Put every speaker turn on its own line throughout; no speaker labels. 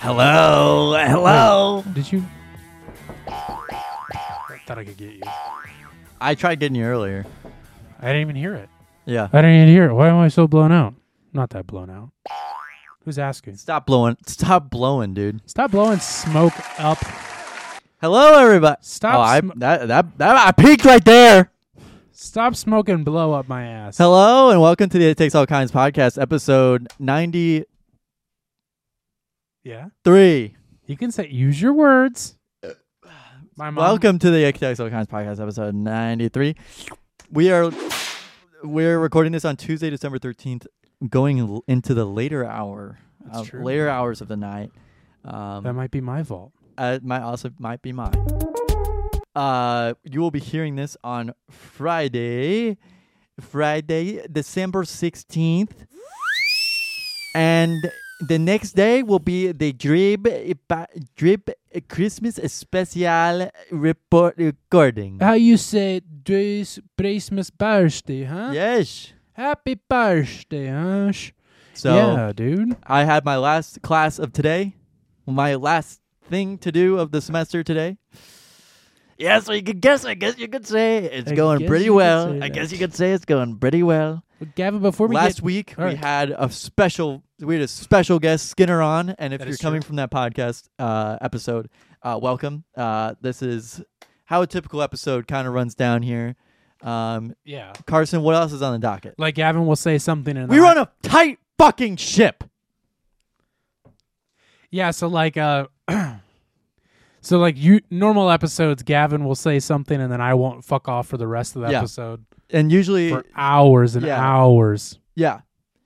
Hello, hello.
Did you? I thought I could get you.
I tried getting you earlier.
I didn't even hear it.
Yeah.
I didn't even hear it. Why am I so blown out? Not that blown out. Who's asking?
Stop blowing. Stop blowing, dude.
Stop blowing smoke up.
Hello, everybody.
Stop
Oh, I,
sm-
that, that, that, I peaked right there.
Stop smoking blow up my ass.
Hello, and welcome to the It Takes All Kinds podcast, episode 93.
Yeah. You can say, use your words. My mom.
Welcome to the It Takes All Kinds podcast, episode 93. We are we're recording this on Tuesday, December 13th, going l- into the later hour,
That's
of-
true.
later hours of the night. Um,
That might be my fault.
uh, it might also might be mine. Uh, you will be hearing this on Friday, Friday, December sixteenth, and the next day will be the Drip Pa- Drip Christmas Special report recording.
How you say this Christmas birthday, huh?
Yes.
Happy birthday, huh?
So
yeah, dude.
I had my last class of today, my last thing to do of the semester today. Yeah, so you could guess. I guess you could say it's
I
going
guess
pretty
you could
well.
say
I guess
that.
you could say it's going pretty well.
Gavin, before we
last
get
week
all
we
right.
had a special. We had a special guest Skinner on, and if
That
you're
is
coming
true.
from that podcast uh, episode, uh, welcome. Uh, this is how a typical episode kind of runs down here. Um,
yeah,
Carson, what else is on the docket?
like Gavin will say something, and
we
I-
run a tight fucking ship.
Yeah, so like uh, so like you normal episodes, Gavin will say something, and then I won't fuck off for the rest of the
Yeah.
episode
And usually,
for hours and
yeah.
hours.
yeah,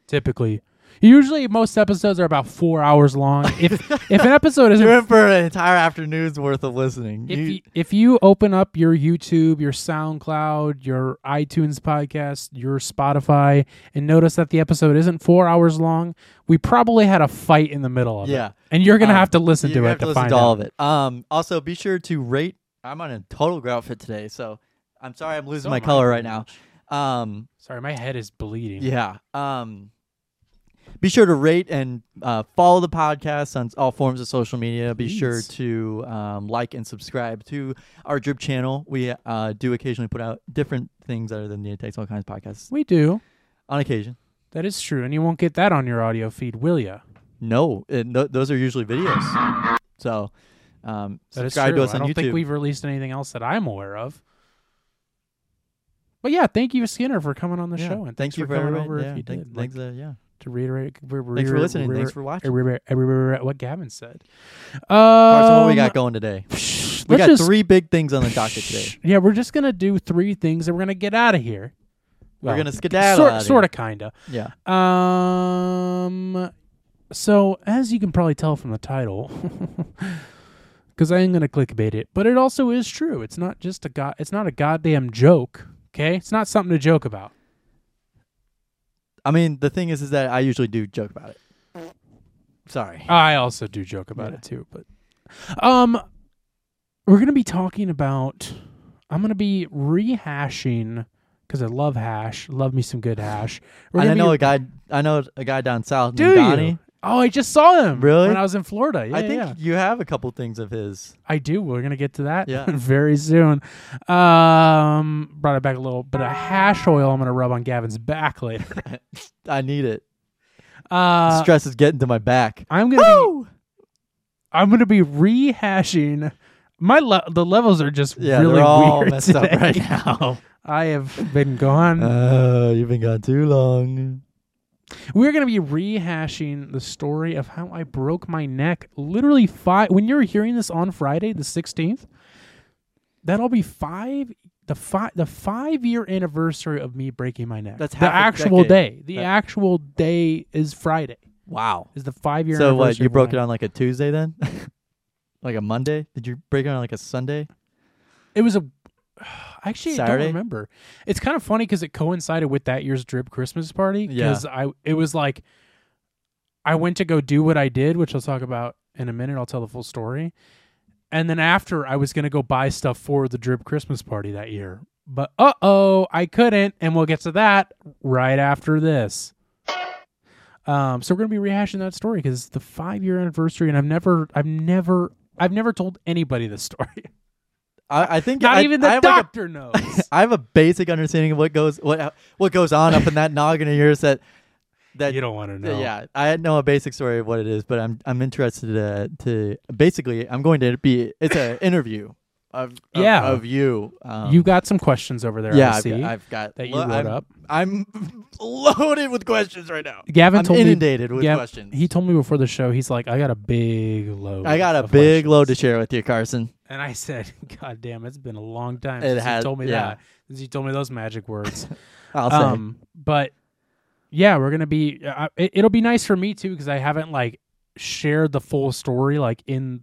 Typically, usually most episodes are about four hours long. If if an episode isn't
You're in for an entire afternoon's worth of listening.
If
You-
you, if you open up your YouTube, your SoundCloud, your iTunes podcast, your Spotify, and notice that the episode isn't four hours long, we probably had a fight in the middle of it.
Yeah.
and you're gonna
Um,
have to listen
you
to it
have
to,
listen
find
to
out.
all of it. Um, also, be sure to rate. I'm on a total grout fit today, so I'm sorry I'm losing
So
my
am I,
color right
pretty
now.
much.
Um,
Oh Sorry, my head is bleeding.
yeah. Um, be sure to rate and uh, follow the podcast on all forms of social media. Be sure
Please.
to um, like and subscribe to our Drip channel. We uh, do occasionally put out different things other than the It Takes All Kinds podcast
we do.
on occasion.
That is true, and you won't get that on your audio feed, will ya?
No, and th- those are usually videos. So um,
That is
subscribe
true.
to us
I
on
don't
YouTube.
think we've released anything else that I'm aware of. But yeah, thank you, Skinner, for coming on the
Yeah.
show, and
thank
thanks
you
for coming
everybody-
over.
yeah,
if you
thank-
did,
thanks,
like,
uh, yeah.
to reiterate,
Thanks for listening. Thanks for watching.
what Gavin said.
Carson, what we
Um,
got going today?
psh,
We
let's
got
just-
three big things on the docket
psh,
today.
Yeah, we're just gonna do three things, and we're gonna get out of here.
We're
Well,
gonna skedaddle.
sort, sort of, kinda.
of. Yeah.
Um, so as you can probably tell from the title, because I am gonna clickbait it, but it also is true. It's not just a god. It's not a goddamn joke. Okay, it's not something to joke about.
I mean, the thing is, is that I usually do joke about it. Sorry.
I also do joke about
Yeah.
it too, but um we're going to be talking about I'm going to be rehashing cuz I love hash, love me some good hash. We're
And I
gonna
know
be-
a guy. I know a guy down south.
do
named Donnie.
you? Oh, I just saw him
Really?
when I was in Florida. Yeah,
I think
yeah.
you have a couple things of his.
I do. We're going to get to that
Yeah.
very soon. Um brought it back a little bit of hash oil I'm going to rub on Gavin's back later.
I need it.
Uh
Stress is getting to my back.
I'm going to be
Woo!
I'm going to be rehashing my le- the levels are just
Yeah,
really
they're all
weird
messed
today.
up right now.
I have been gone.
Oh, Uh, you've been gone too long.
We're going to be rehashing the story of how I broke my neck literally five. When you're hearing this on Friday, the 16th, that'll be five. The five the five year anniversary of me breaking my neck.
That's
the
half a
actual
decade.
day. The
That-
actual day is Friday.
Wow.
Is the five year.
So what? You broke it on like a Tuesday then? like a Monday? Did you break it on like a Sunday?
It was a. Actually, I
Saturday?
don't remember. It's kind of funny because it coincided with that year's drip Christmas party.
Yeah.
Because I, it was like, I went to go do what I did, which I'll talk about in a minute. I'll tell the full story. And then after, I was gonna go buy stuff for the drip Christmas party that year, but uh oh, I couldn't. And we'll get to that right after this. Um, so we're gonna be rehashing that story because it's the five year anniversary, and I've never, I've never, I've never told anybody this story.
I, I think
Not
I,
even the
I have Like
doctor knows.
a, I have a basic understanding of what goes what what goes on up in that noggin of yours that that
you don't want to
that-
know.
yeah I know a basic story of what it is, but I'm I'm interested uh, to basically I'm going to be it's an interview of, of
Yeah.
of you um,
you got some questions over there.
yeah
I
I've
see
got, I've got
that you
lo-
wrote
I'm,
up.
I'm loaded with questions right now.
Gavin
I'm
told me.
inundated with
Gav-
questions.
He told me before the show. He's like, I got a big load.
I got a
of
big
questions."
load to share with you, Carson.
And I said, God damn, it's been a long time
It
since
has-
you told me
yeah.
that. Since you told me those magic words.
I'll say.
um, but yeah, we're gonna be. Uh, it, it'll be nice for me too because I haven't like shared the full story like in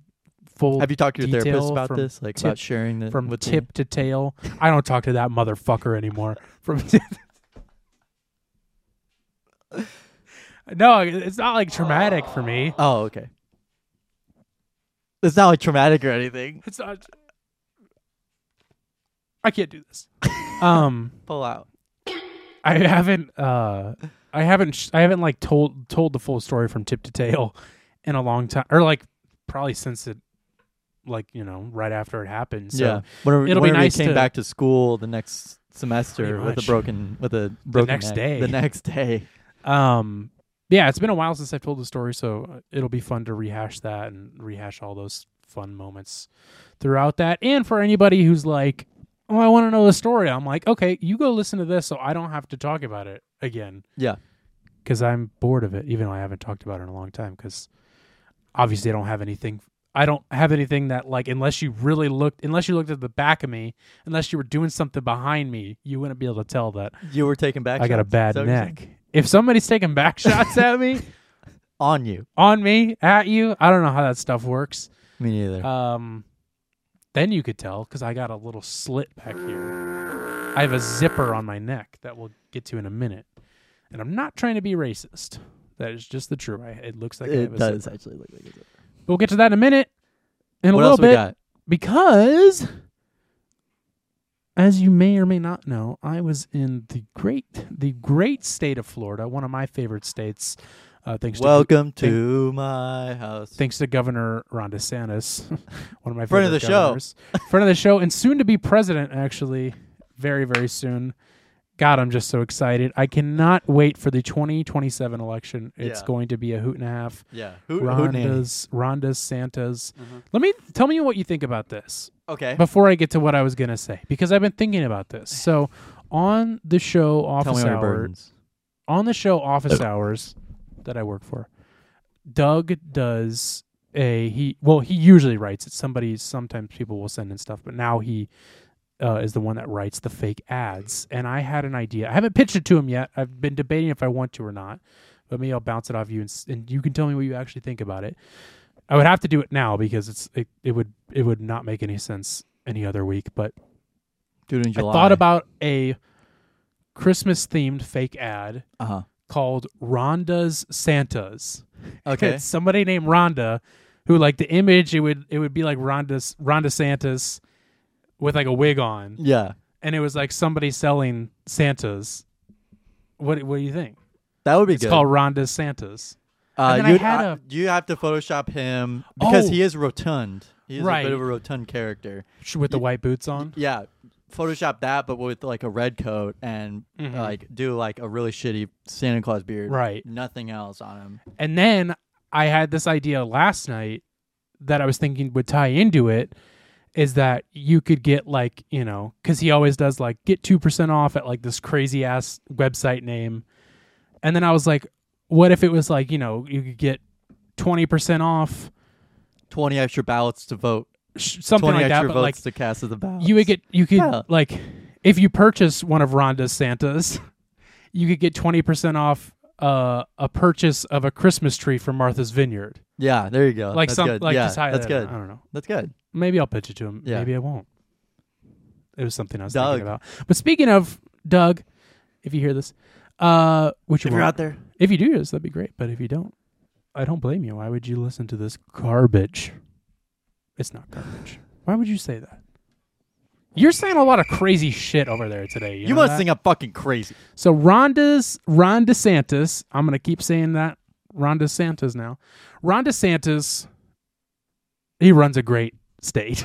full
Have you talked to your therapist
detail
about
from
this? Like
tip-
about sharing the
from
with the-
tip to tail. I don't talk to that motherfucker anymore. From tip- no, it's not like traumatic for me.
Oh, okay. It's not like traumatic or anything.
It's not. I can't do this. Um,
Pull out.
I haven't. Uh, I haven't. Sh- I haven't like told told the full story from tip to tail in a long time, or like probably since it, like you know, right after it happened. So
yeah. Whenever,
it'll be
whenever
nice
you came
to-
back to school the next semester
Pretty
with a
much.
broken with a broken
next
neck.
day.
The next day.
Um, yeah, it's been a while since I've told the story, so uh, it'll be fun to rehash that and rehash all those fun moments throughout that. And for anybody who's like, "Oh, I want to know the story," I'm like, "Okay, you go listen to this, so I don't have to talk about it again."
Yeah.
because I'm bored of it, even though I haven't talked about it in a long time. Because obviously, I don't have anything. I don't have anything that like unless you really looked, unless you looked at the back of me, unless you were doing something behind me, you wouldn't be able to tell that
You were taken back.
I got a
shots? Is that
bad
what you're saying?
neck. If somebody's taking back shots at me,
On you.
on me, at you, I don't know how that stuff works.
Me neither.
Um, then you could tell because I got a little slit back here. I have a zipper on my neck that we'll get to in a minute, and I'm not trying to be racist. That is just the truth. I, it looks like I have
it
a
does
zipper.
actually look like it.
But we'll get to that in a minute, in a
what
little
else
bit,
we got?
because. As you may or may not know, I was in the great, the great state of Florida, one of my favorite states. Uh, thanks to
Welcome to my house.
thanks to Governor Ron DeSantis, one of my
Friend
favorite
of the show.
governors. friend of the show, and soon to be president, actually, very very soon. God, I'm just so excited! I cannot wait for the 2027 election. It's
Yeah.
going to be a hoot and a half.
yeah. Who, who nanny?
Ronda's, Ronda's, Santa's.
Mm-hmm.
Let me tell me what you think about this
Okay.
before I get to what I was gonna say because I've been thinking about this. So, on the show
Tell
Office
me what your
Hour,
burdens.
on the show Office Hours that I work for, Doug does a he well he usually writes it. Somebody sometimes people will send in stuff, but now he uh, is the one that writes the fake ads. And I had an idea. I haven't pitched it to him yet. I've been debating if I want to or not. But maybe I'll bounce it off you, and, s- and you can tell me what you actually think about it. I would have to do it now because it's it, it would it would not make any sense any other week. But
Dude in July.
I thought about a Christmas themed fake ad
Uh
called Rhonda's Santas.
huh. Okay.
It's somebody named Rhonda who like the image it would it would be like Rhonda's Rhonda Santas with like a wig on.
yeah.
And it was like somebody selling Santas. What what do you think?
That would be
It's
good.
called Rhonda's Santas.
Uh,
And then I
you'd-
had
uh,
a-
you have to Photoshop him because
Oh.
he is rotund. He is a
Right.
bit of a rotund character.
Sh- With the white boots on.
Yeah, Photoshop that, but with like a red coat and
Mhm.
like do like a really shitty Santa Claus beard.
Right.
Nothing else on him.
And then I had this idea last night that I was thinking would tie into it is that you could get like, you know, because he always does like get 2% off at like this crazy ass website name. And then I was like, What if it was like you know you could get twenty percent off
Twenty extra ballots to vote.
sh- something
Twenty
like that,
extra
but
votes
like
to cast of the ballot.
you would get you could
Yeah.
like if you purchase one of Rhonda's Santas, you could get twenty percent off uh, a purchase of a Christmas tree from Martha's Vineyard.
Yeah, there you go.
Like
that's
some
good.
like
yeah,
just high,
that's good.
I don't know.
That's good.
Maybe I'll pitch it to him.
Yeah.
Maybe I won't. It was something I was
Doug.
thinking about. But speaking of Doug, if you hear this, uh, which you
If you're
won't.
out there,
if you do this, that'd be great. But if you don't, I don't blame you. Why would you listen to this garbage? It's not garbage. Why would you say that? You're saying a lot of crazy shit over there today. You,
you
know
must
that?
think I'm fucking crazy.
So Rhonda's Ron DeSantis. I'm gonna keep saying that Ron DeSantis now. Ron DeSantis. He runs a great state,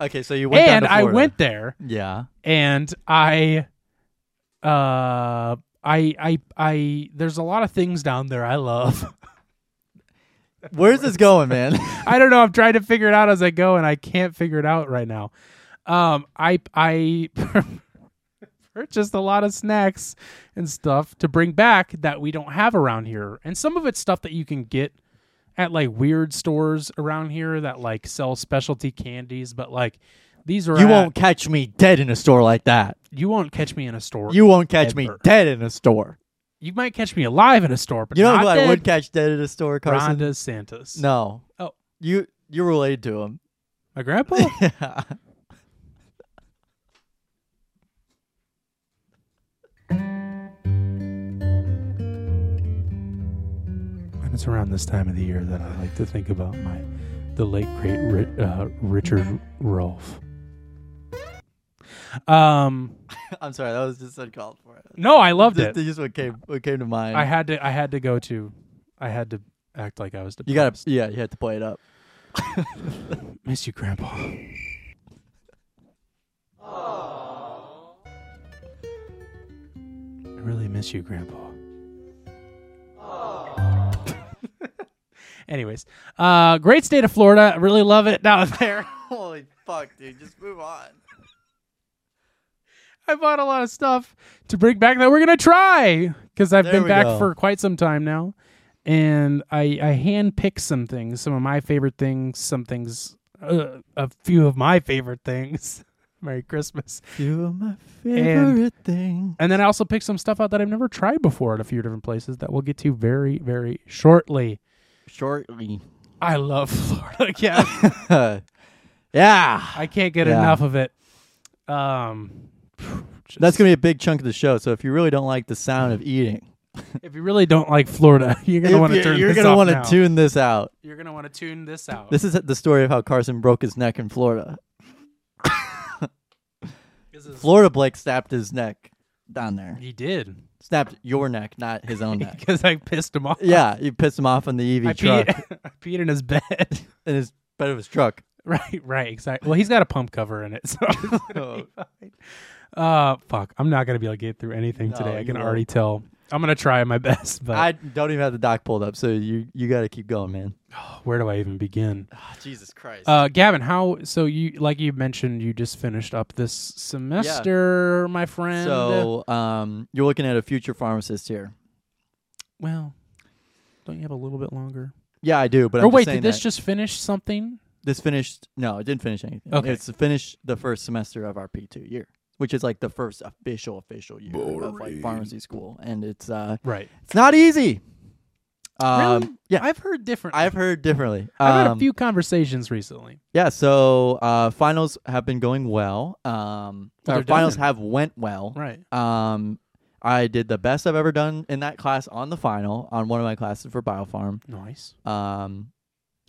Okay, so you went down
and
to
I
Florida.
went there,
Yeah.
and I, uh, I, I, I. There's a lot of things down there I love.
Where's this going, man?
I don't know. I'm trying to figure it out as I go, and I can't figure it out right now. Um, I I purchased a lot of snacks and stuff to bring back that we don't have around here, and some of it's stuff that you can get at like weird stores around here that like sell specialty candies, but like these are
you
at-
won't catch me dead in a store like that.
you won't catch me in a store.
You won't catch me
Ever.
dead in a store.
you might catch me alive in a store, but
You know
not
who I
dead.
would catch dead in a store, Carson?
Ron DeSantis.
No.
Oh.
You you're related to him.
my grandpa. And it's around this time of the year that I like to think about my the late great Ri- uh, Richard Rolfe. Um,
I'm sorry, that was just uncalled for.
no, I loved
Just,
it.
just what came what came to mind.
I had to. I had to go to. I had to act like I was depressed.
you gotta yeah, you had to play it up.
miss you, Grandpa. I really miss you, Grandpa. Anyways, uh, great state of Florida. I really love it down there.
Holy fuck, dude. Just move on.
I bought a lot of stuff to bring back that we're gonna try because I've
There
been
we
back
go.
for quite some time now, and I I handpicked some things, some of my favorite things, some things, uh, a few of my favorite things. Merry Christmas!
You are my
favorite
thing.
And then I also picked some stuff out that I've never tried before at a few different places that we'll get to very very shortly.
Shortly.
I love Florida. yeah,
yeah.
I can't get
Yeah.
enough of it. Um, just-
That's gonna be a big chunk of the show. So if you really don't like the sound of eating,
if you really don't like Florida, you're gonna
if
want to
you-
turn.
you're
this
gonna
off
wanna
now.
tune this out.
You're gonna want to tune this out.
This is the story of how Carson broke his neck in Florida.
This is-
Florida Blake snapped his neck down there.
He did
Snapped your neck, not his own neck.
because I pissed him off.
Yeah, you pissed him off on the EV
I
truck
peed, I peed in his bed.
in his bed of his truck.
right, right, exactly. Well, he's got a pump cover in it, so. it's gonna be fine. Uh, fuck! I'm not gonna be able to get through anything
No,
today. I
you
can
won't.
already tell. I'm gonna try my best, but
Oh, I don't even have the dock pulled up, so you you got to keep going, man.
where do I even begin?
Jesus Christ.
Uh, Gavin, how? So you, like you mentioned, you just finished up this semester, my friend.
so um, you're looking at a future pharmacist here.
well, don't you have a little bit longer?
Yeah, I do, but
or
I'm
wait,
just saying
did this
that
just finish something?
this finished. No, it didn't finish anything.
Okay.
It's finished the first semester of our P two year, which is like the first official official year of like pharmacy school, and it's uh,
Right.
it's not easy. Um,
Really?
Yeah,
I've heard different.
I've heard differently.
I've had a
Um,
few conversations recently.
Yeah, so uh, finals have been going well. Um,
Well,
or
they're
finals
done.
have went well.
Right.
Um, I did the best I've ever done in that class on the final on one of my classes for biofarm.
Nice.
Um,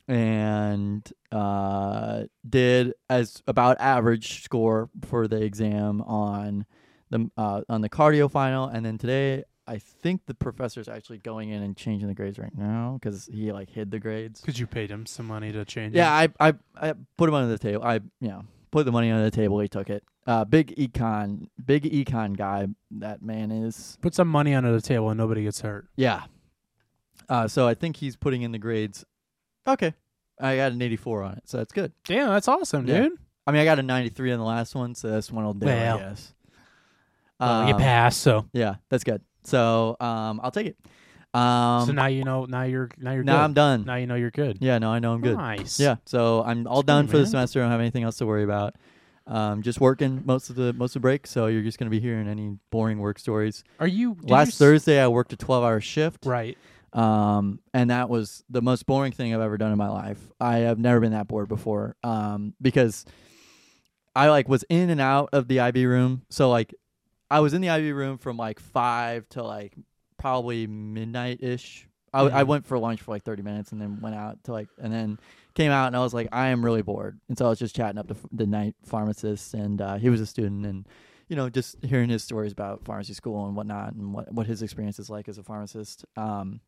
and uh, did as about average score for the exam on the uh, on the cardio final, and then today I think the professor's actually going in and changing the grades right now because he like hid the grades.
Because you paid him some money to change
Yeah, I, I I put him under the table. I you know put the money under the table. He took it. Uh, big econ, big econ guy. That man is.
Put some money under the table and nobody gets hurt.
Yeah. Uh, so I think he's putting in the grades. Okay. I got an 84 on it, so that's good.
Damn, that's awesome,
Yeah.
dude.
I mean, I got a 93 on the last one, so this one will do.
Well.
I guess.
Well, Uh, you
Um,
passed, so
Yeah, that's good. So um, I'll take it. Um,
so now you know. Now you're. Now you're.
now
good.
I'm done.
Now you know you're good.
yeah, no, I know I'm good.
Nice.
Yeah, so I'm all
That's
done
good,
for the
man.
semester. I don't have anything else to worry about. Um, just working most of the most of the break, so you're just gonna be hearing any boring work stories.
Are you did you
Last
s-
Thursday, I worked a 12 hour shift,
Right.
um, and that was the most boring thing I've ever done in my life. I have never been that bored before, um, because I like was in and out of the IB room. So like, I was in the IB room from like five to like probably midnight ish. I, I
Mhm.
went for lunch for like 30 minutes and then went out to like and then came out and I was like I am really bored and so I was just chatting up to f- the night pharmacist and uh, he was a student and you know just hearing his stories about pharmacy school and whatnot and what what his experience is like as a pharmacist um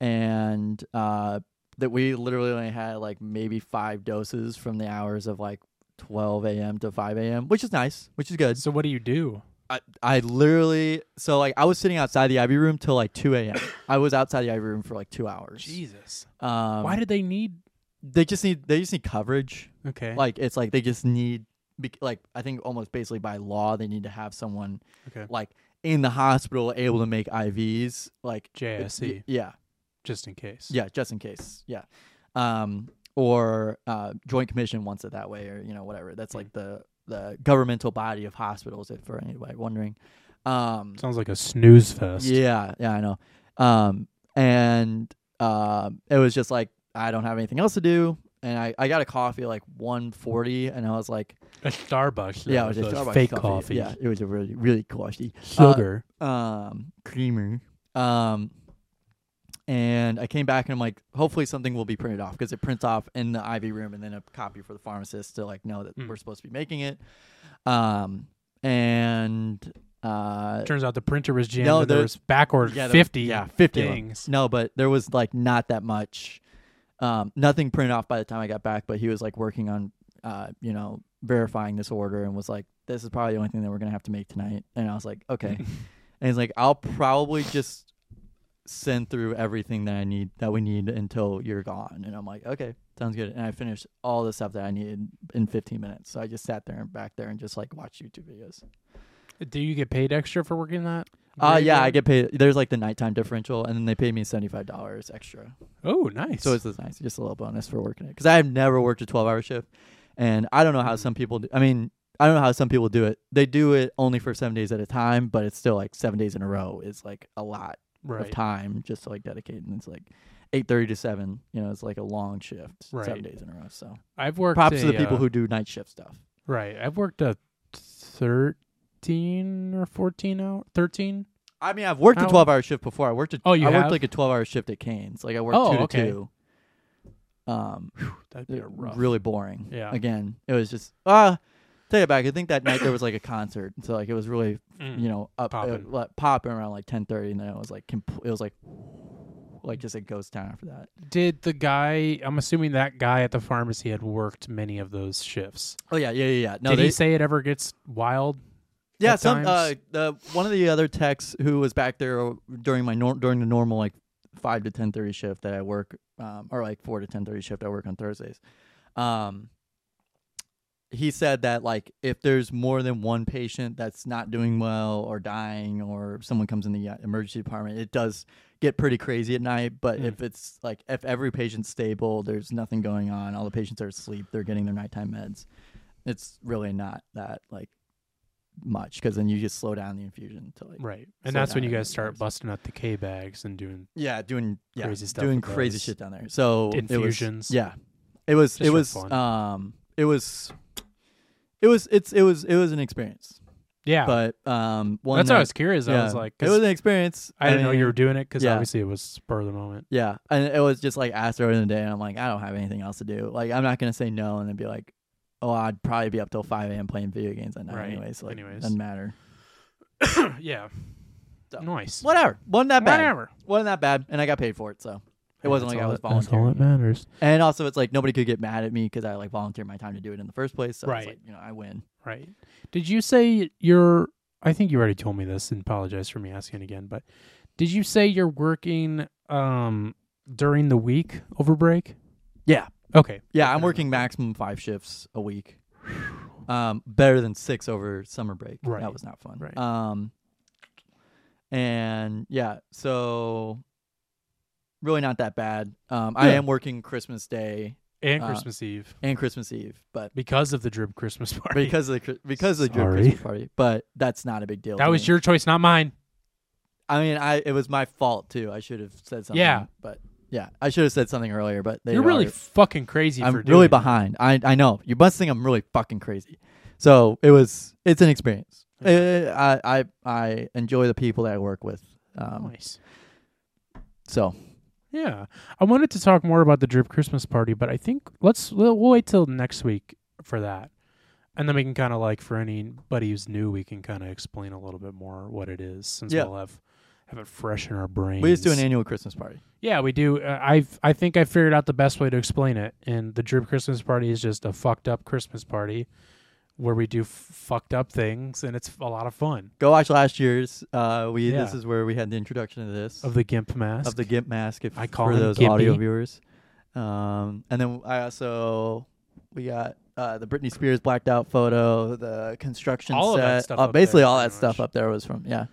and uh that we literally only had like maybe five doses from the hours of like 12 a.m. to 5 a.m. which is nice which is good
So what do you do?
I, I literally so like I was sitting outside the Ivy room till like two a.m. I was outside the Ivy room for like two hours.
Jesus.
Um,
Why did they need?
they just need they just need coverage?
Okay.
Like it's like they just need bec- like I think almost basically by law they need to have someone
okay.
like in the hospital able to make IVs like it-
JSE,
y- yeah
E, just in case.
yeah just in case yeah, um or uh, Joint Commission wants it that way or you know whatever that's like the the governmental body of hospitals if for anybody wondering. Um,
Sounds like a snooze fest.
Yeah, yeah, I know. Um, and uh, it was just like I don't have anything else to do, and I, I got a coffee like 140, and I was like,
A Starbucks. though,
yeah, it was a
those
Starbucks
fake
coffee.
coffee.
Yeah, it was a really really costly
Sugar.
um creamer. Um, and I came back and I'm like, hopefully something will be printed off because it prints off in the IV room and then a copy for the pharmacist to like know that
Mm.
we're supposed to be making it. Um, and uh,
Turns out the printer was jammed.
No,
No, there
there-
was backward
yeah, there-
fifty.
yeah, 50 of 'em.
things.
No, but there was like not that much, um, nothing printed off by the time I got back. But he was like working on, uh, you know, verifying this order and was like, "This is probably the only thing that we're gonna have to make tonight." And I was like, "Okay," and he's like, "I'll probably just send through everything that I need that we need until you're gone." And I'm like, "Okay, sounds good." And I finished all the stuff that I needed in 15 minutes. So I just sat there and back there and just like watched YouTube videos.
Do you get paid extra for working that?
Uh, yeah,
graveyard?
I get paid. There's like the nighttime differential, and then they paid me seventy five dollars extra.
Oh, nice.
So it's just nice, just a little bonus for working it. Because I have never worked a twelve hour shift, and I don't know how some people. Do, I mean, I don't know how some people do it. They do it only for seven days at a time, but it's still like seven days in a row is like a lot of
right.
time just to like dedicate, and it's like eight thirty to seven. You know, it's like a long shift,
Right.
seven days in a row. So
I've worked.
props
a,
to the people
uh,
who do night shift stuff.
Right. I've worked a thirteen or fourteen hour. Thirteen.
I mean, I've worked a
How-
twelve hour shift before. I worked. A,
Oh, you
I
have?
worked like a twelve hour shift at Canes. Like I worked
Oh,
two to
okay.
two. Um,
That'd be
it-
a rough.
really boring.
Yeah.
Again, it was just ah. take it back. I think that night there was like a concert, so like it was really
Mm.
you know up
Poppin'.
uh, like, popping around like ten thirty, and then it was like comp- it was like like just a ghost town after that.
Did the guy? I'm assuming that guy at the pharmacy had worked many of those shifts.
Oh yeah, yeah, yeah. yeah. No,
Did
they
he say it ever gets wild?
yeah.
at
Some uh,
times?
the one of the other techs who was back there during my nor- during the normal like five to ten thirty shift that I work, um, or like four to ten thirty shift I work on Thursdays. Um, he said that like if there's more than one patient that's not doing well or dying or someone comes in the uh, emergency department, it does get pretty crazy at night. But
Mm.
if it's like if every patient's stable, there's nothing going on, all the patients are asleep, they're getting their nighttime meds. It's really not that like much because then you just slow down the infusion to like
Right. And
So
that's when
that
you guys
is
start
nice.
busting out the K bags and doing
yeah doing yeah,
Crazy stuff
doing
with
crazy
those.
shit down there so it was-
Infusions.
yeah it was
Just
it
for
was
fun.
um it was it was it's it was it was an experience
Yeah.
but um one
that's
that,
why I was curious. I was
yeah,
like, 'cause
it was an experience
I didn't know you
mean,
were doing it because
yeah.
obviously it was spur of the moment.
yeah and it was just like asked earlier in the day and I'm like I don't have anything else to do like I'm not gonna say no and then be like oh I'd probably be up till five a.m. playing video games at night
Right.
anyway so like
Anyways.
doesn't matter
yeah.
So-
Nice.
whatever wasn't that bad
Whatever.
wasn't that bad and I got paid for it so it
Yeah,
wasn't
that's
like I
all
was
that- That's
volunteering.
all that matters.
And also, it's like nobody could get mad at me because I like volunteered my time to do it in the first place. So
Right.
it's like, you know, I win.
Right. Did you say you're? I think you already told me this, and apologize for me asking again. But did you say you're working um during the week over break?
Yeah.
Okay.
Yeah, I'm
Okay.
working maximum five shifts a week. Um, better than six over summer break.
Right.
That was not fun.
Right.
Um, And yeah, so really not that bad. Um, I
Yeah.
am working Christmas Day
and
Uh,
Christmas Eve
and Christmas Eve, but
because of the drip Christmas party.
because of the Chri- because of the good
Sorry.
Christmas party, but that's not a big deal.
that
to
was
me.
your choice, not mine.
I mean, I it was my fault too. I should have said something.
Yeah.
but yeah, I should have said something earlier. But they
You're really
already-
fucking crazy
I'm
for
really
doing.
behind. I I know you must think I'm really fucking crazy. So it was. It's an experience. Uh, I I I enjoy the people that I work with.
it.
Um,
nice.
So
Yeah, I wanted to talk more about the drip Christmas party, but I think let's we'll, we'll wait till next week for that, and then we can kind of like for anybody who's new, we can kind of explain a little bit more what it is since
Yeah.
we'll have have it fresh in our brains.
we just do an annual Christmas party.
yeah, we do. Uh, I I think I figured out the best way to explain it, and the drip Christmas party is just a fucked up Christmas party where we do f- fucked up things, and it's a lot of fun.
Go watch last year's. Uh, we this
Yeah.
is where we had the introduction of this
Of the gimp mask,
of the Gimp mask. If
I call
for
him
those audio
Gimpy.
viewers. Um, and then I also we got uh, the Britney Spears blacked out photo, the construction
All of
set,
that stuff
uh,
up
basically
there,
all
pretty
that stuff
much.
up there was from yeah.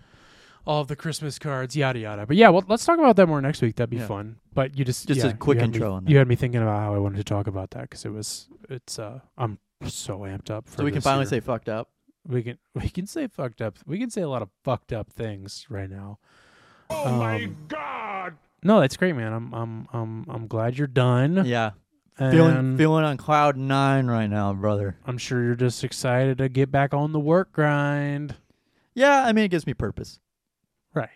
all of the Christmas cards, yada yada. But yeah, well, let's talk about that more next week. That'd be
Yeah.
fun. But you just
Just a
yeah,
quick
you had me-
intro on that.
You had me thinking about how I wanted to talk about that because it was it's uh I'm so amped up. For
So we can
this
finally
year.
say fucked up.
we can we can say fucked up. We can say a lot of fucked up things right now. Oh my god! No, that's great, man. I'm I'm I'm I'm glad you're done.
Yeah,
And
feeling feeling on cloud nine right now, brother.
I'm sure you're just excited to get back on the work grind.
Yeah, I mean it gives me purpose.
Right.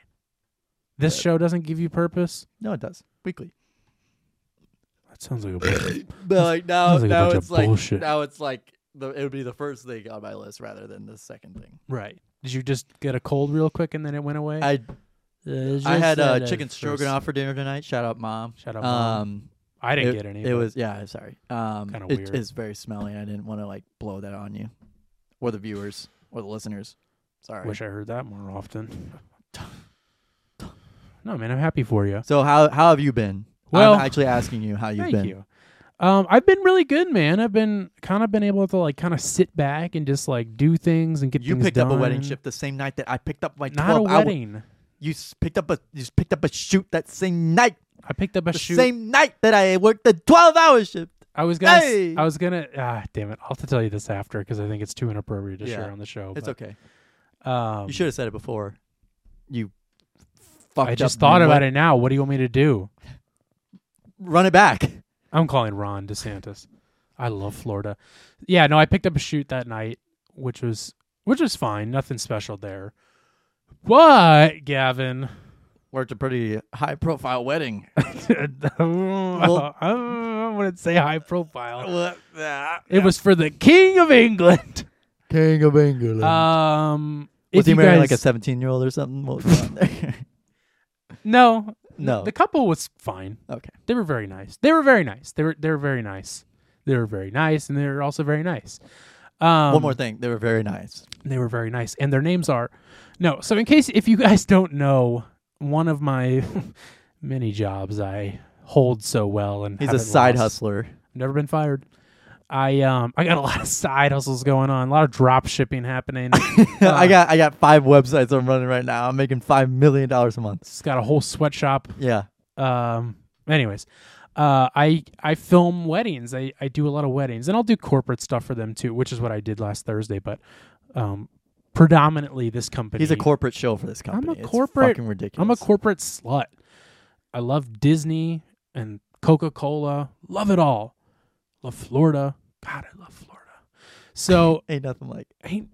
This
Yeah.
show doesn't give you purpose.
No, it does weekly.
That sounds like a bunch of
But like now,
Sounds like a
now
bunch of
it's like
bullshit.
now it's like the, it would be the first thing on my list rather than the second thing.
Right. Did you just get a cold real quick and then it went away?
I
Uh,
I had
just
uh,
that, uh,
chicken
first-
stroganoff for dinner tonight. Shout out mom.
Shout out, mom.
Um,
I didn't
it-
get any.
It
but
was yeah. I'm Sorry. Um,
Kinda
it
weird.
is very smelly. I didn't want to like blow that on you, or the viewers, or the listeners. Sorry.
Wish I heard that more often. no, man, I'm happy for you.
so how how have you been?
Well-
I'm actually asking you how you've
Thank
been.
you. Um, I've been really good, man. I've been kind of been able to like kind of sit back and just like do things and get
You
things
picked up a wedding
done.
shift the same night that I picked up my
Not a
12 hour-
wedding.
You s- picked up a you s- picked up a shoot that same night.
I picked up a
The
shoe.
same night that I worked the 12 hour shift.
I was gonna. s-
Hey!
I was gonna. Ah, damn it! I'll have to tell you this after because I think it's too inappropriate to
Yeah.
share on the show.
It's
but,
okay.
Um,
You should have said it before. You fucked
I just
up
thought
what-
about it now. What do you want me to do?
Run it back.
I'm calling Ron DeSantis. I love Florida. Yeah, no, I picked up a shoot that night, which was which was fine. Nothing special there. But Gavin,
Worked a pretty high profile wedding.
I wouldn't say high profile. It
it
was for the King of England.
King of England.
Um,
Uh, was
if
he
you
marrying like a
guys-
seventeen-year-old or something? What was going on there?
No,
No.
The couple was fine.
okay.
They were very nice. They were very nice. They were they were very nice. They were very nice, and they were also very nice. Um,
One more thing. They were very nice.
they were very nice and their names are no so in case if you guys don't know one of my many jobs i hold so well and
He's a
haven't
side
lost.
hustler.
never been fired i um i got a lot of side hustles going on a lot of drop shipping happening
I got I got five websites I'm running right now. I'm making five million dollars a month.
it's got a whole sweatshop
Yeah.
um anyways uh i i film weddings i i do a lot of weddings and i'll do corporate stuff for them too which is what i did last thursday but um predominantly this company
He's a corporate show for this company. It's
corporate-
fucking ridiculous.
I'm a corporate slut. I love Disney and Coca Cola. Love it all. Love Florida. God, I love Florida. So,
Ain't nothing like
ain't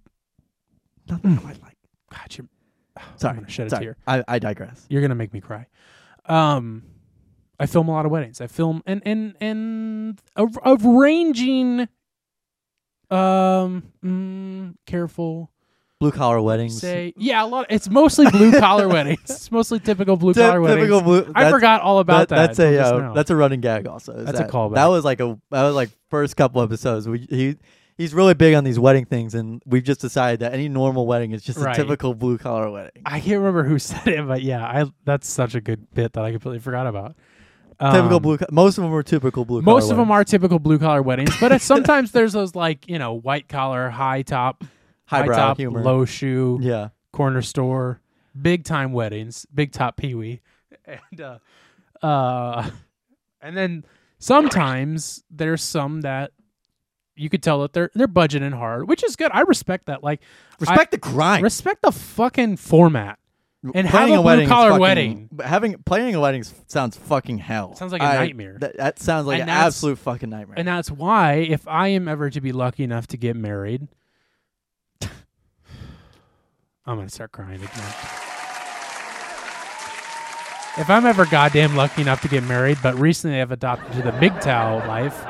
nothing quite like.
God, you're
Sorry.
gonna shed a
sorry.
tear.
I, I digress.
you're gonna make me cry. Um, I film a lot of weddings. I film and and and a, a ranging. Um, mm, careful.
Blue collar weddings.
Say yeah, a lot. it's mostly blue collar weddings. It's mostly typical blue
Ty-
collar weddings.
typical blue.
I
that's-
forgot all about that.
That's
until
a
just
uh,
now.
that's a running gag. Also, is
That's a
that-
callback.
That was like a that was like first couple episodes. We he he's really big on these wedding things, and we've just decided that any normal wedding is just
Right.
a typical blue collar wedding,
I can't remember who said it, but yeah, I that's such a good bit that I completely forgot about. Um,
typical blue. co- Most of them are typical blue. collar
Most of them
weddings.
are typical blue collar weddings, but it's, sometimes there's those like you know white collar, high top, high
highbrow
top,
humor.
low shoe,
yeah,
corner store. big time weddings, big top Pee Wee, and uh, uh, and then sometimes there's some that you could tell that they're they're budgeting hard, which is good. I respect that. Like
Respect the grind.
respect the fucking format. and have a
is
blue-collar
fucking-
wedding.
but Having playing a wedding s- sounds fucking hell.
Sounds like a
I-
nightmare.
That, that sounds like
And
an
that's-
absolute fucking nightmare.
And that's why, if I am ever to be lucky enough to get married, I'm gonna start crying again. If I'm ever goddamn lucky enough to get married, but recently I've adopted to the MGTOW life,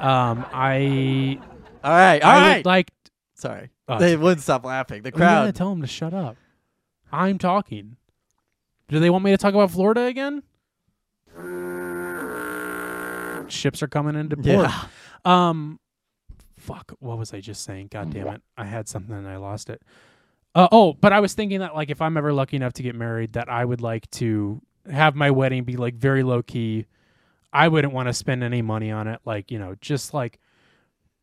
um, I,
all right, all
I would
right.
like
Sorry,
Oh,
they wouldn't stop laughing. The
You gotta
crowd.
tell them to shut up. I'm talking. Do they want me to talk about Florida again? Ships are coming into port.
yeah,
Um, fuck. What was I just saying? God damn it! I had something and I lost it. Uh, oh, but I was thinking that like if I'm ever lucky enough to get married, that I would like to have my wedding be like very low key. I wouldn't want to spend any money on it. Like you know, just like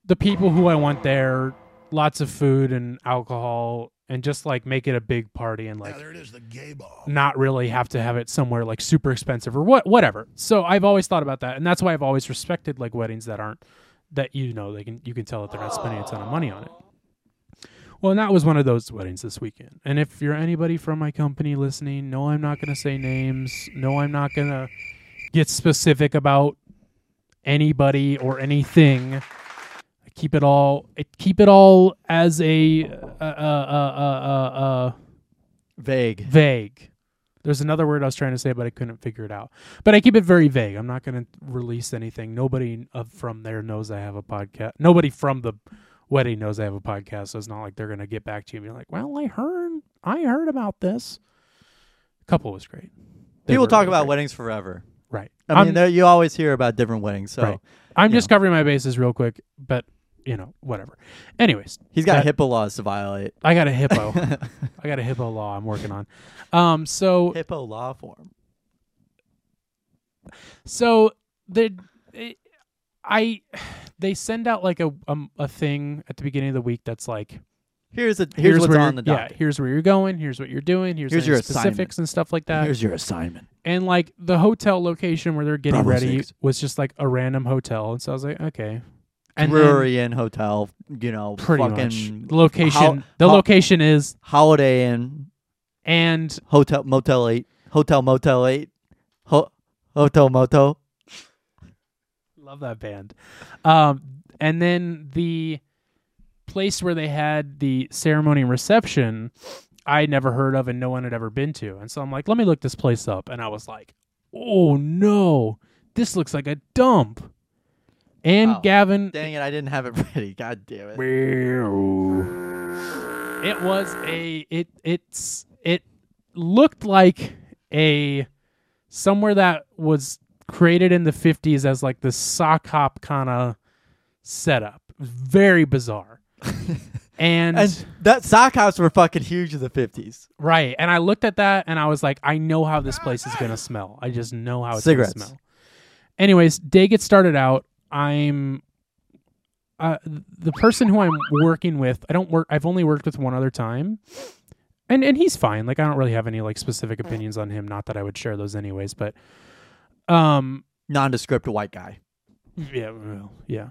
the people who I want there, lots of food and alcohol, and just like make it a big party and like
there it is, the gay ball.
not really have to have it somewhere like super expensive or what whatever. So I've always thought about that, and that's why I've always respected like weddings that aren't that you know they can you can tell that they're not spending a ton of money on it. Well, and that was one of those weddings this weekend. And if you're anybody from my company listening, no, I'm not going to say names. No, I'm not going to get specific about anybody or anything. I keep it all. I keep it all as a uh uh uh uh. uh, uh
vague.
vague. There's another word I was trying to say, but I couldn't figure it out. But I keep it very vague. I'm not going to release anything. Nobody of, from there knows I have a podcast. Nobody from the wedding knows I have a podcast. So it's not like they're going to get back to you and be like, "Well, I heard, I heard about this." Couple was great. They
People
were
talk
really
about
great.
weddings forever.
right.
I
I'm-
mean, there- you always hear about different weddings. So
Right. I'm
you
just
know.
covering my bases real quick, but you know, whatever. Anyways,
he's got
That-
HIPAA laws to violate.
I got a hippo. I got a hippo law I'm working on. Um, so
HIPAA law form.
So the it- I they send out like a um, a thing at the beginning of the week that's like
Here's a here's, what's
where
on
you're-
the
yeah
docket.
here's where you're going here's what you're doing here's,
Here's
any
your
specifics and stuff like that
Here's your assignment.
and like the hotel location where they're getting
Bravo
ready
six.
was just like a random hotel and so I was like okay and then
Brewery and hotel. You know,
pretty
fucking
much location
how-
the
how-
location is
Holiday Inn,
and
Hotel Motel Eight, Hotel Motel Eight, ho- Hotel Moto.
Love that band. Um, and then the place where they had the ceremony and reception, I never heard of and no one had ever been to. And so I'm like, let me look this place up. And I was like, oh no, this looks like a dump. And
Oh,
Gavin,
Dang it, I didn't have it ready. God damn it.
it was a it it's it looked like a somewhere that was created in the 50s as like the sock hop kind of setup. Very bizarre. and,
And that sock hops were fucking huge in the fifties.
right, and I looked at that and I was like, I know how this place is gonna smell. I just know how it's
Cigarettes.
gonna smell. Anyways, day gets started out. I'm uh, the person who I'm working with, I don't work. I've only worked with one other time, and and he's fine. Like I don't really have any like specific opinions on him. Not that I would share those anyways, but um,
Nondescript white guy.
yeah, well, yeah.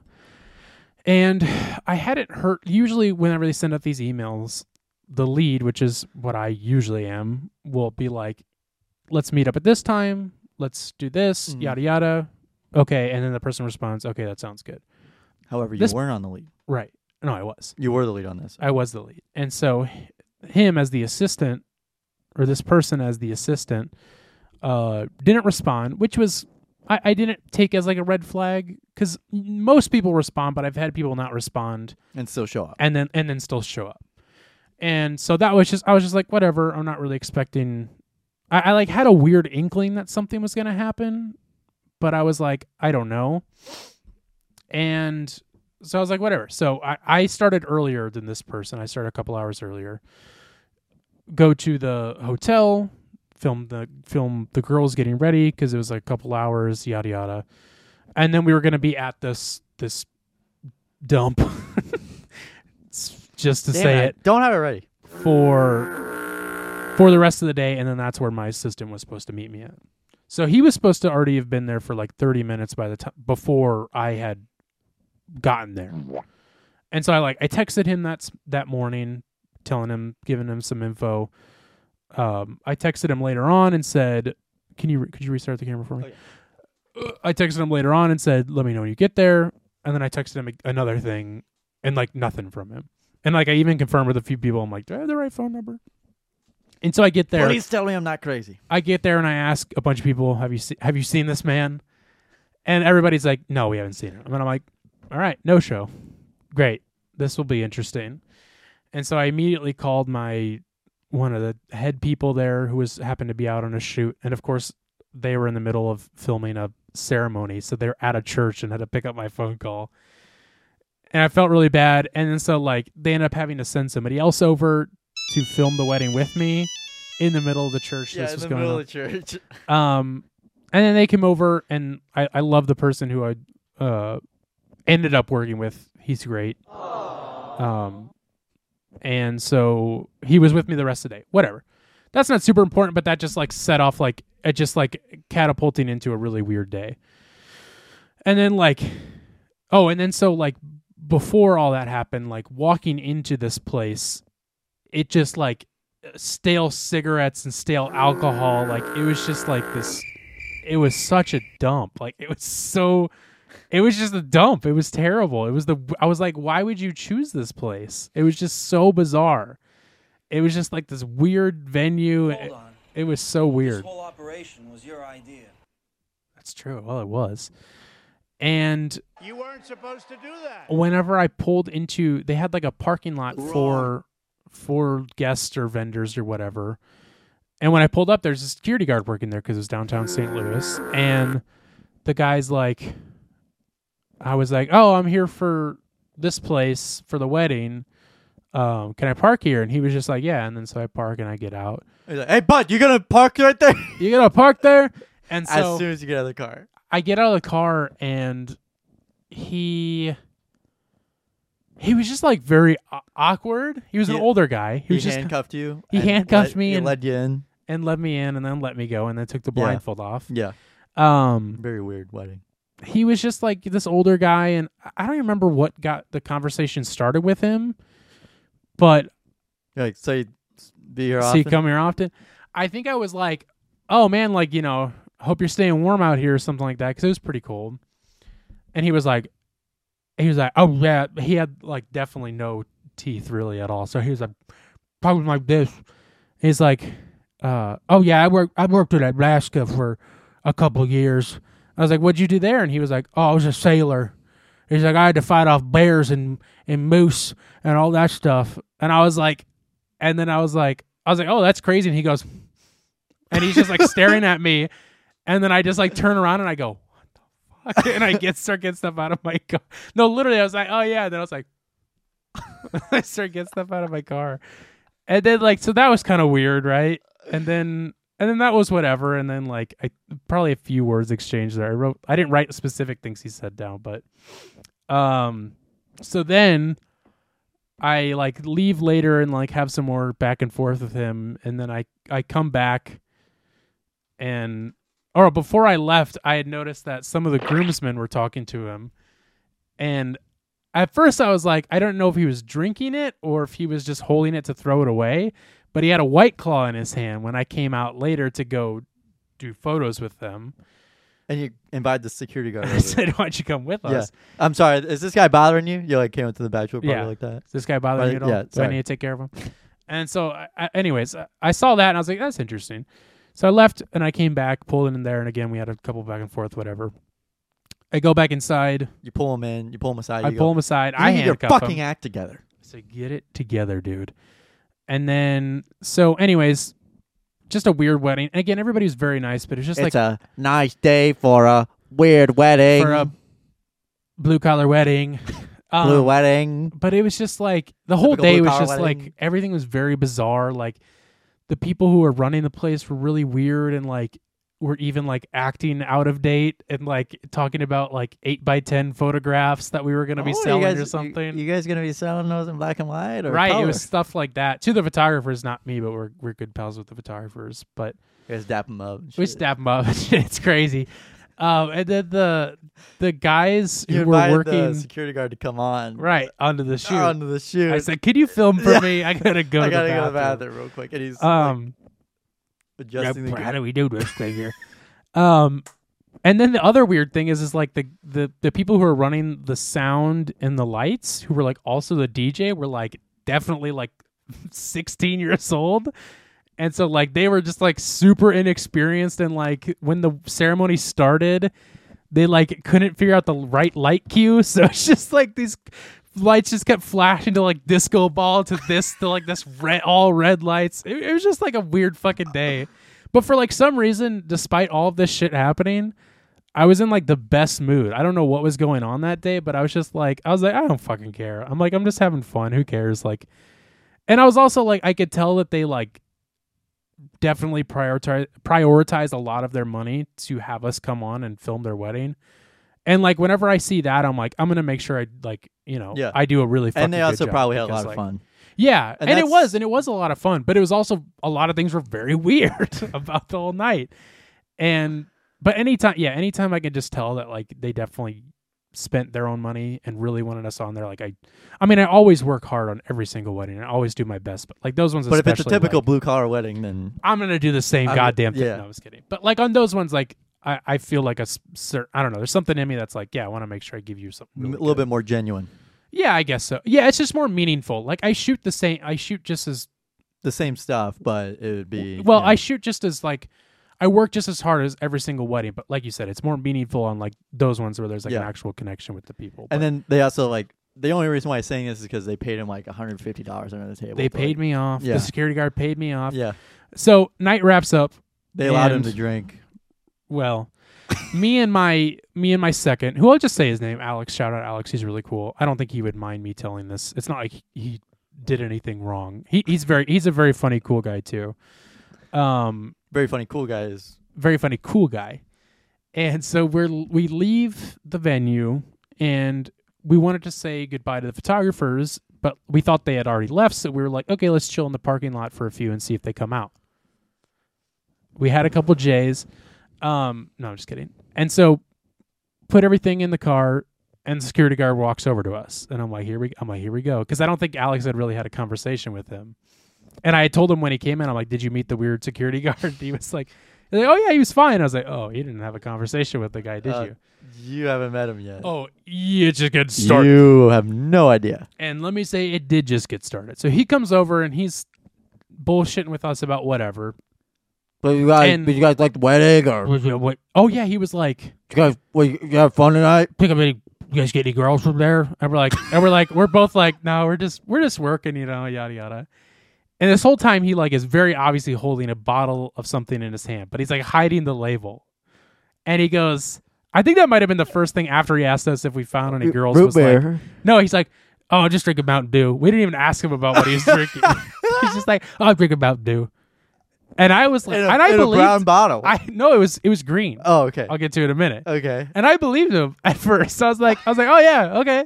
And I hadn't heard. Usually, whenever they send out these emails, the lead, which is what I usually am, will be like, "Let's meet up at this time. Let's do this.
Mhm.
Yada yada." Okay, and then the person responds, "Okay, that sounds good."
However, you
This-
weren't on the lead.
Right? No, I was.
You were the lead on this.
I was the lead. And so h- him as the assistant or this person as the assistant uh didn't respond, which was I, I didn't take as like a red flag because most people respond, but I've had people not respond
And still show up.
and then and then still show up. And so that was just I was just like, whatever, I'm not really expecting I, I like had a weird inkling that something was gonna happen, but I was like, I don't know. And so I was like, whatever. So I, I started earlier than this person. I started a couple hours earlier. Go to the hotel, film the film the girls getting ready because it was like a couple hours, yada yada. And then we were gonna be at this this dump. It's just to
Damn
say
I
it
Don't have it ready.
for for the rest of the day, and then that's where my assistant was supposed to meet me at. So he was supposed to already have been there for like 30 minutes by the time before I had gotten there. And so I like I texted him that's that morning, telling him, giving him some info. Um, I texted him later on and said, "Can you re- could you restart the camera for me?"
Oh,
Uh, I texted him later on and said, "Let me know when you get there." And then I texted him a- another thing, and like nothing from him. And like I even confirmed with a few people, I'm like, "Do I have the right phone number?" And so I get there.
Please tell me I'm not crazy.
I get there and I ask a bunch of people, "Have you se- have you seen this man?" And everybody's like, "No, we haven't seen him." And I'm like, "All right, no show. Great. This will be interesting." And so I immediately called my one of the head people there who was happened to be out on a shoot, and of course they were in the middle of filming a ceremony, so they're at a church and had to pick up my phone call. And I felt really bad. And then so like they ended up having to send somebody else over to film the wedding with me in the middle of the church. this was going on.
of church.
Um, and then they came over, and I, I love the person who I uh, ended up working with. He's great. Um, and so he was with me the rest of the day. Whatever. That's not super important, but that just like set off like it just like catapulting into a really weird day. And then like, oh, and then so like before all that happened, like walking into this place, it just like stale cigarettes and stale alcohol. Like it was just like this. It was such a dump. Like it was so. It was just a dump. It was terrible. It was the. I was like, why would you choose this place? It was just so bizarre. It was just like this weird venue. It,
Hold on.
it was so weird.
This whole operation was your idea.
That's true. Well, it was. And
You weren't supposed to do that.
whenever I pulled into, they had like a parking lot for for guests or vendors or whatever. And when I pulled up, there's a security guard working there because it was downtown St. Louis, and the guy's like, I was like, "Oh, I'm here for this place for the wedding. Um, can I park here?" And he was just like, "Yeah." And then so I park and I get out.
He's like, hey, bud, you gonna park right there?
You gonna park there? And so
as soon as you get out of the car.
I get out of the car and he he was just like very au- awkward. He was an
He-
older guy. He
He
was just
handcuffed you.
he
and
handcuffed
let-
me
he
and-
led you in.
and let me in and then let me go and then took the
Yeah.
blindfold off.
Yeah,
Um
very weird wedding.
he was just like this older guy and I- I don't remember what got the conversation started with him, but
You're like, so you s- be here
see
often.
you come here often. I think I was like, "Oh man, like, you know, hope you're staying warm out here or something like that cuz it was pretty cold." And he was like he was like, "Oh yeah, he had like definitely no teeth really at all." So he was like probably like this. He's like, uh, "Oh yeah, I worked I worked in Alaska for a couple years." I was like, "What'd you do there?" And he was like, "Oh, I was a sailor." He's like, "I had to fight off bears and and moose and all that stuff." And I was like, and then I was like, I was like, "Oh, that's crazy." And he goes, and he's just like staring at me, and then I just like turn around and I go, "What the fuck?" And I get start getting stuff out of my car. No, literally, I was like, "Oh yeah," and then I was like, I start getting stuff out of my car, and then like, so that was kind of weird, right? And then. And then that was whatever. And then like I probably a few words exchanged there. I wrote I didn't write specific things he said down, but um so then I like leave later and like have some more back and forth with him, and then I I come back, and or before I left, I had noticed that some of the groomsmen were talking to him, and at first I was like, I don't know if he was drinking it or if he was just holding it to throw it away, but he had a white claw in his hand when I came out later to go do photos with them.
and you invite the security guard.
I
over.
said, Why don't you come with
yeah.
us?
I'm sorry. Is this guy bothering you? You like came up to the bachelor party
Yeah.
like that.
Does this guy bother
But,
you at all?
yeah,
Do I
sorry.
need to take care of him? And so, I, I- anyways, I- I saw that and I was like, that's interesting. So I left and I came back, pulled in there, and again we had a couple back and forth, whatever. I go back inside.
You pull him in. You pull him aside.
I
you
pull
go,
him aside.
"You
I
need your
handcuff
fucking
him.
act together.
So get it together, dude. And then, so, anyways, just a weird wedding. And again, everybody was very nice, but it was just like
it's a nice day for a weird wedding.
for a blue collar wedding. Um,
blue wedding.
but it was just like the whole
Typical
day was
blue-collar
just like
wedding.
everything was very bizarre like the people who were running the place were really weird and like were even like acting out of date and like talking about like eight by ten photographs that we were gonna be
Oh, you
selling
guys-
or
you-
something.
You, guys gonna be selling those in black and white or
right,
Color?
it was stuff like that to the photographers, not me, but we're we're good pals with the photographers. But
you guys dap them up. and
we
shit.
snap them up. it's crazy. Um, and then the the guys
You
who were
invited Oh, the
working
security guard to come on
right under the shoe.
onto the shoot.
I said, "Can you film for me? I gotta go.
I
to
gotta
the
go to
bathroom."
the bathroom real quick, and he's like,
Um,
adjusting
yeah,
the.
how do we do this thing here? um, and then the other weird thing is, is like the, the the people who are running the sound and the lights, who were like also the DJ, were like definitely like sixteen years old. And so like they were just like super inexperienced and like when the ceremony started, they like couldn't figure out the right light cue. So it's just like these lights just kept flashing to like disco ball to this to like this red all red lights. It, it was just like a weird fucking day. But for like some reason, despite all of this shit happening, I was in like the best mood. I don't know what was going on that day, but I was just like, I was like, I don't fucking care. I'm like, I'm just having fun. Who cares? Like, and I was also like, I could tell that they like definitely prioritize prioritized a lot of their money to have us come on and film their wedding. And like, whenever I see that, I'm like, I'm gonna make sure I like, you know,
Yeah.
I do a really fucking
And they
good
also
job
probably had a
because,
lot
like,
of fun.
yeah,
And
and, it
that's-
was, and it was a lot of fun, but it was also a lot of things were very weird about the whole night. And but anytime, yeah, anytime I could just tell that like they definitely spent their own money and really wanted us on there. Like I, I mean, I always work hard on every single wedding, and I always do my best. But like those ones,
But if it's a
especially,
typical
like,
blue collar wedding, then
I'm gonna do the same
I'm-
goddamn thing.
yeah.
No, I was kidding. But like on those ones, like I, I feel like a certain, I don't know. There's something in me that's like, yeah, I want to make sure I give you something
a
really
little
good.
bit more genuine.
Yeah, I guess so. Yeah, it's just more meaningful. Like I shoot the same. I shoot just as
The same stuff, but it would be
well
you know,
i shoot just as like i work just as hard as every single wedding but like you said it's more meaningful on like those ones where there's like an
Yeah.
actual connection with the people
And
But
then they also like the only reason why I'm saying this is because they paid him like 150 dollars under the table.
they
to, like-
paid me off
Yeah.
the security guard paid me off
Yeah,
so night wraps up
they allowed him
And-
to drink.
well me and my me and my second who i'll just say his name alex shout out alex he's really cool i don't think he would mind me telling this it's not like he did anything wrong he, he's very he's a very funny cool guy too um
Very funny, cool guys.
very funny, cool guy. And so we're we leave the venue and we wanted to say goodbye to the photographers, but we thought they had already left, so we were like, okay, let's chill in the parking lot for a few and see if they come out. We had a couple J's. Um, no, I'm just kidding. And so put everything in the car and the security guard walks over to us and I'm like, here we I'm like, here we go. Because I don't think Alex had really had a conversation with him. And I had told him when he came in, I'm like, Did you meet the weird security guard? He was like, he's like, Oh yeah, he was fine. I was like, Oh, you didn't have a conversation with the guy, did
Uh,
you?
You haven't met him yet.
Oh, yeah, it just gets started.
You have no idea.
And let me say, it did just get started. So he comes over and he's bullshitting with us about whatever.
But you guys,
And- but you
guys like the wedding, or
Was it what- Oh yeah, he was like,
you guys, well, you, have fun tonight.
pick up any. You guys get any girls from there? And we're like, and we're like, we're both like, no, we're just we're just working, you know, yada yada. And this whole time, he like is very obviously holding a bottle of something in his hand, but he's like hiding the label. And he goes, I think that might have been the first thing after he asked us if we found any girls. was like, No, he's like, oh, just drink a Mountain Dew. We didn't even ask him about what he was drinking. he's just like, oh, I'll drink a Mountain Dew. And I was like,
in a,
and I
in a brown
believed.
bottle.
I no, it was it was green.
oh, okay,
I'll get to it in a minute.
okay.
And I believed him at first. I was like, I was like, oh yeah, okay.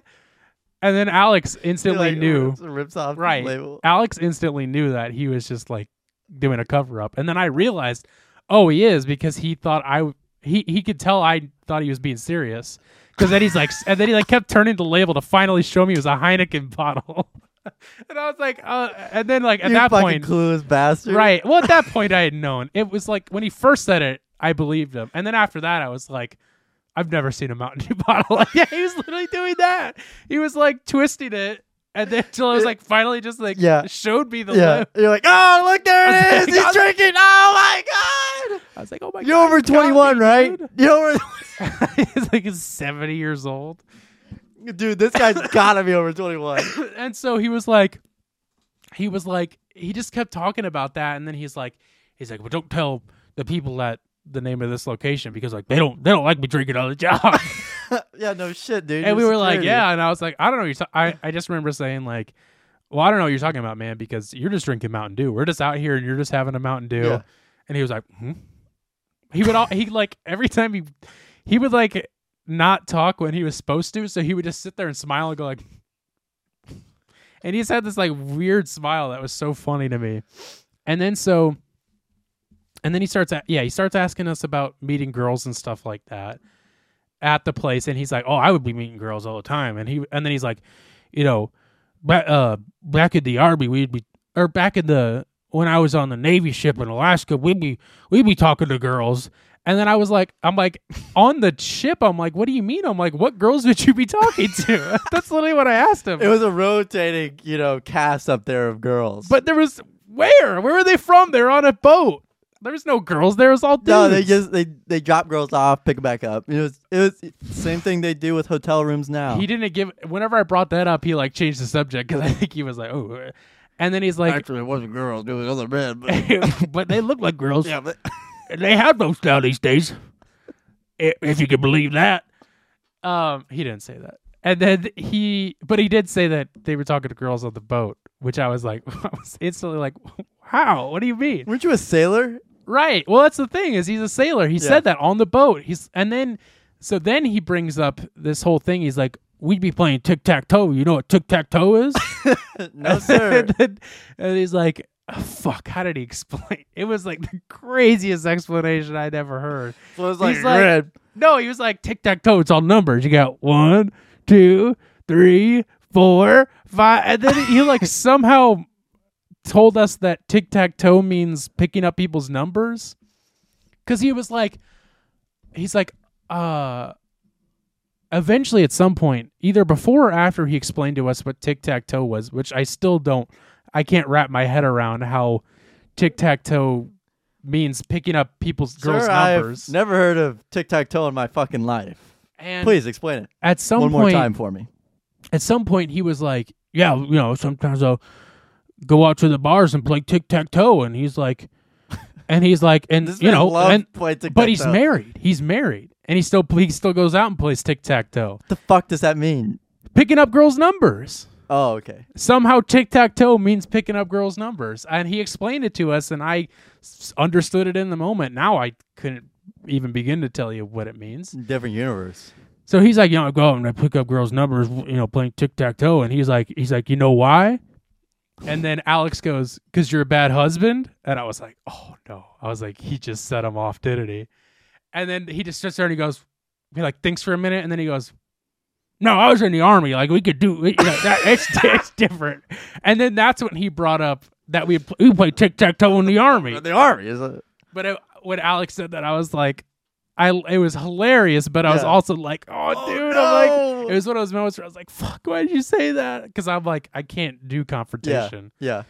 And then Alex
You're
instantly
like, "Oh,
knew,
rips, rips off the
right?
label.
Alex instantly knew that he was just like doing a cover up. And then I realized, oh, he is because he thought I w- he he could tell I thought he was being serious. Because then he's like, s- and then he like kept turning the label to finally show me it was a Heineken bottle. and I was like, uh, and then like at
you
that
fucking
point,
clueless bastard.
Right. Well, at that point, I had known. It was like when he first said it, I believed him, and then after that, I was like, I've never seen a Mountain Dew bottle. Like, yeah, he was literally doing that. He was like twisting it, and then until I was like, finally, just like,
Yeah.
showed me the.
Yeah.
lip.
You're like, oh, look,
I
there
was
it is.
like,
He's drinking. Oh my god.
I was like, oh my
You're
god,
over
you got
21,
me,
right? You're over.
dude. He's like seventy years old.
Dude, this guy's gotta be over 21.
and so he was like he was like he just kept talking about that and then he's like he's like well don't tell the people that the name of this location because like they don't they don't like me drinking on the job
yeah, no shit, dude.
and we
You're
were like
security.
yeah and i was like i don't know what you're ta- I, I just remember saying like well i don't know what you're talking about man because you're just drinking mountain dew we're just out here and you're just having a mountain dew
Yeah.
and he was like hmm He would all he like every time he he would like not talk when he was supposed to, so he would just sit there and smile and go like and he just had this like weird smile that was so funny to me. And then so and then he starts a- yeah, he starts asking us about meeting girls and stuff like that at the place and he's like, "Oh, I would be meeting girls all the time." And he and then he's like, you know, back, uh, back in the army, we'd be, or back in the when I was on the Navy ship in Alaska, we'd be we'd be talking to girls. And then I was like, I'm like, on the ship, I'm like, what do you mean? I'm like, what girls would you be talking to? That's literally what I asked him.
It was a rotating, you know, cast up there of girls.
but there was where? Where were they from? They're on a boat. There was no girls. There was all dudes.
no, they just they they drop girls off, pick them back up. It was it was same thing they do with hotel rooms now.
He didn't give. Whenever I brought that up, he like changed the subject because I think he was like, oh. uh," And then he's like,
Actually, it wasn't girls; it was other men. But
but they look like girls.
yeah, but
And they have no style these days, i- if you can believe that. Um, he didn't say that, and then he, but he did say that they were talking to girls on the boat, which I was like, I was instantly like, how? What do you mean?
weren't you a sailor?
Right. Well, that's the thing is he's a sailor. He said that on the boat. He's and then so then he brings up this whole thing. He's like, we'd be playing tic tac toe. You know what tic tac toe is?
no, sir.
and, then- and he's like, "Oh, fuck, how did he explain? It was like the craziest explanation I'd ever heard.
So it was
He's
like,
like-
red.
No, he was like, tic tac toe, it's all numbers. You got one, two, three, four, five. And then he like somehow told us that tic tac toe means picking up people's numbers. Cause he was like, he's like, uh, eventually at some point, either before or after he explained to us what tic tac toe was, which I still don't, I can't wrap my head around how tic tac toe means picking up people's girls'
Sir,
numbers.
I've never heard of tic tac toe in my fucking life.
and
Please explain it
at some
one
point,
more time for me.
at some point he was like, "Yeah, you know, sometimes I'll go out to the bars and play tic tac toe," and he's like, and he's like, and
This
you
man
know,
loved
and
playing tic-tac-toe.
but he's married. He's married, and he still he still goes out and plays tic tac toe,
What the fuck does that mean?
picking up girls' numbers.
Oh, okay.
Somehow tic tac toe means picking up girls' numbers, and he explained it to us, and I s- understood it in the moment. Now I couldn't even begin to tell you what it means.
Different universe.
So he's like, you know, I go out and I pick up girls' numbers, you know, playing tic tac toe, and he's like, he's like, you know why? And then Alex goes, "Cause you're a bad husband." And I was like, oh no, I was like, he just set him off, didn't he? And then he just sits there and he goes, he like thinks for a minute, and then he goes, no, I was in the army. Like we could do, you know, that, it's it's different. And then that's when he brought up that we we play tic tac toe in the army.
The army is it?
But it, when Alex said that, I was like, I it was hilarious, but I was
Yeah.
also like, oh,
Oh,
dude, I'm
no.
like, it was one of those moments where I was like, fuck, why did you say that? Because I'm like, I can't do
yeah,
confrontation.
yeah.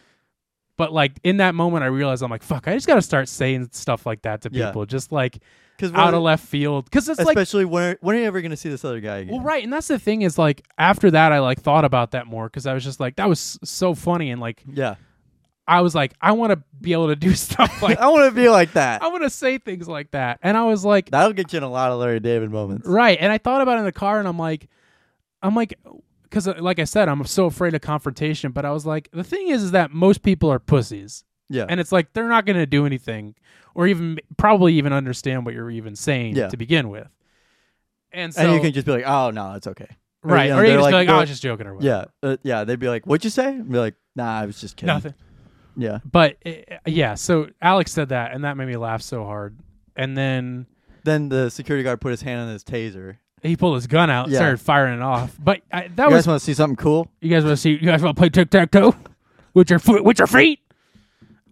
But like in that moment, I realized I'm like, fuck, I just gotta start saying stuff like that to
Yeah.
people, just like
Because
out of left field, because it's like.
especially when when are you ever gonna see this other guy again?
Well, right, and that's the thing is like after that, I like thought about that more because I was just like, that was s- so funny, and like
Yeah,
I was like, I want to be able to do stuff like
I want to be like that.
I want to say things like that, and I was like,
That'll get you in a lot of Larry David moments.
Right. And I thought about it in the car and I'm like, I'm like, because like I said, I'm so afraid of confrontation. But I was like, the thing is, is that most people are pussies.
Yeah,
And it's like, they're not going to do anything or even probably even understand what you're even saying
Yeah.
to begin with. And so,
and you can just be like, oh no, it's okay. or,
right.
you know,
or you
they're
can just be
like-
like, oh, I
they're-
was just joking or whatever.
Yeah, uh, yeah. They'd be like, what'd you say? And be like, nah, I was just kidding.
Nothing.
Yeah,
But uh, yeah. So Alex said that and that made me laugh so hard. And then
Then the security guard put his hand on his taser.
he pulled his gun out and
Yeah.
started firing it off. But I, that
You
was
guys want to see something cool?
You guys want to see? You guys want to play tic tac toe with your foot, with your feet?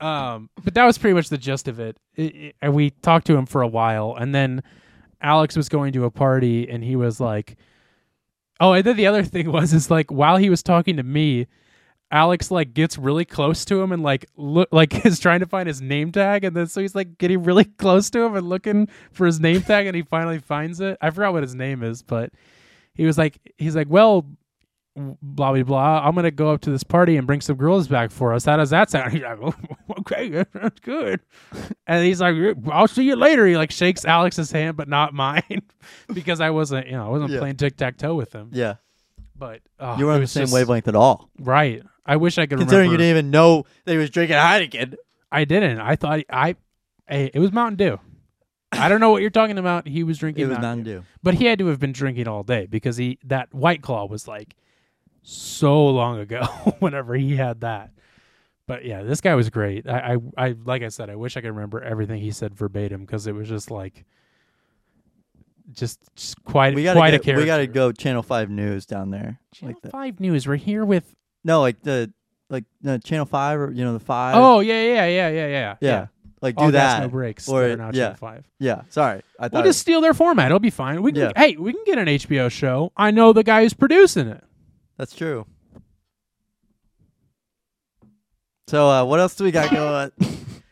Um, but that was pretty much the gist of it. It- it- And we talked to him for a while, and then Alex was going to a party, and he was like, "Oh." And then the other thing was is like while he was talking to me, Alex like gets really close to him and like look like is trying to find his name tag, and then so he's like getting really close to him and looking for his name tag, and he finally finds it. I forgot what his name is, but he was like, he's like, well, blah blah blah. I'm gonna go up to this party and bring some girls back for us. How does that sound? He's like, "Oh, okay, that's good. And he's like, I'll see you later. He like shakes Alex's hand, but not mine, because I wasn't, you know, I wasn't
Yeah.
playing tic tac toe with him.
Yeah,
But uh,
you
it
weren't on the
was
same
just-
wavelength at all.
right? I wish I could
Considering
remember.
you didn't even know that he was drinking Heineken.
I didn't. I thought I. I it was Mountain Dew. I don't know what you're talking about. He was drinking
It was
Mountain
Mountain
Dew.
Dew.
But he had to have been drinking all day because he that White Claw was like so long ago whenever he had that. But yeah, this guy was great. I I, I like I said, I wish I could remember everything he said verbatim because it was just like just, just quite
We gotta
quite
get-
a character.
we gotta go Channel Five News down there.
Channel
like that.
Five News. We're here with
No, like the like no, Channel Five or you know the five.
oh yeah yeah yeah yeah yeah
yeah, like do
All
that.
gas no breaks.
Or-
They're now
yeah.
Channel Five.
Yeah, sorry, I
We'll
thought.
just steal their format. It'll be fine. We can
Yeah.
hey, we can get an HBO show. I know the guy who's producing it.
that's true. So uh, what else do we got going?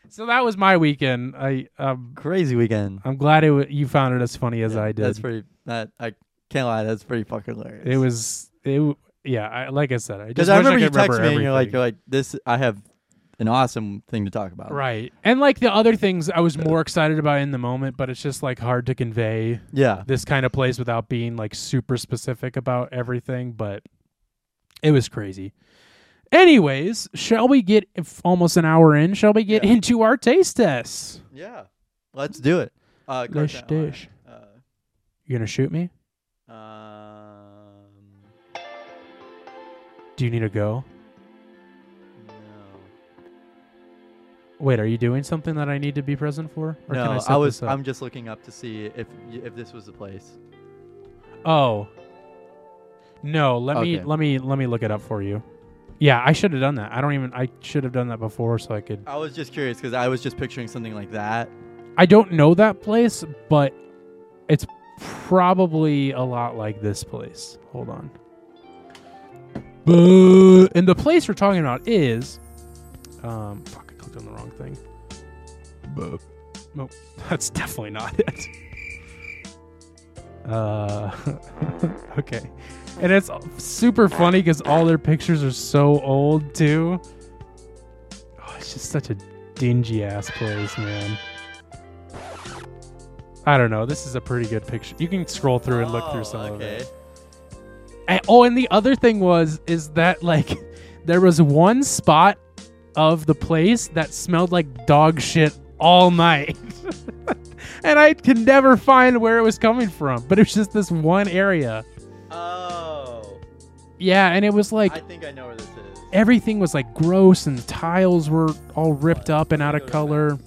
So that was my weekend. I um,
Crazy weekend.
I'm glad it w- you found it as funny as
Yeah,
I did.
That's pretty. That I can't lie. That's pretty fucking hilarious.
it was it. w- Yeah, I, like I said, I just
because I
wish
remember you
could remember
texted me and you're like,
everything.
you're like, this. I have an awesome thing to talk about.
right, and like the other things, I was more excited about in the moment, but it's just like hard to convey
Yeah.
this kind of place without being like super specific about everything. But it was crazy. Anyways, shall we get if almost an hour in? Shall we get
Yeah.
into our taste tests?
Yeah. Let's do it. Uh,
Let's
Carson,
do it.
alright.
You gonna shoot me?
Uh, um,
Do you need to go?
no.
Wait, are you doing something that I need to be present for? Or
no,
can I,
I,
set
was.
this up?
I'm just looking up to see if y- if this was the place.
Oh. No, let me
Okay.
let me let me look it up for you. Yeah, I should have done that. I don't even I should have done that before so I could
I was just curious because I was just picturing something like that.
I don't know that place, but it's probably a lot like this place. Hold on. Boo. And the place we're talking about is um fuck, I clicked on the wrong thing. Boo. Nope. That's definitely not it. Uh okay. And it's super funny cuz all their pictures are so old too. Oh, it's just such a dingy ass place, man. I don't know. This is a pretty good picture. You can scroll through and look through some
Oh,
of it. And, oh, and the other thing was is that like there was one spot of the place that smelled like dog shit all night. and I could never find where it was coming from, but it was just this one area.
Oh,
Yeah, and it was like
I think I know where this is.
everything was like gross and the tiles were all ripped up and out of color.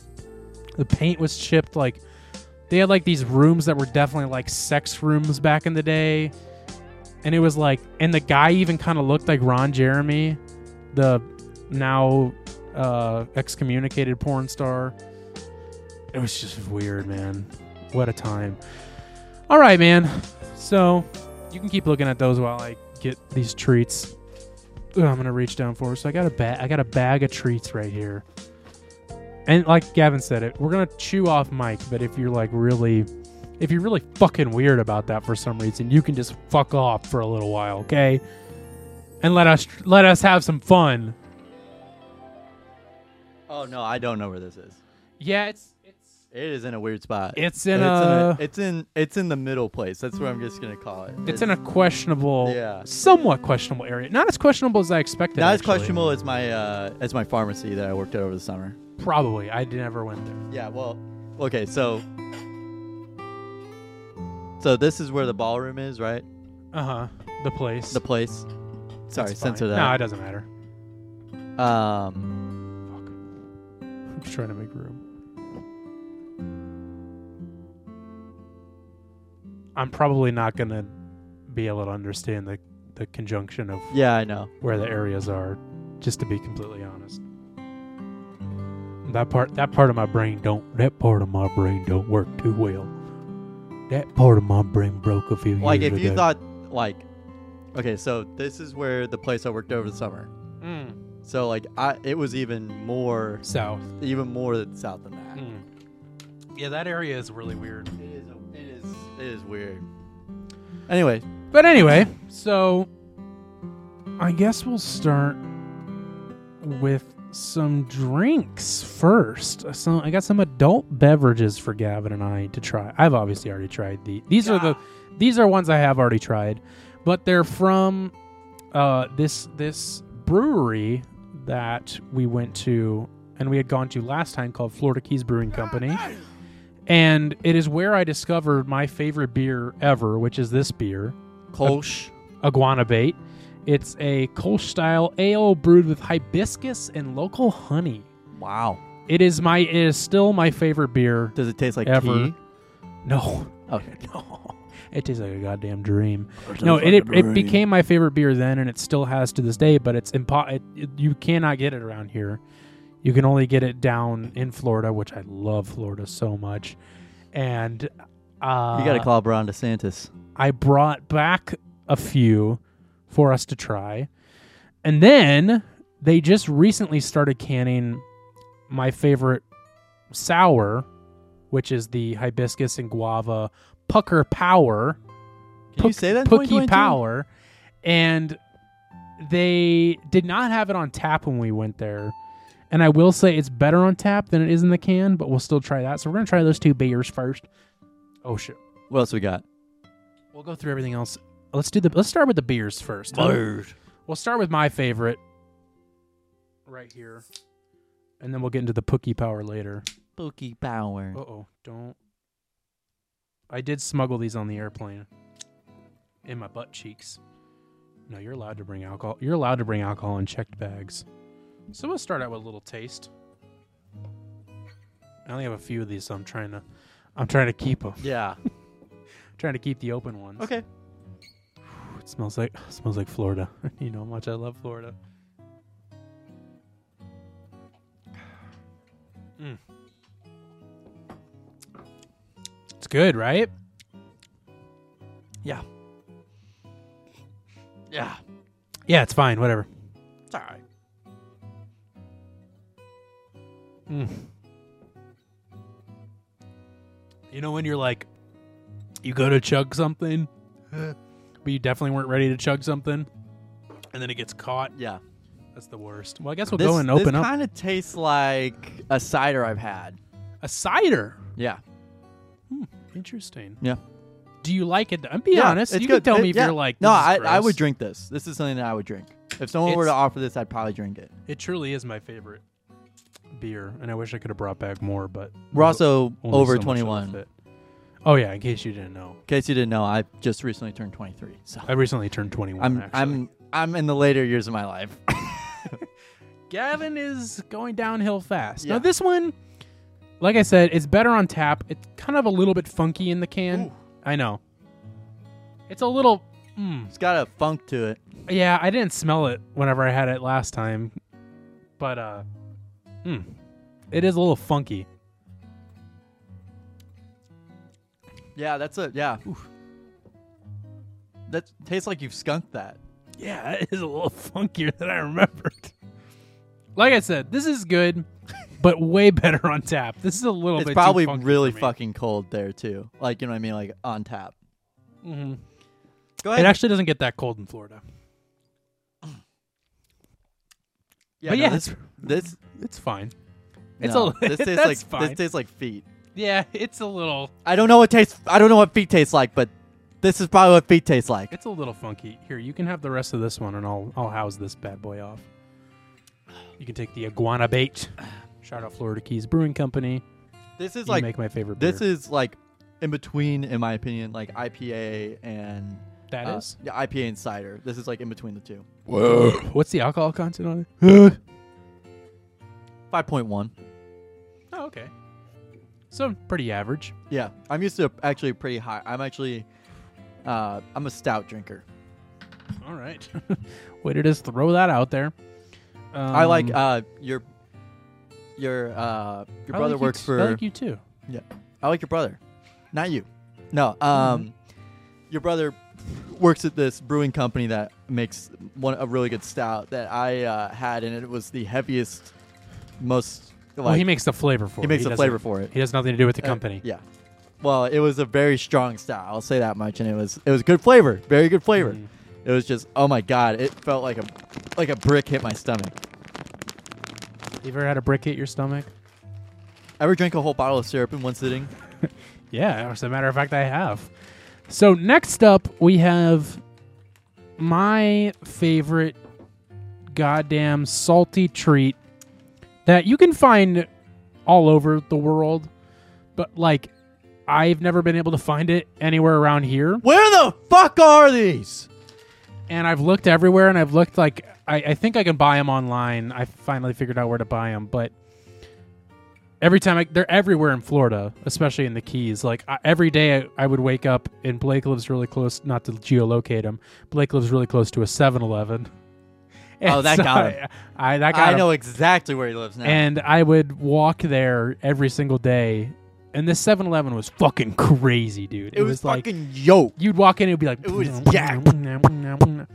The paint was chipped like they had like these rooms that were definitely like sex rooms back in the day. And it was like and the guy even kind of looked like Ron Jeremy, the now uh excommunicated porn star. It was just weird, man. What a time. All right, man. So, you can keep looking at those while I get these treats. Ugh, I'm gonna reach down for it. So I got a bag. I got a bag of treats right here. And like Gavin said, it we're gonna chew off Mike. But if you're like really, if you're really fucking weird about that for some reason, you can just fuck off for a little while, okay? And let us let us have some fun.
Oh no, I don't know where this is.
Yeah, it's it's
It is in a weird spot.
It's in a-
it's in it's in the middle place. That's what I'm just gonna call it.
it's in a questionable,
Yeah.
somewhat questionable area. Not as questionable as I expected.
not as
actually.
questionable as my uh, as my pharmacy that I worked at over the summer.
Probably, I never went there.
Yeah, well, okay, so so this is where the ballroom is, right?
Uh huh. The place.
The place. Sorry,
It's fine.
censor
No, it
that.
doesn't matter.
um,
Fuck. I'm just trying to make room. I'm probably not gonna be able to understand the, the conjunction of
yeah, I know.
where the areas are, just to be completely honest. That part that part of my brain don't that part of my brain don't work too well. That part of my brain broke a few
Like,
years
if you
ago.
thought, like, okay, so this is where the place I worked over the summer.
Mm,
So, like, I it was even more,
south.
even more south than that.
Mm. Yeah, that area is really weird.
It is, a, it is, it is weird. Anyway,
But anyway, so I guess we'll start with some drinks first. So I got some adult beverages for Gavin and I to try. I've obviously already tried the. These are the these are ones I have already tried, but they're from uh, this this brewery that we went to and we had gone to last time called Florida Keys Brewing Company. and it is where I discovered my favorite beer ever, which is this beer,
Kolsch.
Iguana Bait. It's a Kolsch style ale brewed with hibiscus and local honey.
Wow.
It is my it is still my favorite beer.
Does it taste like
Ever.
tea?
No,
Okay.
no, it tastes like a goddamn dream. No, it, it, it became my favorite beer then, and it still has to this day. But it's impo- it, it- You cannot get it around here. You can only get it down in Florida, which I love Florida so much. And uh,
You got to call Ron DeSantis.
I brought back a few for us to try. And then they just recently started canning my favorite sour, which is the hibiscus and guava pucker power,
Can you
Pook-
say that? in
pookie
2022?
power. And they did not have it on tap when we went there. And I will say it's better on tap than it is in the can, but we'll still try that. So we're going to try those two beers first. Oh, shit.
What else we got?
We'll go through everything else. Let's do the. Let's start with the beers first. We'll start with my favorite, right here, and then we'll get into the Pookie Power later.
Pookie power.
Uh oh, don't. I did smuggle these on the airplane. In my butt cheeks. No, you're allowed to bring alcohol. You're allowed to bring alcohol in checked bags. So we'll start out with a little taste. I only have a few of these, so I'm trying to. I'm trying to keep 'em.
Yeah.
Trying to keep the open ones.
Okay.
It smells like smells like Florida. you know how much I love Florida. Mm. It's good, right?
Yeah. Yeah.
Yeah, it's fine. Whatever.
It's all right.
Mm. You know when you're like, you go to chug something, but you definitely weren't ready to chug something, and then it gets caught.
Yeah.
That's the worst. Well, I guess we'll
this
go and open
this
up
kind of tastes like a cider I've had.
a cider.
Yeah.
Interesting.
Yeah.
Do you like it? And be
yeah,
honest.
it's
You
good.
can tell
It-
me if
yeah.
you're like.
No,
"This is
I, I
gross."
would drink this. This is something that I would drink. If someone were to
It's-
offer this, I'd probably drink it.
It truly is my favorite beer, and I wish I could have brought back more, but
We're also
only so
over
much of
21. In
it. Oh yeah, in case you didn't know,
case you didn't know, I just recently turned 23. So
I recently turned 21.
I'm
actually.
I'm I'm in the later years of my life.
Gavin is going downhill fast. Now
Yeah.
this one, like I said, it's better on tap. It's kind of a little bit funky in the can.
Ooh.
I know. It's a little. Mm,
It's got a funk to it.
Yeah, I didn't smell it whenever I had it last time, but uh, mm, it is a little funky.
Yeah, that's a yeah. That tastes like you've skunked that.
Yeah, it is a little funkier than I remembered. Like I said, this is good, but way better on tap. This is a little
it's
bit
probably
too funky
really
for me.
fucking cold there too. Like you know what I mean? Like on tap.
Mhm.
Go
It
ahead.
actually doesn't get that cold in Florida.
yeah,
but
no,
yeah,
this
it's-
this
It's fine. It's
no,
a-
this tastes
that's
like
fine.
this tastes like feet.
Yeah, it's a little
I don't know what tastes. I don't know what feet tastes like, but this is probably what feet tastes like.
it's a little funky. Here, you can have the rest of this one and I'll I'll house this bad boy off. You can take the iguana bait. Shout out Florida Keys Brewing Company.
This is
you
like
make my favorite
this
beer.
is like in between, in my opinion, like IPA and
That
uh,
is.
yeah, IPA and cider. This is like in between the two.
oh. What's the alcohol content on it?
Five point one.
Oh, okay. So pretty average.
Yeah, I'm used to actually pretty high. I'm actually, uh, I'm a stout drinker.
All right. Way to just throw that out there. Um,
I like uh your your uh your
I
brother
like you
works
t-
for.
I like you too.
yeah, I like your brother, not you. No, um,
Mm-hmm.
your brother works at this brewing company that makes one a really good stout that I uh, had, and it was the heaviest, most like
well, Oh, he makes the flavor for
he
it.
makes the
doesn't-
flavor for it.
He has nothing to do with the
Uh,
company.
yeah. Well, it was a very strong stout. I'll say that much, and it was it was good flavor, very good flavor.
Mm.
It was just oh my god, it felt like a like a brick hit my stomach.
You ever had a brick hit your stomach?
Ever drink a whole bottle of syrup in one sitting?
Yeah, as a matter of fact, I have. So next up, we have my favorite goddamn salty treat that you can find all over the world, but like I've never been able to find it anywhere around here.
Where the fuck are these?
And I've looked everywhere and I've looked like, I, I think I can buy them online. I finally figured out where to buy them, but every time I, they're everywhere in Florida, especially in the Keys. Like I, every day I, I would wake up and Blake lives really close, not to geolocate him, Blake lives really close to a 7 Eleven.
Oh, that got him.
I, I, that got
I
him.
know exactly where he lives now.
and I would walk there every single day. And this 7-Eleven was fucking crazy, dude. It,
it was,
like
fucking yo.
you'd walk in, it would be like,
It was jacked.
and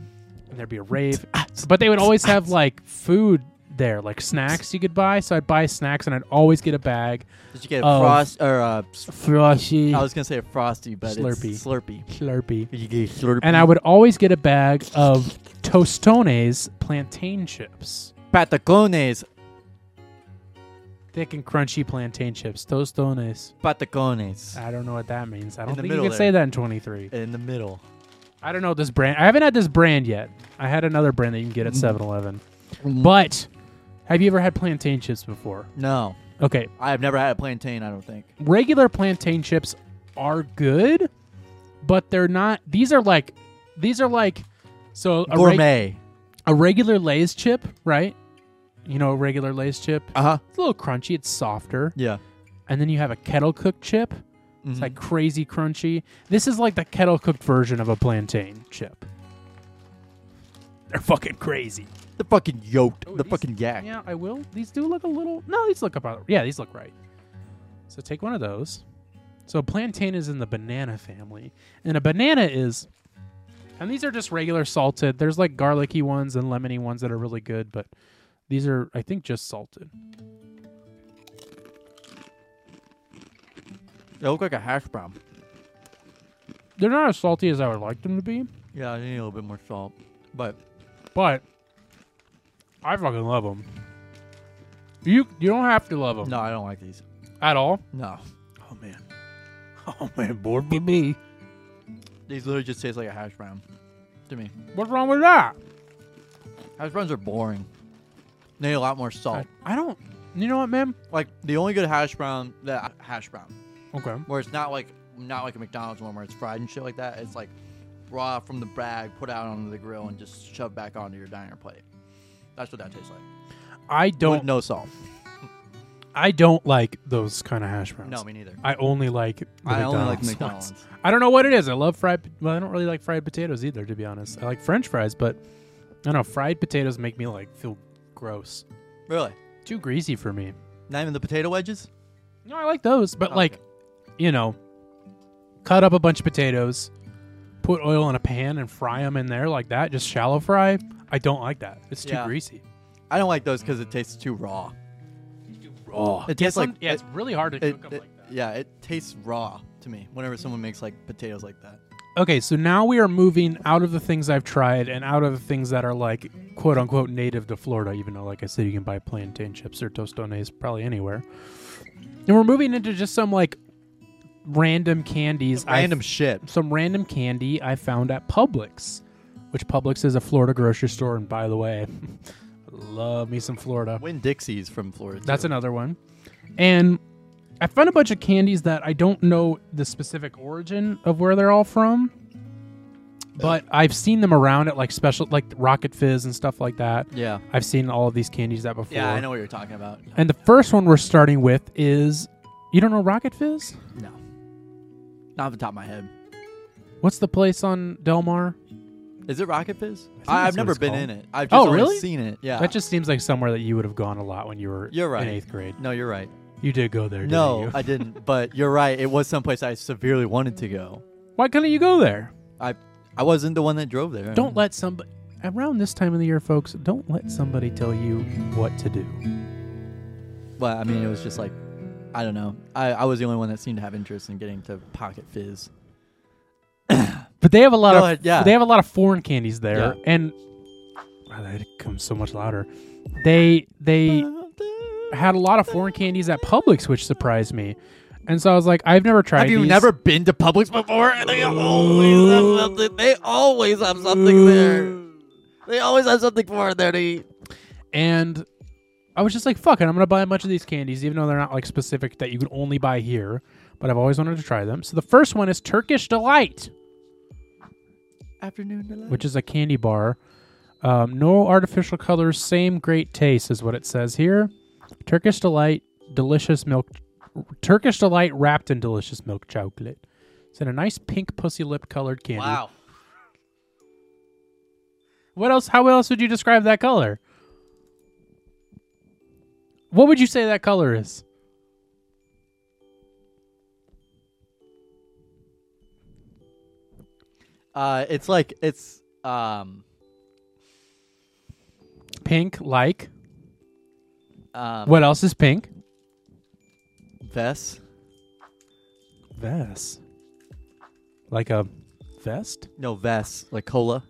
there'd be a rave. But they would always have like food there, like snacks you could buy. So I'd buy snacks, and I'd always get a bag.
Did you get a
Oh.
frost or a?
Frosty,
I was gonna say a frosty, but
Slurpee.
it's Slurpee.
Slurpee,
You get a Slurpee.
and I would always get a bag of Tostones plantain chips,
patacones,
thick and crunchy plantain chips. Tostones.
patacones
I don't know what that means. I don't
the
think you
middle
can say
there.
that Uh, in 23.
in the middle.
I don't know this brand. I haven't had this brand yet. I had another brand that you can
Mm.
get at 7-Eleven. But have you ever had plantain chips before?
No,
Okay,
I have never had a plantain. I don't think.
regular plantain chips are good, but they're not. These are like, these are like, so a, reg-
Gourmet.
a regular Lay's chip, right? You know, a regular Lay's chip.
Uh huh.
It's a little crunchy. It's softer,
Yeah.
and then you have a kettle cooked chip. It's like crazy crunchy. This is like the kettle cooked version of a plantain chip. They're fucking crazy.
The fucking yoked.
Ooh,
the
Oh, these-
fucking yak.
Yeah, I will. These do look a little. No, these look about. Yeah, these look right. So take one of those. So plantain is in the banana family, and a banana is. And these are just regular salted. There's like garlicky ones and lemony ones that are really good, but these are I think just salted.
They look like a hash brown.
They're not as salty as I would like them to be,
Yeah, I need a little bit more salt, but
but I fucking love them. You you don't have to love them
no, I don't like these.
at all.
No,
Oh man, oh man, bored me me.
these literally just taste like a hash brown to me.
What's wrong with that?
Hash browns are boring. They need a lot more salt.
I, I don't. You know what, man?
Like the only good hash brown, that hash brown,
Okay.
where it's not like not like a McDonald's one where it's fried and shit like that. It's like raw from the bag, put out onto the grill, and just shoved back onto your diner plate. That's what that tastes like.
I
With
don't.
no salt.
I don't like those kind of hash browns.
No, me neither.
I only like. The
I only like
ones.
McDonald's.
I don't know what it is. I love fried. Well, I don't really like fried potatoes either, to be honest. I like French fries, but I don't know. Fried potatoes make me like feel gross.
Really?
Too greasy for me.
Not even the potato wedges?
No, I like those, but
Okay.
like, you know, cut up a bunch of potatoes, put oil in a pan, and fry them in there like that. Just shallow fry. I don't like that. It's too
Yeah.
greasy.
I don't like those because it tastes too raw.
Raw.
It tastes like
yeah,
it-
it's really hard to
It-
cook them
it-
like that.
Yeah, it tastes raw to me. Whenever someone makes like potatoes like that,
Okay, so now we are moving out of the things I've tried and out of the things that are like quote unquote native to Florida, even though, like I said, you can buy plantain chips or tostones probably anywhere. And we're moving into just some like random candies. I-
random shit.
some random candy I found at Publix, which Publix is a Florida grocery store. And by the way, love me some Florida.
Win Dixie's from Florida. too.
That's another one. And I found a bunch of candies that I don't know the specific origin of where they're all from, but I've seen them around at like special, like Rocket Fizz and stuff like that.
Yeah,
I've seen all of these candies that before.
yeah, I know what you're talking about.
And the first one we're starting with is you don't know Rocket Fizz?
No, not off the top of my head.
What's the place on Del Mar?
Is it Rocket Fizz?
think
I,
that's
I've
what
never
it's
been
called.
in it. I've just
Oh,
always
really?
seen it. Yeah.
That just seems like somewhere that you would have gone a lot when you were
Ah. You're right.
in eighth grade.
no, you're right.
You did go there, didn't
No,
you?
I didn't. But you're right. It was someplace I severely wanted to go.
Why couldn't you go there?
I I wasn't the one that drove there.
Don't let somebody around this time of the year, folks. Don't let somebody tell you what to do.
Well, I mean, it was just like, I don't know. I, I was the only one that seemed to have interest in getting to Pocket Fizz.
But they have a lot
Go
of
ahead, yeah.
they have a lot of foreign candies there,
Yeah.
and wow, that comes so much louder. They they had a lot of foreign candies at Publix, which surprised me. And so I was like, I've never tried.
Have you
these.
never been to Publix before? And they always have something. They always have something there. They always have something for there to eat.
And I was just like, fuck it, I'm gonna buy a bunch of these candies, even though they're not like specific that you could only buy here. but I've always wanted to try them. So the first one is Turkish Delight,
Afternoon delight.
which is a candy bar. Um, no artificial colors, same great taste is what it says here. Turkish Delight, delicious milk. Turkish Delight wrapped in delicious milk chocolate. It's in a nice pink pussy lip colored candy.
wow.
What else? How else would you describe that color? What would you say that color is?
Uh, it's like it's um
Pink, like.
um
What else is pink?
vest.
Vest. Like a vest?
No vest, like cola.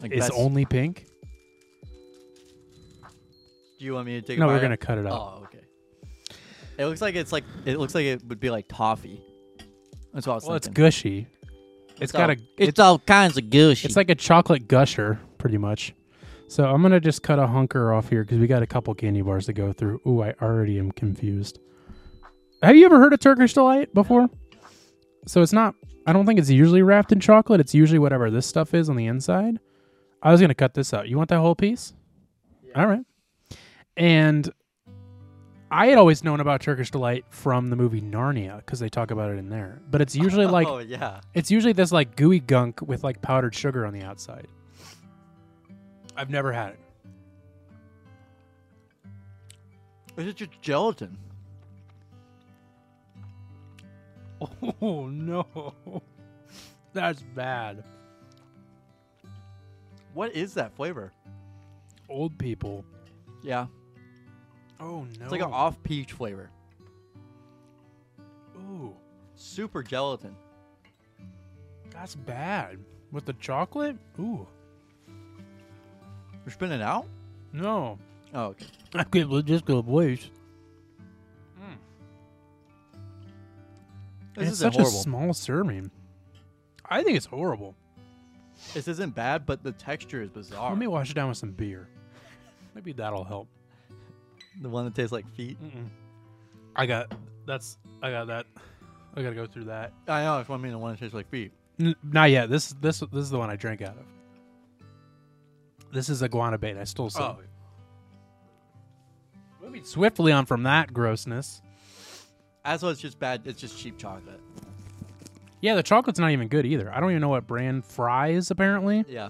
Like
Is
vest.
only pink?
Do you want me to take?
No,
a
we're
bite?
gonna cut it out.
Oh, okay. It looks like it's like it looks like it would be like toffee. That's what I was
Well, it's
thinking.
gushy. it's got
all,
a
It's,
it's,
all kinds of gushy.
it's like a chocolate gusher, pretty much. So I'm gonna just cut a hunker off here because we got a couple candy bars to go through. Ooh, I already am confused. Have you ever heard of Turkish delight before? So it's not. I don't think it's usually wrapped in chocolate. It's usually whatever this stuff is on the inside. I was gonna cut this out. You want that whole piece? All right. And I had always known about Turkish delight from the movie Narnia because they talk about it in there. But it's usually like
oh yeah.
it's usually this like gooey gunk with like powdered sugar on the outside. I've never had it.
Is it just gelatin?
Oh no. That's bad.
What is that flavor?
Old people.
Yeah,
Oh no.
it's like an off peach flavor.
Ooh,
Super gelatin.
that's bad. With the chocolate? Ooh.
You're spinning out.
No.
Oh, okay.
I can't believe this good voice.
This
it's
isn't
such
horrible.
a small serving. I think it's horrible.
this isn't bad, but the texture is bizarre.
Let me wash it down with some beer. Maybe that'll help.
the one that tastes like feet.
Mm-mm. I got that's I got that. I gotta go through that.
I know. If I mean the one that tastes like feet.
N- not yet. This this this is the one I drank out of. This is iguana bait. I stole some. Moving swiftly on from that grossness.
As well, it's just bad. It's just cheap chocolate.
Yeah, the chocolate's not even good either. I don't even know what brand Fry is apparently.
Yeah.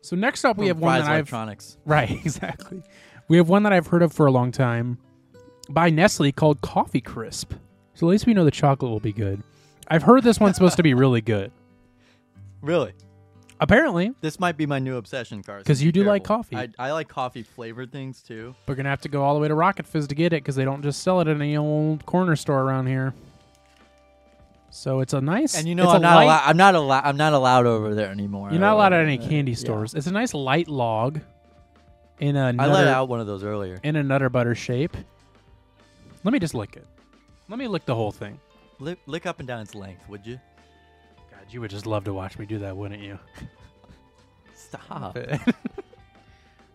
So next up, we have one
Fry's
that I've
electronics.
right exactly. We have one that I've heard of for a long time by Nestle called Coffee Crisp. So at least we know the chocolate will be good. I've heard this one's supposed to be really good.
Really.
Apparently,
This might be my new obsession, Carson.
'Cause
Be
you do like
careful.
coffee.
I, I like coffee flavored things too.
we're gonna have to go all the way to Rocket Fizz to get it because they don't just sell it in any old corner store around here. So it's a nice
And you know,
it's
I'm
a
not,
light-
allowed, I'm not allowed. I'm not allowed over there anymore.
You're not allowed
Uh,
at any candy
yeah.
stores. It's a nice light log in a
I let
nutter-
out one of those earlier.
in a nutter butter shape. Let me just lick it. Let me lick the whole thing.
Lick, lick up and down its length, would you?
God, you would just love to watch me do that, wouldn't you?
Stop.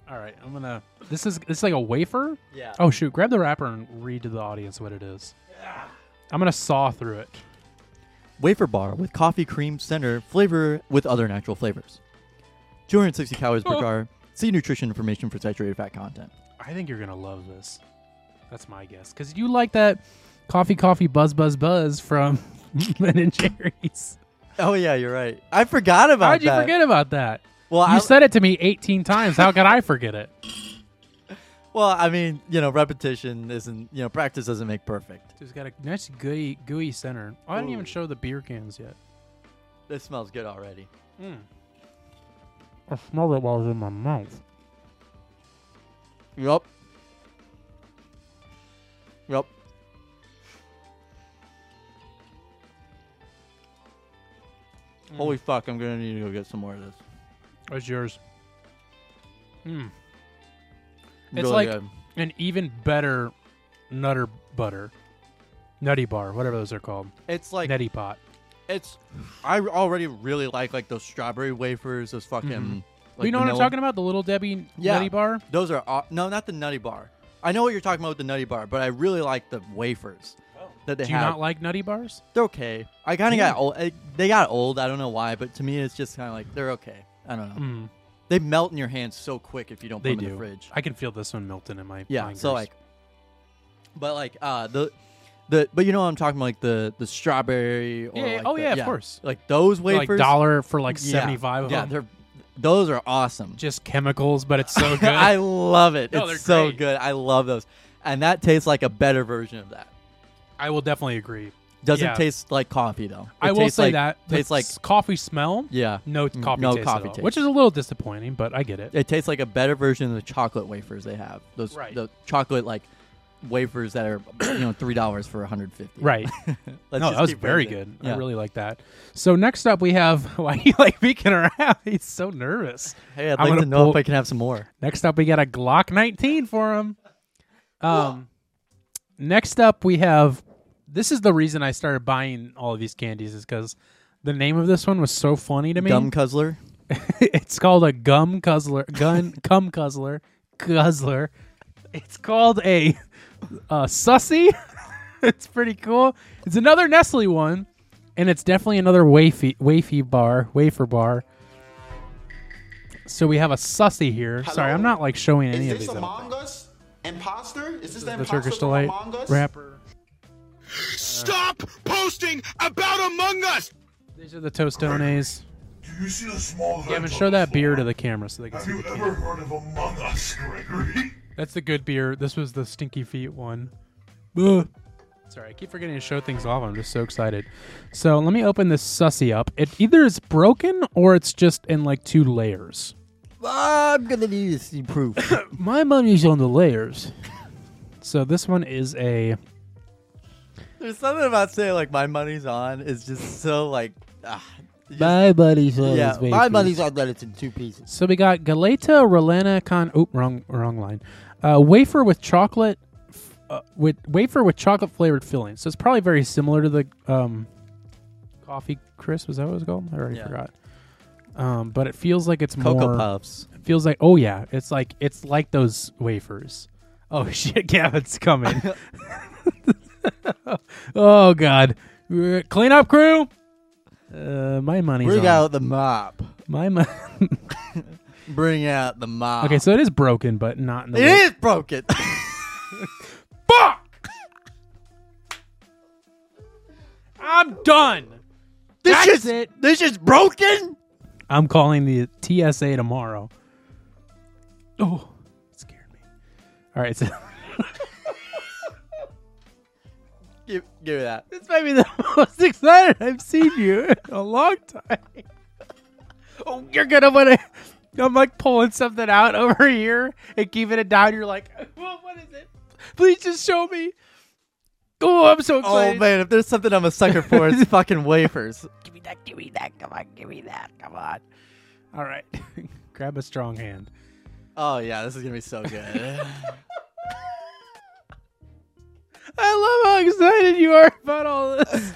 All right, I'm gonna. This is this is like a wafer.
Yeah.
Oh shoot! Grab the wrapper and read to the audience what it is. I'm gonna saw through it.
Wafer bar with coffee cream center flavor with other natural flavors. 260 calories per car. See nutrition information for saturated fat content.
I think you're gonna love this. That's my guess. Cause you like that coffee, coffee, buzz, buzz, buzz from Ben and Jerry's.
Oh yeah, you're right. I forgot about
How'd you
that.
forget about that?
Well,
You
I,
said it to me 18 times. How could I forget it?
well, I mean, you know, repetition isn't, you know, practice doesn't make perfect.
It's got a nice gooey, gooey center. I didn't even
Ooh.
show the beer cans yet.
This smells good already.
I smelled it while it was in my mouth.
Yup. Yup.
Mm.
Holy fuck, I'm gonna need to go get some more of this.
That's yours. Mm. It's
Really
like-
good.
An even better nutter butter. Nutty bar, whatever those are called.
it's like
Nutty pot.
it's I already really like like those strawberry wafers, those fucking like
you know what I'm
vanilla-
talking about? The little Debbie
Yeah.
nutty bar?
Those are aw- no, not the nutty bar. I know what you're talking about with the nutty bar, but I really like the wafers. that they
Oh. Do you
have.
not like nutty bars?
they're okay. I kind of
Yeah.
got old. I, they got old. I don't know why, but to me, it's just kind of like they're okay. I don't know.
Mm,
They melt in your hands so quick if you don't put
they
them
do.
in the fridge.
I can feel this one melting in my
Yeah.
fingers.
So like, but like uh the. The, but you know what I'm talking about, like the the strawberry. Or
Yeah, yeah.
like
Oh,
the-
yeah, of course.
Like those
They're,
wafers,
like dollar for like
yeah,
75 of
Yeah,
them.
they're those are awesome.
just chemicals, but it's so good.
I love it.
No, they're
it's so
great.
good. I love those, and that tastes like a better version of that.
I will definitely agree.
Doesn't
Yeah.
taste like coffee though. It
I will
tastes
say
like-
that the
tastes like
s- coffee smell.
yeah.
No
Mm,
coffee
no
taste, at
coffee
all,
taste.
which is a little disappointing, but I get it.
It tastes like a better version of the chocolate wafers they have. Those
Right.
the chocolate like wafers that are you know three dollars for 150.
Right.
Let's
no,
just
that was
keep
very good.
raising.
I
Yeah.
really like that. So next up, we have why he like peeking around. He's so nervous.
Hey, I'd
I'm
like
gonna
to know
pull-
if I can have some more.
Next up, we got a Glock 19 for him. Um, next up, we have. This is the reason I started buying all of these candies is because the name of this one was so funny to me.
Gum Cuzzler.
it's called a gum cuzzler, gun cum cuzzler, guzzler. It's called a uh, sussy. it's pretty cool. It's another Nestle one, and it's definitely another wafy wafy bar wafer bar. So we have a sussy here. Sorry, I'm not like showing any of these.
Is this
I don't
Among
think.
Us? Imposter? Is this the,
The
imposter
Turkish
from
delight
Among Us?
wrapper.
Stop posting about Among Us!
These are the Tostones.
You see the small heads
Gavin,
on
show
the
that beer
floor?
to the camera so they can
Have
see
you
the
ever
can.
heard of Among Us, Gregory?
That's the good beer. This was the stinky feet one. Ugh. Sorry, I keep forgetting to show things off. I'm just so excited. So let me open this sussy up. It either is broken or it's just in like two layers.
I'm gonna need to see proof.
My money's on the layers. So this one is a
There's something about saying like my money's on is just so like. Ah, you just-
buddy's on
yeah,
his
my
vacation.
money's on that it's in two pieces.
So we got Galeta Rolena con. Oop, wrong, wrong line. Uh, wafer with chocolate, f- uh, with wafer with chocolate flavored filling. So it's probably very similar to the um, coffee crisp. Was that what it was called? I already
Yeah.
forgot. Um, but it feels like it's
Cocoa
more.
Puffs.
It feels like oh yeah, it's like it's like those wafers. Oh shit, Gavin's coming. oh god, Uh, clean up crew. Uh, my money's
Bring
on.
out the mop.
my money.
Bring out the mop.
Okay, so it is broken, but not in the.
it
way-
is broken.
Fuck! I'm done.
this
That's
shit's-
it.
This is broken.
I'm calling the TSA tomorrow. Oh, it scared me. All right, so
Give, give me that.
this might be the most excited I've seen you in a long time. Oh, you're gonna want to. I'm like pulling something out over here and keeping it down. You're like, well, what is it? Please just show me. Oh, I'm so
Oh
excited.
man, if there's something I'm a sucker for, it's fucking wafers.
All right, grab a strong hand.
Oh yeah, this is gonna be so good.
I love how excited you are about all this.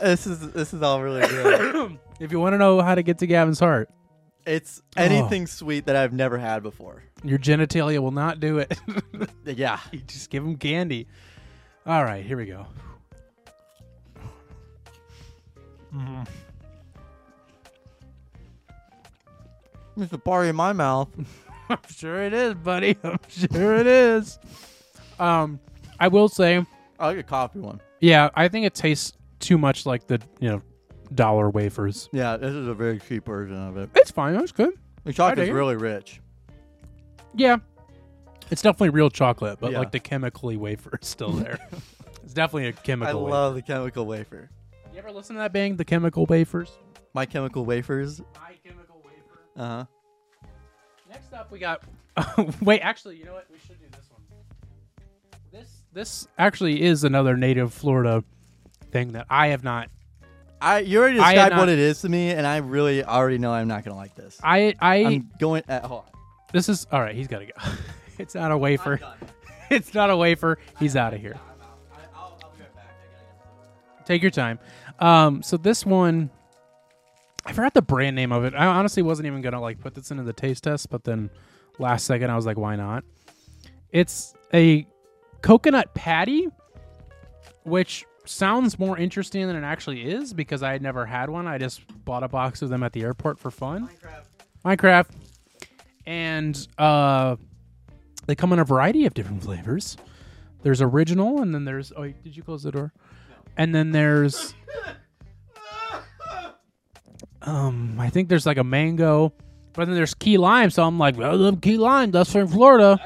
this is this is all really good.
if you want to know how to get to Gavin's heart,
It's anything sweet that I've never had before.
your genitalia will not do it.
Yeah.
you just give him candy. All right, here we go.
It's a party in my mouth.
I'm sure it is, buddy. I'm sure it is. Um, I will say,
Oh, I like a coffee one.
yeah, I think it tastes too much like the you know dollar wafers.
Yeah, this is a very cheap version of it.
It's fine. That's good.
The
dig
chocolate's
it.
really rich.
Yeah. It's definitely real chocolate, but
Yeah.
like the chemically wafer is still there. it's definitely a
I
chemical. wafer.
love the chemical wafer.
You ever listen to that band, The Chemical Wafers?
My chemical wafers.
My Chemical Wafer.
Uh huh.
Next up, we got. wait, actually, you know what? We should do this one. This this actually is another native Florida thing that I have not.
I you already
I am
described
not-
what it is to me, and I really already know I'm not gonna like this.
I I
I'm going. Uh, hold on.
this is all right. He's got to go. it's not a wafer. It's not a wafer. He's out of here. Take your time. Um, so this one, I forgot the brand name of it. I honestly wasn't even gonna like put this into the taste test, but then last second I was like, why not? It's a coconut patty, which sounds more interesting than it actually is because I had never had one. I just bought a box of them at the airport for fun. Minecraft. Minecraft. And uh, they come in a variety of different flavors. There's original, and then there's. Oh, did you close the door? And then there's. Um, I think there's like a mango, but then there's key lime. So I'm like, I love key lime. That's from Florida.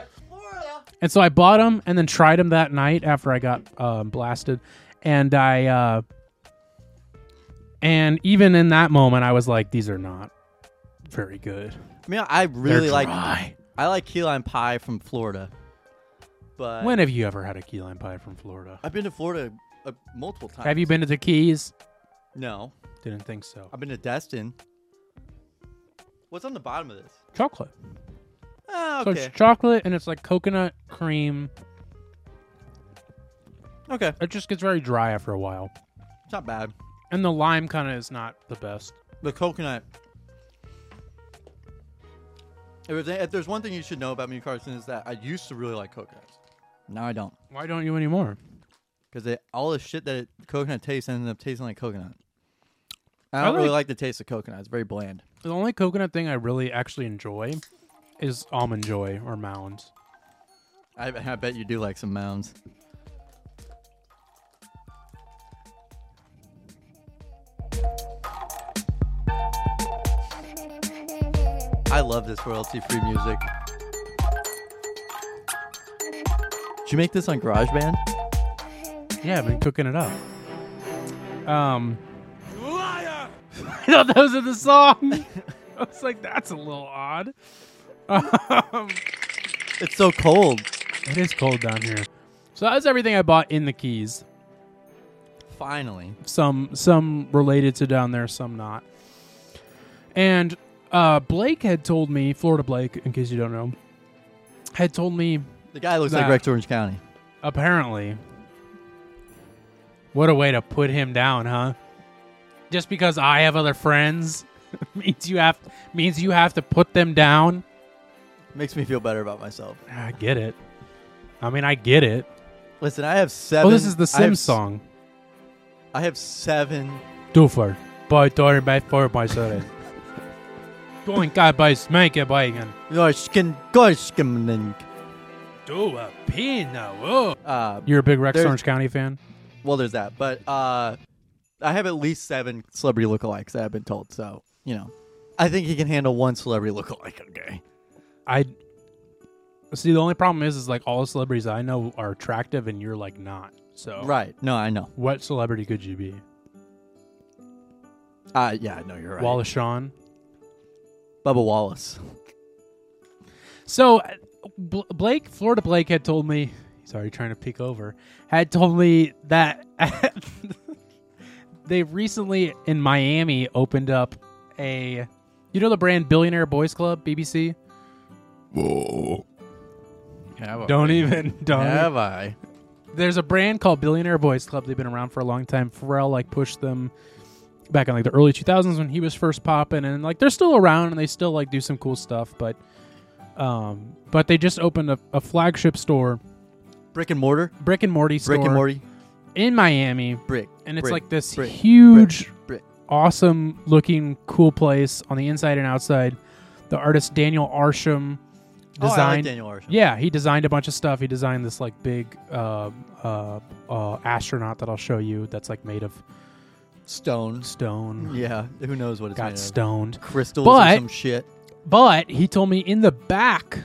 And so I bought them and then tried them that night after I got um, blasted, and I, uh, and even in that moment, I was like, these are not very good.
I mean, I really
They're
like
dry.
I like key lime pie from Florida, but
When have you ever had a key lime pie from Florida?
I've been to Florida uh, multiple times.
Have you been to the Keys?
No,
Didn't think so.
I've been to Destin. What's on the bottom of this?
Chocolate.
Ah,
So
okay,
it's chocolate and it's like coconut cream.
okay,
It just gets very dry after a while,
it's not bad.
and the lime kind of is not the best.
The coconut. If there's, if there's one thing you should know about me, Carson, is that I used to really like coconuts. Now I don't,
Why don't you anymore?
because all the shit that it, coconut tastes ended up tasting like coconut. I
I
don't really
like-
like the taste of coconut. It's very bland.
The only coconut thing I really actually enjoy is almond joy or mounds.
I, I bet you do like some mounds. I love this royalty free music. Did you make this on GarageBand?
Yeah, I've been cooking it up. Um, liar! I thought that was in the song. I was like, that's a little odd. Um,
It's so cold.
it is cold down here. So that was everything I bought in the Keys.
Finally.
Some some related to down there, some not. And uh, Blake had told me, Florida Blake, in case you don't know, had told me
The guy looks like
Nah.
Rex Orange County.
Apparently. What a way to put him down, huh? Just because I have other friends means you have means you have to put them down.
Makes me feel better about myself.
I get it. I mean, I get it.
Listen, I have seven.
Oh, this is the
I have
Sims
s-
song.
I have seven.
Doofer, by daughter by for by son. Going guy by smank it by again.
Gorskin, Gorskimling.
Do a pina. Whoa.
Uh,
You're a big Rex
There's-
Orange County fan.
Well, there's that, but uh, I have at least seven celebrity lookalikes that I've been told. So you know, I think he can handle one celebrity lookalike. Okay,
I see. The only problem is, is like all the celebrities I know are attractive, and you're like not. So
right? No, I know.
What celebrity could you be?
Uh, yeah, I know you're right.
Wallace Shawn.
Bubba Wallace.
So, uh, Bl- Blake, Florida Blake, had told me. He's already trying to peek over. Had told me that they recently in Miami opened up a, you know, the brand Billionaire Boys Club, BBC.
Whoa.
Have I?
Don't even. Don't.
Have I?
There's a brand called Billionaire Boys Club. They've been around for a long time. Pharrell like pushed them back in like the early 2000s when he was first popping, and like they're still around and they still like do some cool stuff. But, um, but they just opened a, a flagship store,
Brick and mortar.
brick and Morty store,
Brick and Morty.
in Miami,
Brick.
and it's
brick,
like this
brick,
huge,
brick.
awesome looking, cool place on the inside and outside. The artist Daniel Arsham
Oh, I like
designed
Daniel Arsham.
yeah, he designed a bunch of stuff. He designed this like big uh, uh, uh, astronaut that I'll show you. That's like made of
Stone.
stone.
Yeah. Who knows what it's made
Got
of.
stoned.
Crystals
But-
or some shit.
But he told me in the back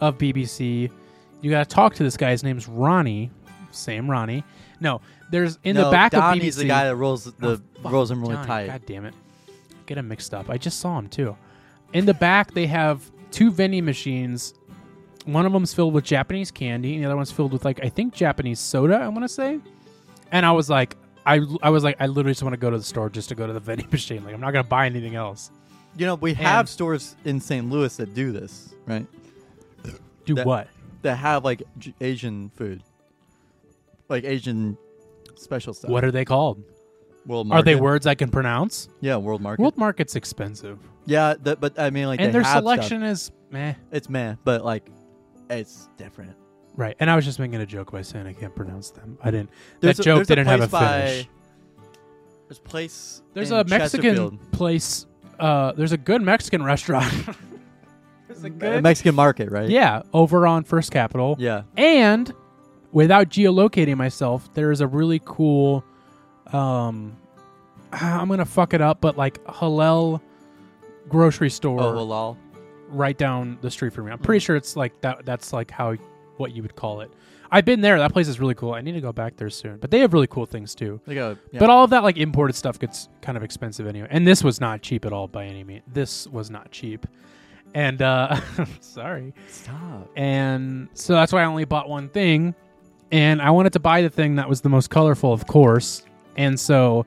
of BBC, you got to talk to this guy. His name's Ronnie. Same Ronnie. No, there's in
No,
the back of BBC.
Donnie's the guy that rolls the
Oh, fuck,
rolls them really
Johnny,
tight.
God damn it. Get him mixed up. I just saw him too. In the back, they have two vending machines. One of them's filled with Japanese candy, and the other one's filled with like I think Japanese soda. I want to say. And I was like, I I was like, I literally just want to go to the store just to go to the vending machine. Like I'm not gonna buy anything else.
You know, we have stores in St. Louis that do this, right?
Do
That-
what?
that have like J- Asian food, like Asian special stuff.
What are they called?
world
Are
market?
they words I can pronounce?
Yeah, world market.
World market's expensive,
yeah, th- but I mean, like
and
they
their
have
selection
Stuff.
is meh.
It's man, but like it's different.
Right. And I was just making a joke by saying I can't pronounce them. I didn't.
There's
that
a-
joke
there's a
didn't have a
place by-
finish.
There's a place.
There's
in
a Mexican
Chesterfield.
place. Uh, there's a good Mexican restaurant. there's a
A
good.
Mexican market, right?
yeah, over on First Capital.
Yeah.
And without geolocating myself, there is a really cool. Um, ah, I'm gonna fuck it up, but like Hillel grocery store
Oh, Hmm. halal.
right down the street from me. I'm pretty sure it's like that. That's like how what you would call it. I've been there. That place is really cool. I need to go back there soon. But they have really cool things too.
Like a, yeah.
But all of that like imported stuff gets kind of expensive anyway. And this was not cheap at all by any means. This was not cheap. And uh sorry.
Stop.
And so that's why I only bought one thing. And I wanted to buy the thing that was the most colorful, of course. And so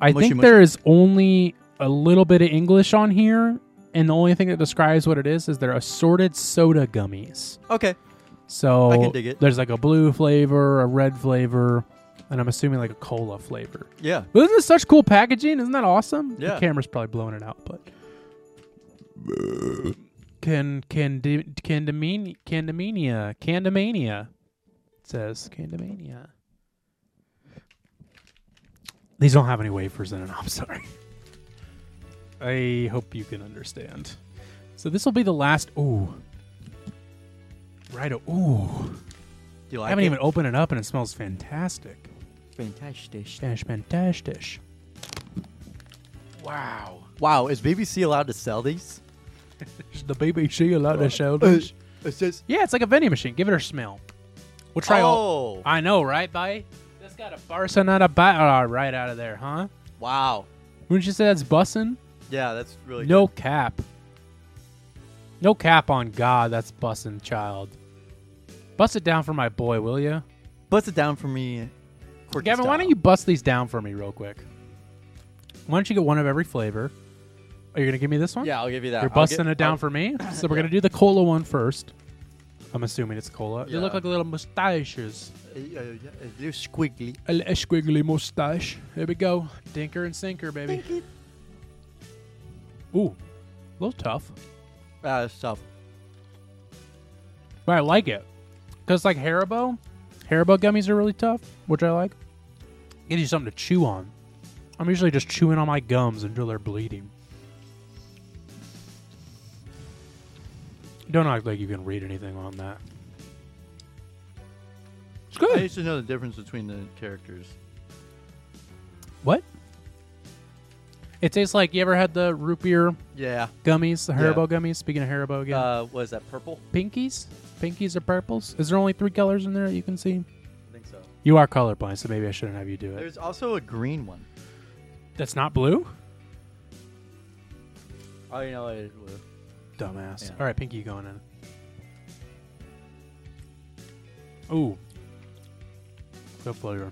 I
Mushy,
think
mushy.
there is only a little bit of English on here. And the only thing that describes what it is is they're assorted soda gummies.
Okay.
So
I can dig it.
there's like a blue flavor, a red flavor, and I'm assuming like a cola flavor.
Yeah.
But isn't this such cool packaging? Isn't that awesome?
Yeah.
The camera's probably blowing it out, but can can candomania candomania candomania it says candomania. These don't have any wafers in it. I'm sorry. I hope you can understand. So this will be the last. Ooh. Right. Ooh.
Do you
I
like
haven't
it?
even opened it up, and it smells fantastic.
Fantastic.
Spanish fantastic. Wow.
Wow, is BBC allowed to sell these?
Is the BBC allowed to sell
It's just
Uh, Yeah, it's like a vending machine. Give it a smell. We'll try all.
oh,
I know, right, buddy? That's got a barson out of bat ah, right out of there, huh?
wow.
Wouldn't you say that's bussin'?
Yeah, that's really
No cap. No cap on God. That's bussin', child. Bust it down for my boy, will you?
good. Bust it down for me. quirky
Gavin, why
style.
don't you bust these down for me real quick? Why don't you get one of every flavor? Are you gonna give me this one?
Yeah, I'll give you that.
You're
I'll
busting
get-
it down
I'll-
for me. So we're gonna do the cola one first. I'm assuming it's cola. They look
Yeah.
like little mustaches.
Uh, yeah, yeah, They're squiggly.
A, li- a squiggly mustache. Here we go. Dinker and sinker, baby. Ooh, a little tough,
Uh, stuff.
but I like it because like Haribo, Haribo gummies are really tough, which I like. Gives you something to chew on. I'm usually just chewing on my gums until they're bleeding. Don't act like you can read anything on that. It's
I
good.
used to know the difference between the characters.
What? It tastes like you ever had the root beer
Yeah.
gummies, the
Yeah.
Haribo gummies. Speaking of Haribo again,
Uh, was that purple?
pinkies, pinkies are purples. Is there only three colors in there that you can see?
I think so.
You are colorblind, so maybe I shouldn't have you do it.
There's also a green one.
That's not blue.
Oh, you know what it was.
Dumbass.
Yeah.
All right, Pinky, you going in. Ooh. Good flavor.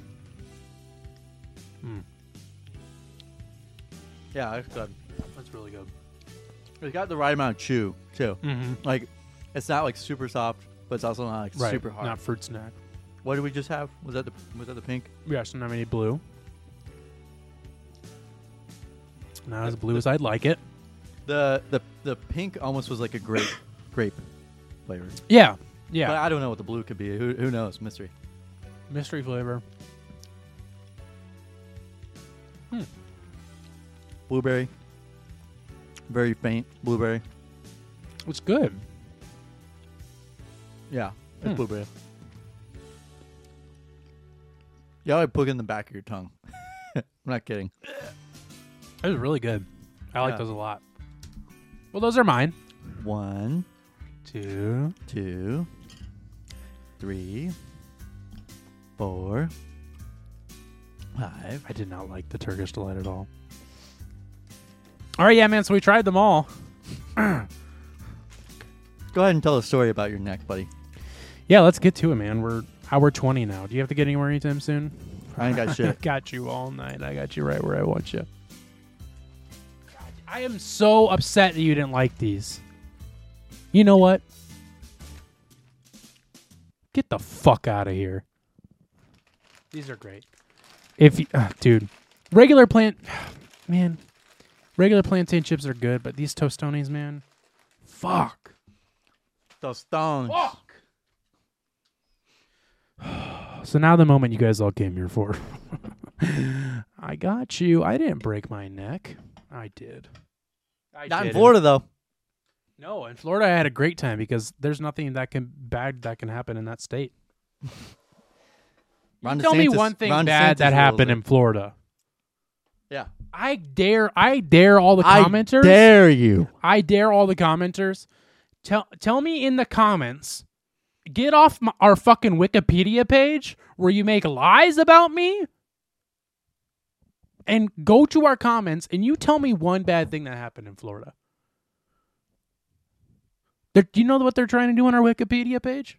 Yeah, it's good.
That's really good.
It's got the right amount of chew too.
Mm-hmm.
Like, it's not like super soft, but it's also not like
Right.
super hard.
Not fruit snack.
What did we just have? Was that the was that the pink?
Yeah, so not any blue. Not as blue as I'd like it.
The the the pink almost was like a grape grape flavor.
Yeah.
But
Yeah.
I don't know what the blue could be. Who, who knows? Mystery.
Mystery flavor.
Blueberry. Very faint blueberry.
It's good.
Yeah, it's
Hmm.
blueberry. You always put it in the back of your tongue. I'm not kidding.
It was really good. I like
Yeah.
those a lot. Well, those are mine.
One,
Two.
two, three, four, five.
I did not like the Turkish delight at all. All right, yeah, man. So we tried them all.
Go ahead and tell a story about your neck, buddy.
Yeah, let's get to it, man. We're hour twenty now. Do you have to get anywhere anytime soon?
I ain't got
I
shit.
got you all night. I got you right where I want you. I am so upset that you didn't like these. You know what? Get the fuck out of here. These are great. If you, ah, dude, regular plant, man, regular plantain chips are good, but these Tostones, man, fuck,
Those stones.
fuck. So now the moment you guys all came here for. I got you. I didn't break my neck. I did. I
Not in
didn't.
Florida though.
No, in Florida I had a great time because there's nothing that can bad that can happen in that state. You
Ron
tell me
DeSantis-
one thing
Ron
bad
DeSantis
that
rules
happened
it.
in Florida.
Yeah.
I dare I dare all the commenters.
I dare you.
I dare all the commenters. Tell tell me in the comments. Get off my, our fucking Wikipedia page where you make lies about me. And go to our comments and you tell me one bad thing that happened in Florida. They're, do you know what they're trying to do on our Wikipedia page?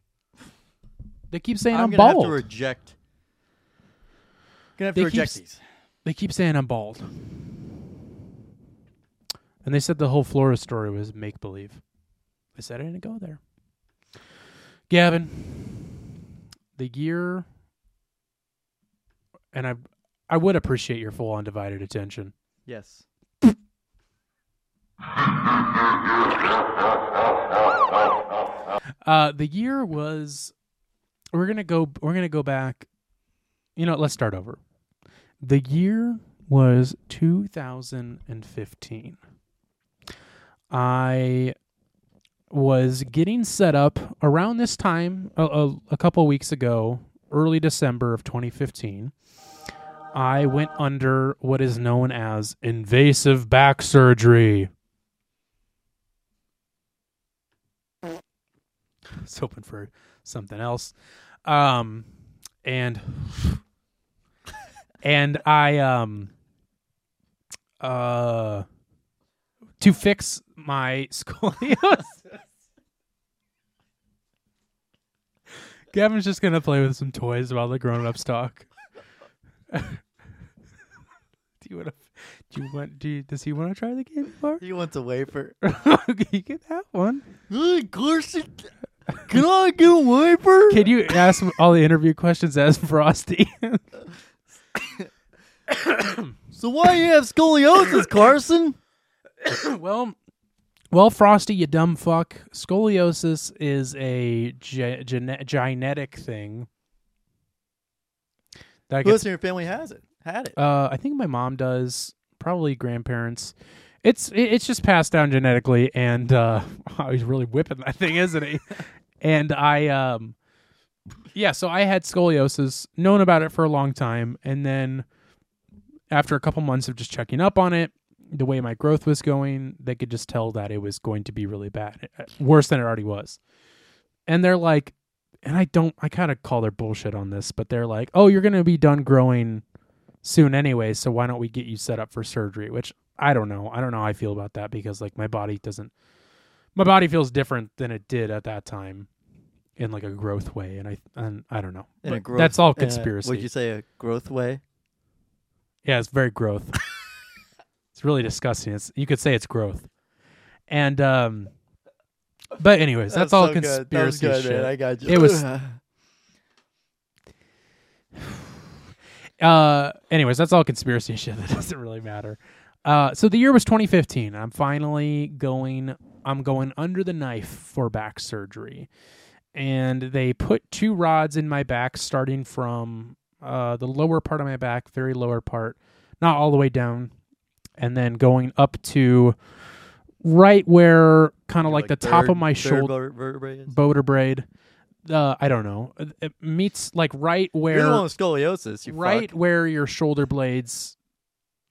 They keep saying I'm,
I'm gonna
bald.
have to reject. Gonna have
They
to reject
keep-
these.
They keep saying I'm bald. And they said the whole Flora story was make believe. I said I didn't go there. Gavin, the year and I I would appreciate your full undivided attention.
Yes.
Uh the year was we're going to go we're going to go back. You know, let's start over. The year was 2015. I was getting set up around this time a, a, a couple weeks ago, early December of 2015. I went under what is known as invasive back surgery. I was hoping for something else. Um, and and I um uh to fix my scoliosis. Gavin's just gonna play with some toys while the grown ups talk. do you want to? Do you want? Do you, does he want to try the candy bar?
He wants a wafer.
you get that one.
Of course. it- Can I get a wafer?
Can you ask him all the interview questions as Frosty?
So why you have scoliosis, Carson?
well, well, Frosty, you dumb fuck. Scoliosis is a ge- gene- genetic thing. That
Who else
gets,
in your family has it? Had it?
uh, I think my mom does. Probably grandparents. It's it- it's just passed down genetically, and uh, wow, he's really whipping that thing, isn't he? and I um, yeah. So I had scoliosis, known about it for a long time, and then after a couple months of just checking up on it, the way my growth was going, they could just tell that it was going to be really bad, uh, worse than it already was. And they're like, and I don't, I kind of call their bullshit on this, but they're like, oh, you're going to be done growing soon anyway, so why don't we get you set up for surgery? Which I don't know. I don't know how I feel about that because like my body doesn't, my body feels different than it did at that time in like a growth way. And I, and I don't know.
In a
But
growth-
that's all
in a-
conspiracy.
would you say a growth way?
Yeah, it's very growth. it's really disgusting. It's you could say it's growth. And um but anyways, that's, all conspiracy shit.
got
It was- uh anyways that's all conspiracy shit that doesn't really matter uh so the year was 2015 i'm finally going i'm going under the knife for back surgery and they put two rods in my back starting from uh the lower part of my back very lower part not all the way down and then going up to right where kind of like, the top of my shoulder
vertebrae. is?
boater braid uh, I don't know. It- It meets like right where
You're the one with scoliosis. You
right
fuck.
where your shoulder blades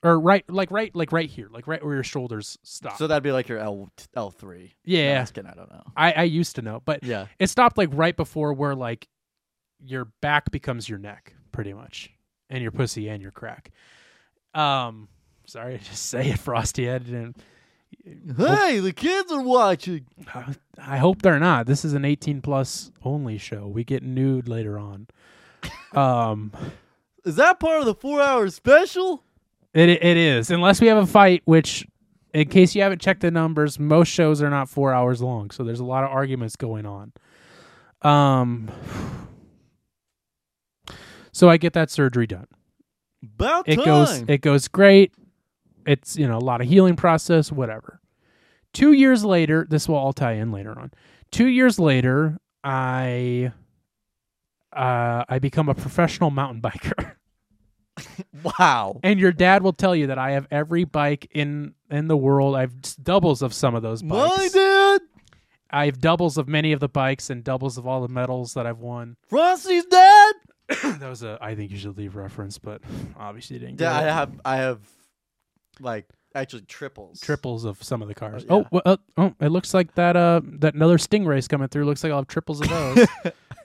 or right like right like right here like right where your shoulders stop
So that'd be like your L L three.
Yeah.
I'm just kidding, I don't know.
i i used to know but
Yeah.
it stopped like right before where like your back becomes your neck pretty much and your pussy and your crack um sorry to just say it frosty i didn't
Hey, the kids are watching.
I hope they're not. This is an 18 plus only show. We get nude later on. Um,
Is that part of the four hour special?
It it is, unless we have a fight. Which, in case you haven't checked the numbers, most shows are not four hours long, so there's a lot of arguments going on. Um, so I get that surgery done.
About
It
time.
goes it goes great. It's you know a lot of healing process, whatever. Two years later, this will all tie in later on. Two years later, I uh, I become a professional mountain biker.
Wow.
and your dad will tell you that I have every bike in in the world. I've s- doubles of some of those
Money,
bikes.
dude.
I have doubles of many of the bikes and doubles of all the medals that I've won.
Rusty's dead.
that was a I think you should leave reference, but obviously you didn't.
Yeah, I
get it.
have. I have, like, actually triples.
triples of some of the cars. Oh,
Oh, yeah.
well, uh, oh, it looks like that uh that another Stingray's coming through. Looks like I'll have triples of those.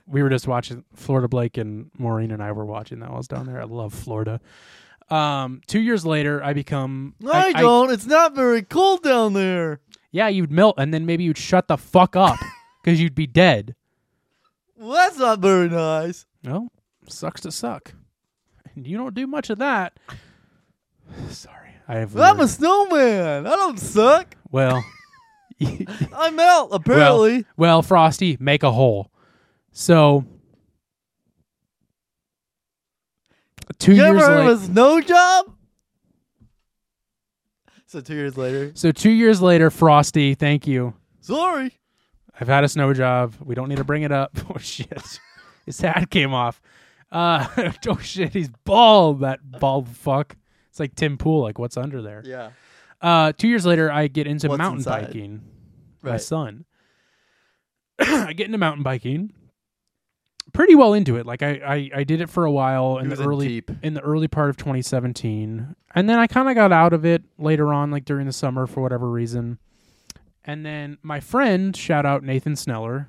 we were just watching Florida Blake and Maureen and I were watching that while I was down there. I love Florida. Um, two years later, I become
I, don't. it's not very cold down there.
yeah, you'd melt and then maybe you'd shut the fuck up because you'd be dead.
Well, that's not very nice.
Well, sucks to suck. And you don't do much of that. Sorry, I have
Well, I'm a
weird-
snowman. I don't suck.
well.
I melt apparently.
Well, well, Frosty, make a hole. So two
you
years
ever heard
later.
of a snow job? So two years later,
so two years later, Frosty, thank you.
sorry.
I've had a snow job. We don't need to bring it up. Oh shit, his hat came off. Uh, oh shit, he's bald. That bald fuck. It's like Tim Pool. Like what's under there?
Yeah.
Uh, two years later, I get into
What's
mountain
inside?
biking. My
Right.
son. I get into mountain biking. Pretty well into it. Like I, I, I did it for a while in
was
the
in
early
deep.
in the early part of 2017, and then I kind of got out of it later on, like during the summer for whatever reason. And then my friend, shout out Nathan Sneller,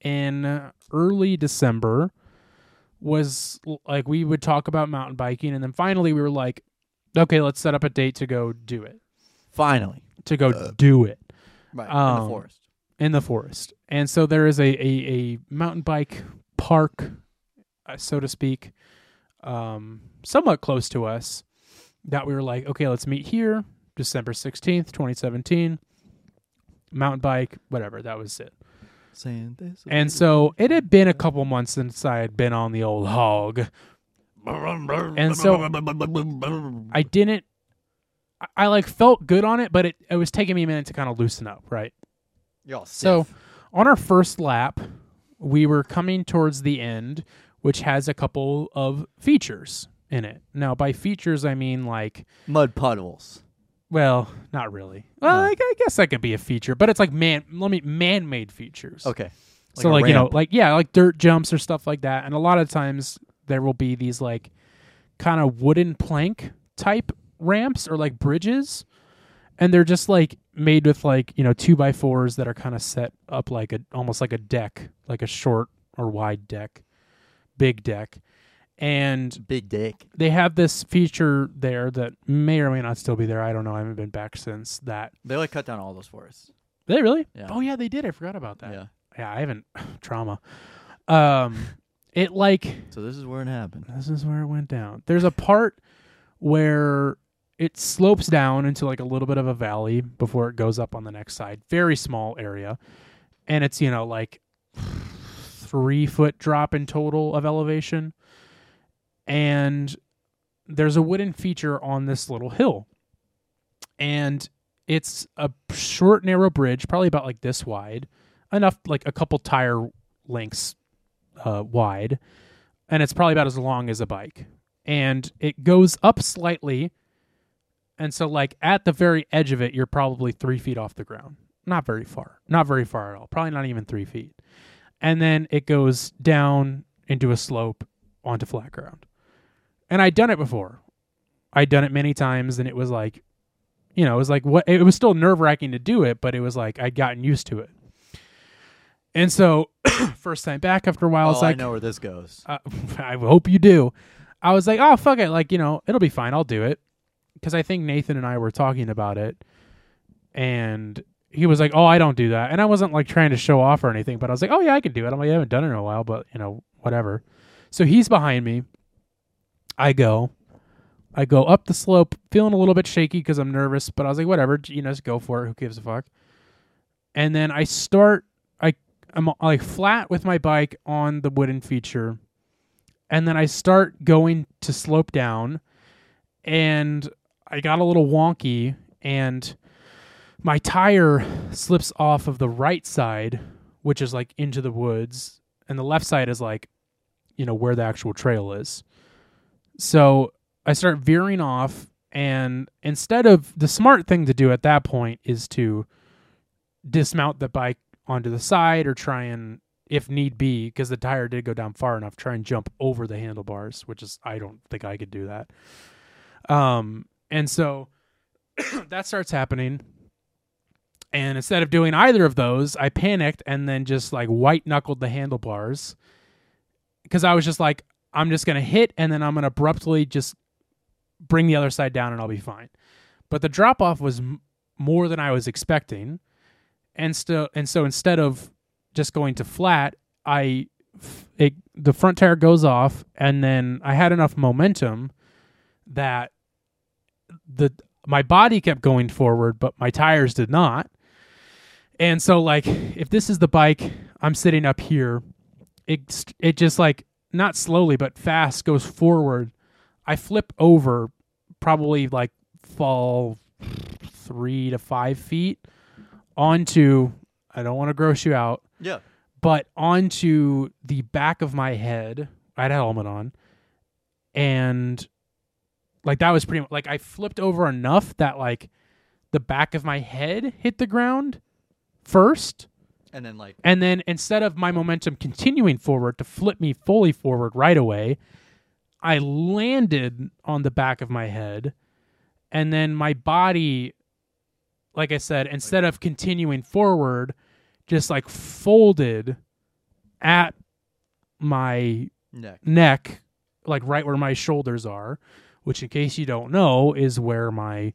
in early December was l- like we would talk about mountain biking, and then finally we were like, okay, let's set up a date to go do it.
Finally,
To go do it
right in
um,
the forest.
in the forest. And so there is a, a, a mountain bike park, uh, so to speak, um, somewhat close to us that we were like, okay, let's meet here, December 16th, 2017. Mountain bike, whatever, that was it.
Saying this.
And so it had been a couple months since I had been on the old hog. And so I didn't, I, I like felt good on it, but it, it was taking me a minute to kind of loosen up, right?
Y'all
So,
stiff.
on our first lap, we were coming towards the end, which has a couple of features in it. Now, by features, I mean like,
mud puddles.
well, not really. Well,
No.
I, I guess that could be a feature, but it's like man, let me man-made features.
Okay.
so
a
like you know,
ramp.
like yeah, like dirt jumps or stuff like that. And a lot of times there will be these like kind of wooden plank type ramps or like bridges. And they're just like made with like, you know, two by fours that are kind of set up like a almost like a deck, like a short or wide deck, big deck. And
big dick.
they have this feature there that may or may not still be there. I don't know. I haven't been back since that.
They like cut down all those forests.
Did they really?
Yeah.
Oh yeah, they did. I forgot about that.
Yeah.
Yeah, I haven't trauma. Um it like
So this is where it happened.
this is where it went down. There's a part where it slopes down into like a little bit of a valley before it goes up on the next side. Very small area. And it's, you know, like three foot drop in total of elevation. And there's a wooden feature on this little hill. And it's a short, narrow bridge, probably about like this wide, enough like a couple tire lengths uh, wide and it's probably about as long as a bike. And it goes up slightly. And so, like, at the very edge of it, you're probably three feet off the ground. Not very far. Not very far at all. Probably not even three feet. And then it goes down into a slope onto flat ground. And I'd done it before. I'd done it many times, and it was like, you know, it was like what it was still nerve wracking to do it, but it was like I'd gotten used to it. And so, first time back after a while,
Oh,
it's like
I know where this goes.
uh, I hope you do. I was like, oh fuck it, like you know, it'll be fine. I'll do it because I think Nathan and I were talking about it, and he was like, oh, I don't do that, and I wasn't like trying to show off or anything, but I was like, oh yeah, I can do it. I'm like, I haven't done it in a while, but you know, whatever. So he's behind me. I go, I go up the slope, feeling a little bit shaky because I'm nervous, but I was like, whatever, j- you know, just go for it. Who gives a fuck? And then I start. I I'm like flat with my bike on the wooden feature and then I start going to slope down, and I got a little wonky, and my tire slips off of the right side, which is like into the woods, and the left side is like you know where the actual trail is. So I start veering off, and instead of the smart thing to do at that point is to dismount the bike onto the side or try and, if need be, because the tire did go down far enough, try and jump over the handlebars, which is I don't think I could do that. Um, and so that starts happening. And instead of doing either of those, I panicked and then just like white knuckled the handlebars because I was just like, I'm just going to hit and then I'm going to abruptly just bring the other side down and I'll be fine. But the drop off was m- more than I was expecting. And, still, and so instead of just going to flat, I f- it, the front tire goes off and then I had enough momentum that the my body kept going forward, but my tires did not. And so like if this is the bike I'm sitting up here, it st- it just like not slowly but fast goes forward. I flip over, probably like fall three to five feet onto. I don't want to gross you out,
Yeah.
but onto the back of my head. I had a helmet on, and like that was pretty much like I flipped over enough that like the back of my head hit the ground first,
And then like
and then instead of my momentum continuing forward to flip me fully forward right away, I landed on the back of my head. And then my body, like I said, instead of continuing forward, just like folded at my
neck.
neck, like right where my shoulders are, which, in case you don't know, is where my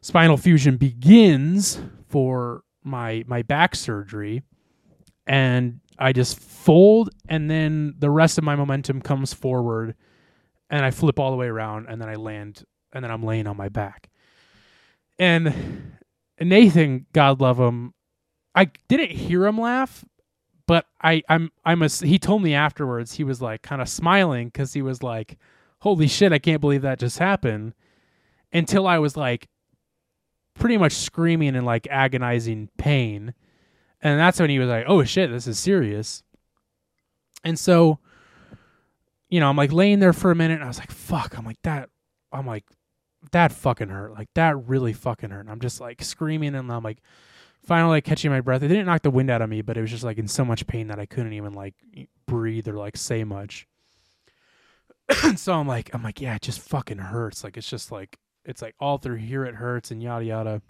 spinal fusion begins for my my back surgery, and I just fold, and then the rest of my momentum comes forward, and I flip all the way around, and then I land, and then I'm laying on my back, and Nathan, God love him, I didn't hear him laugh, but I I'm I'm a he told me afterwards he was like kind of smiling because he was like, "Holy shit, I can't believe that just happened." Until I was like, pretty much screaming in like agonizing pain, and that's when he was like, "Oh shit, this is serious." And so, you know, I'm like laying there for a minute, and I was like, "Fuck," I'm like that, I'm like that fucking hurt, like that really fucking hurt. And I'm just like screaming, and I'm like finally like, catching my breath. It didn't knock the wind out of me, but it was just like in so much pain that I couldn't even like e, breathe or like say much. so I'm like, I'm like, yeah, it just fucking hurts. Like it's just like it's like all through here it hurts and yada yada.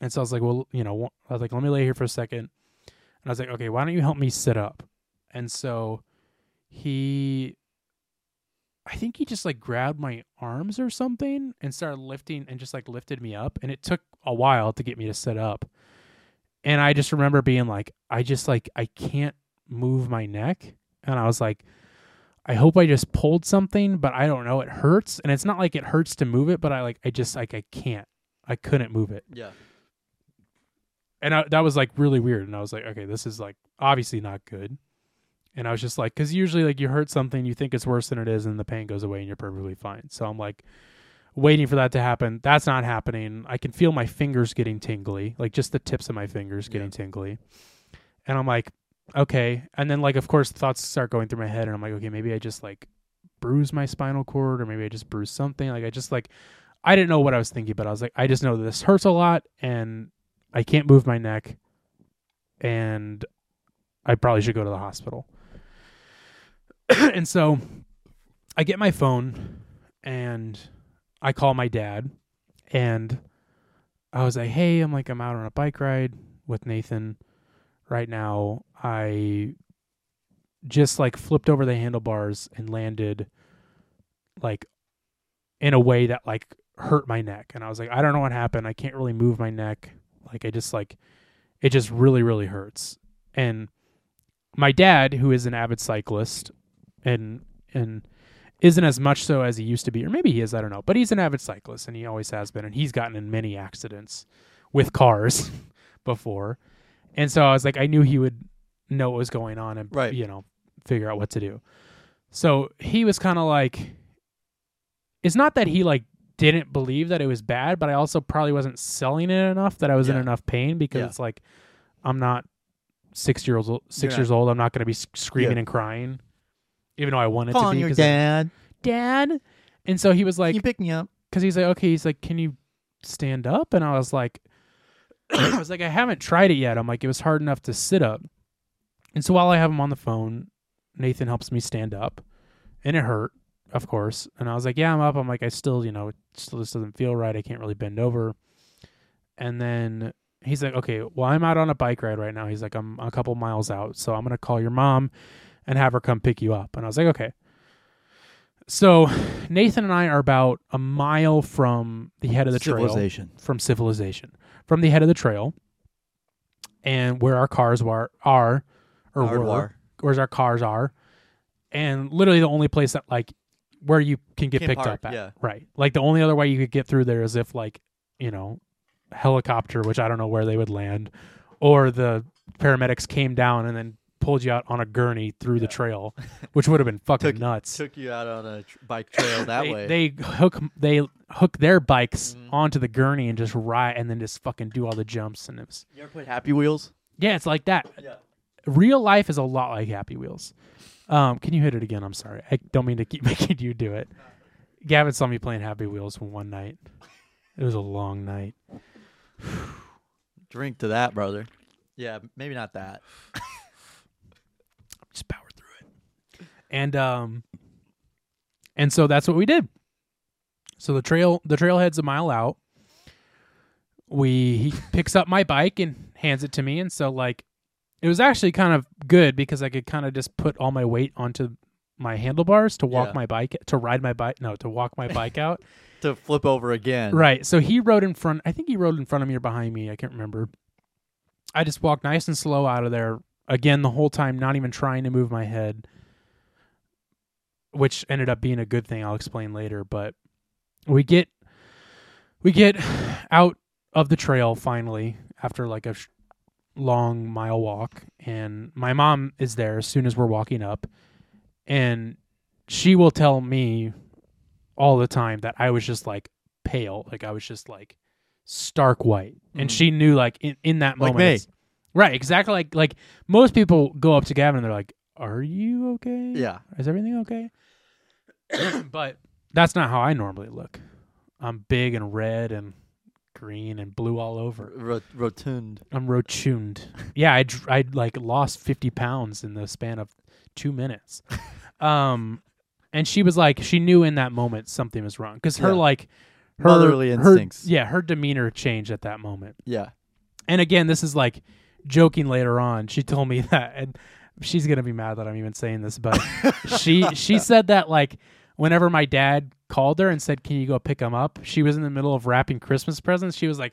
And so I was like, well, you know, I was like, let me lay here for a second. And I was like, okay, why don't you help me sit up? And so he, I think he just like grabbed my arms or something and started lifting and just like lifted me up. And it took a while to get me to sit up and I just remember being like, I just like I can't move my neck, and I was like, I hope I just pulled something, but I don't know. It hurts, and it's not like it hurts to move it, but I like I just like I can't, I couldn't move it,
Yeah.
and I, that was like really weird. And I was like, okay, this is like obviously not good. And I was just like, because usually like you hurt something, you think it's worse than it is, and the pain goes away, and you're perfectly fine. So I'm like waiting for that to happen. That's not happening. I can feel my fingers getting tingly, like just the tips of my fingers getting tingly. And I'm like, okay. And then like of course thoughts start going through my head, and I'm like, okay, maybe I just like bruised my spinal cord, or maybe I just bruised something. Like I just like I didn't know what I was thinking, but I was like, I just know that this hurts a lot, and I can't move my neck, and I probably should go to the hospital. and so I get my phone and I call my dad, and I was like, Hey, I'm like, I'm out on a bike ride with Nathan right now. I just like flipped over the handlebars and landed like in a way that like hurt my neck. And I was like, I don't know what happened. I can't really move my neck. Like, I just like it just really, really hurts. And my dad, who is an avid cyclist and, and, isn't as much so as he used to be, or maybe he is, I don't know. But he's an avid cyclist and he always has been, and he's gotten in many accidents with cars before. And so I was like, I knew he would know what was going on and
Right.
you know, figure out what to do. So he was kind of like it's not that he like didn't believe that it was bad, but I also probably wasn't selling it enough that I was in
Yeah.
enough pain because
Yeah.
it's like I'm not six years old six
You're
years old. I'm not gonna be s- screaming
Yeah.
and crying even though I wanted to
Calling
be
your
'cause I-
dad.
dad. And so he was
Can
like,
you pick me up?
because he's like, okay, he's like, can you stand up? And I was like, I was like, I haven't tried it yet. I'm like, it was hard enough to sit up. And so while I have him on the phone, Nathan helps me stand up, and it hurt, of course. And I was like, yeah, I'm up. I'm like, I still, you know, it still just doesn't feel right. I can't really bend over. And then he's like, okay, well, I'm out on a bike ride right now. He's like, I'm a couple miles out, so I'm gonna call your mom and have her come pick you up. And I was like, okay. So Nathan and I are about a mile from the head of the trail
Civilization.
from civilization, from the head of the trail, and where our cars were, are, or
Hard
were,
war.
where our cars are, and literally the only place that like where you can get
Can't
picked
park,
up at,
yeah.
right? Like the only other way you could get through there is if like you know helicopter, which I don't know where they would land, or the paramedics came down and then pulled you out on a gurney through the trail, which would have been fucking
Took-
nuts
Took you out on a tr- bike trail that
they,
way. Mm-hmm.
they hook they hook their bikes onto the gurney and just ride and then just fucking do all the jumps and it was
you ever put Happy Wheels?
yeah it's like that real life is a lot like happy wheels um can you hit it again i'm sorry i don't mean to keep making you do it gavin saw me playing happy wheels one night it was a long night
Drink to that, brother. Yeah, maybe not that.
just power through it. And um and so that's what we did. So the trail the trailhead's a mile out. We he picks up my bike and hands it to me and so like it was actually kind of good because I could kind of just put all my weight onto my handlebars to walk
Yeah.
my bike to ride my bike no to walk my bike out.
To flip over again.
Right. So he rode in front. I think he rode in front of me or behind me. I can't remember. I just walked nice and slow out of there again the whole time, not even trying to move my head, which ended up being a good thing. I'll explain later. But we get we get out of the trail finally after like a sh- long mile walk, and my mom is there as soon as we're walking up, and she will tell me all the time that I was just like pale, like I was just like stark white, and she knew like in, in that
Mm. Like
moment,
me.
it's- right? Exactly, like like most people go up to Gavin and they're like, "Are you okay?
Yeah.
is everything okay?" but that's not how I normally look. I'm big and red and green and blue all over.
Ro- rotund.
I'm rotund. Yeah, I dr- I like lost 50 pounds in the span of 2 minutes. Um and she was like she knew in that moment something was wrong cuz her
Yeah.
like her
Motherly
her-
instincts.
yeah, her demeanor changed at that moment.
Yeah.
And again, this is like joking later on. She told me that and she's going to be mad that I'm even saying this, but she she said that like whenever my dad called her and said, "Can you go pick him up?" She was in the middle of wrapping Christmas presents. She was like,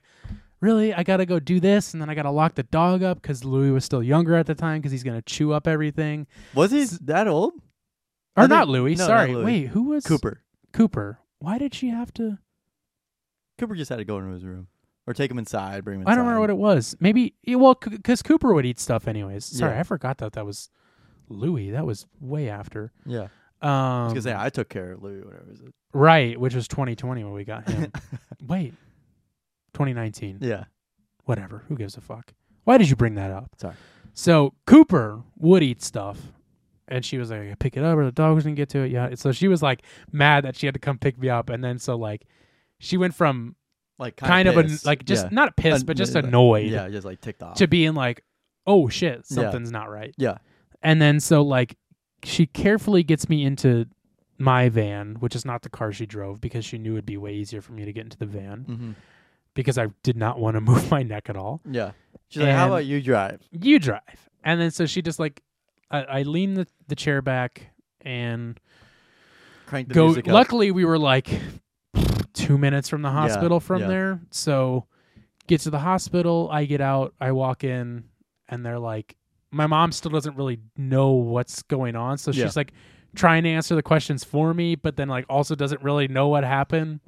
"Really? I got to go do this and then I got to lock the dog up cuz Louis was still younger at the time cuz he's going to chew up everything."
Was he that old?
Or
I think-
not Louis,
no, not
sorry.
Louis.
Wait, who was
Cooper.
Cooper. Why did she have to
Cooper just had to go into his room or take him inside, bring him inside.
I don't remember what it was. Maybe yeah, well, because Cooper would eat stuff anyways. Sorry,
Yeah.
I forgot that that was Louis. That was way after.
Yeah. I
Um,
was going to say, I took care of Louis, whatever. Is it?
right, which was 2020 when we got him. Wait, 2019.
Yeah.
Whatever. Who gives a fuck? Why did you bring that up?
Sorry.
So Cooper would eat stuff, and she was like, "Pick it up, or the dog was gonna get to it." Yeah. So she was like mad that she had to come pick me up, and then so like she went from
Like
kind, of an,
pissed.
like just
Yeah.
not pissed,
Un-
but just
like-
annoyed.
Yeah, just like ticked off.
to being like, oh shit,
Yeah.
something's not right.
Yeah.
And then so like she carefully gets me into my van, which is not the car she drove because she knew it'd be way easier for me to get into the van
hmm
because I did not want to move my neck at all.
Yeah. She's like, how
And-
about you drive?
You drive. And then so she just like I, I lean the, the chair back and
Crank the
go
music up.
luckily we were like two minutes from the hospital from
yeah.
there. So get to the hospital, I get out, I walk in, and they're like, my mom still doesn't really know what's going on. So
Yeah.
she's like trying to answer the questions for me, but then like also doesn't really know what happened.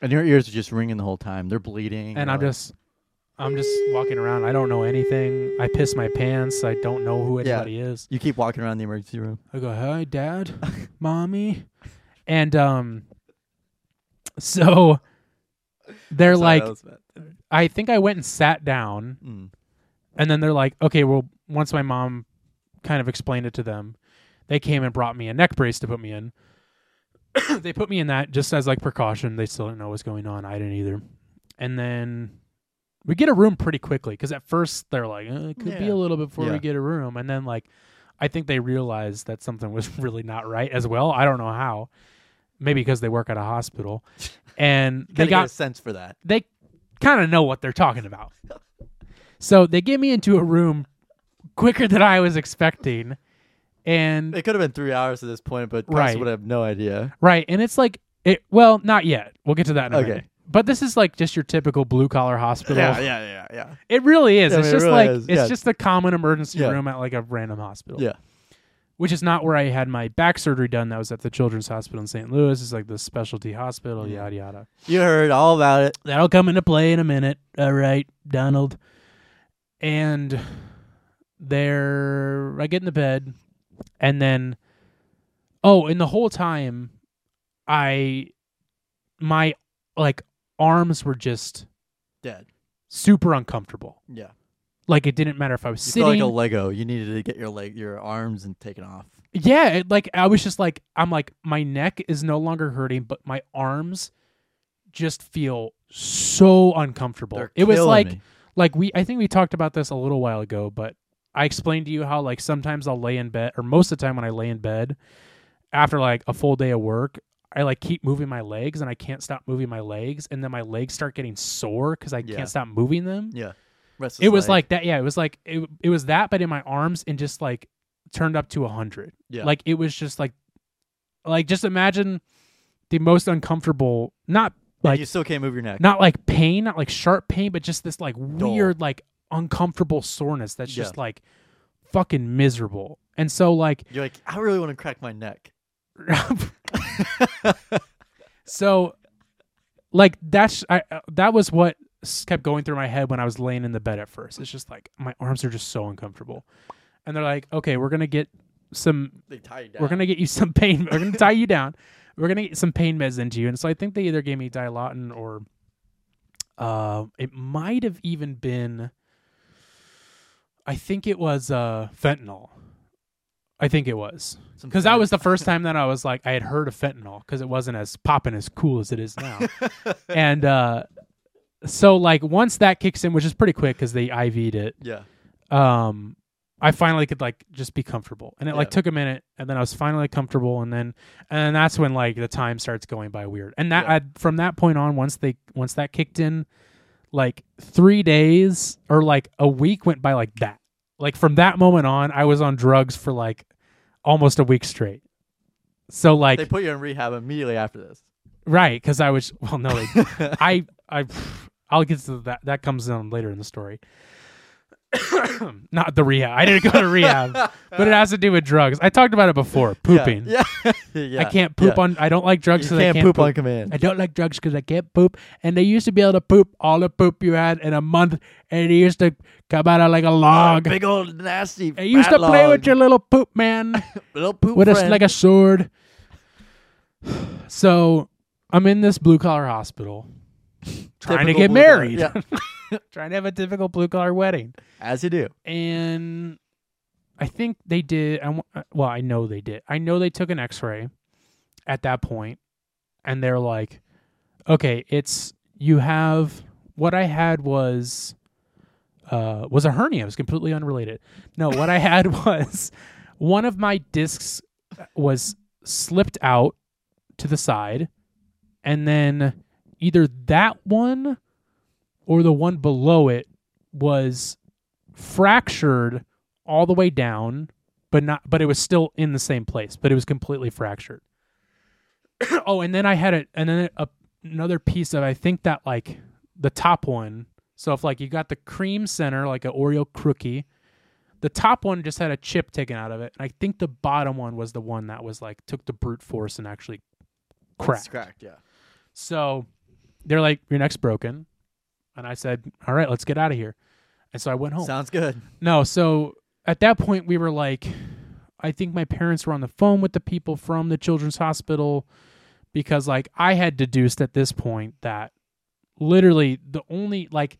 And her ears are just ringing the whole time. They're bleeding.
And
You're
I'm
like-
just I'm just walking around. I don't know anything. I piss my pants. I don't know who
Yeah.
anybody is.
You keep walking around the emergency room.
I go, "Hi, Dad, mommy," and um, so they're like, I think I went and sat down,
Mm.
and then they're like, "Okay, well, once my mom kind of explained it to them, They came and brought me a neck brace to put me in. they put me in that just as like precaution. They still didn't know what was going on. I didn't either. And then we get a room pretty quickly because at first they're like, uh it could be
Yeah.
a little bit before
Yeah.
we get a room. And then like, I think they realized that something was really not right as well. I don't know how. Maybe because they work at a hospital, and they
Kinda get
got
a sense for that.
they kind of know what they're talking about. So they get me into a room quicker than I was expecting. And
It could have been three hours at this point, but Price
Right.
would have no idea.
right, and it's like it well, not yet. We'll get to that in a
Okay.
minute. But this is like just your typical blue collar hospital.
yeah, yeah, yeah.
It really is.
Yeah, I
it's
mean, it
just
really
like
is.
it's
Yeah.
just a common emergency
Yeah.
room at like a random hospital.
Yeah.
Which is not where I had my back surgery done. That was at the Children's Hospital in St. Louis. It's like the specialty
Mm.
hospital, yada yada.
You heard all about it.
That'll come into play in a minute. All right, Donald. And there, I get in the bed, and then, oh, and the whole time, I, my, like, arms were just
Dead.
super uncomfortable.
Yeah.
Like, it didn't matter if I was
You
sitting.
felt like a Lego. You needed to get your leg, your arms, and taken off.
yeah, it, like, I was just like, I'm like, my neck is no longer hurting, but my arms just feel so uncomfortable.
They're
it was
killing
like,
me.
like we I think we talked about this a little while ago, but I explained to you how like sometimes I'll lay in bed or most of the time when I lay in bed after like a full day of work, I like keep moving my legs and I can't stop moving my legs and then my legs start getting sore cuz I
Yeah.
can't stop moving them.
yeah. Restless
It was
leg.
like that yeah, it was like it, it was that but in my arms and just like turned up to 100.
Yeah.
Like it was just like like just imagine the most uncomfortable not
And
like
you still can't move your neck.
not like pain, not like sharp pain, but just this like weird, like uncomfortable soreness that's
Yeah.
just like fucking miserable. And so like
You're like, I really want to crack my neck.
so like that's I uh, that was what s- kept going through my head when I was laying in the bed at first. It's just like my arms are just so uncomfortable. And they're like, "Okay, we're going to get some
They tie you down.
We're gonna get you some pain. We're gonna tie you down. We're gonna get some pain meds into you. And so I think they either gave me Dilaudin or uh, it might have even been. I think it was uh, fentanyl. I think it was
Some
because that
fat-
was the first time that I was like I had heard of fentanyl because it wasn't as popping as cool as it is now. and uh, so like once that kicks in, which is pretty quick because they IV'd it
Yeah.
um I finally could like just be comfortable. And it like
Yeah.
took a minute and then I was finally comfortable and then and then that's when like the time starts going by weird. And that
Yeah.
I from that point on once they once that kicked in like 3 days or like a week went by like that. Like from that moment on I was on drugs for like almost a week straight. So like
They put you in rehab immediately after this.
Right, because I was well, no, they, I, I, I'll get to that. That comes in later in the story. Not the rehab. I didn't go to rehab, but it has to do with drugs. I talked about it before.
Yeah.
Pooping.
Yeah. yeah.
I can't poop
yeah.
on. I don't like drugs
You
because I
can't,
can't
poop, on command.
I don't like drugs because I can't poop. And they used to be able to poop all the poop you had in a month, and it used to come out of like a log.
Oh, Big old nasty.
It used to
fat
play with
log.
your little poop man
little poop
with a,
friend.
like a sword. So I'm in this blue collar hospital trying to
Typical
get
blue collar.
married,
Yeah.
trying to have a typical blue collar wedding.
As you do.
And I think they did. I wa- Well, I know they did. I know they took an x ray at that point, and they're like, okay, it's you have what I had was. Uh, was a hernia. It was completely unrelated. No, what I had was one of my discs was slipped out to the side, and then either that one or the one below it was fractured all the way down, but not but it was still in the same place, but it was completely fractured. oh, and then I had it and then a, another piece of I think that like the top one. So if like you got the cream center like an Oreo crookie, the top one just had a chip taken out of it, and I think the bottom one was the one that was like took the brute force and actually
It's
cracked.
cracked, yeah.
So they're like, Your neck's broken. And I said, All right, let's get out of here. And so I went home.
Sounds good.
no, so at that point, we were like, I think my parents were on the phone with the people from the children's hospital because, like, I had deduced at this point that literally the only, like,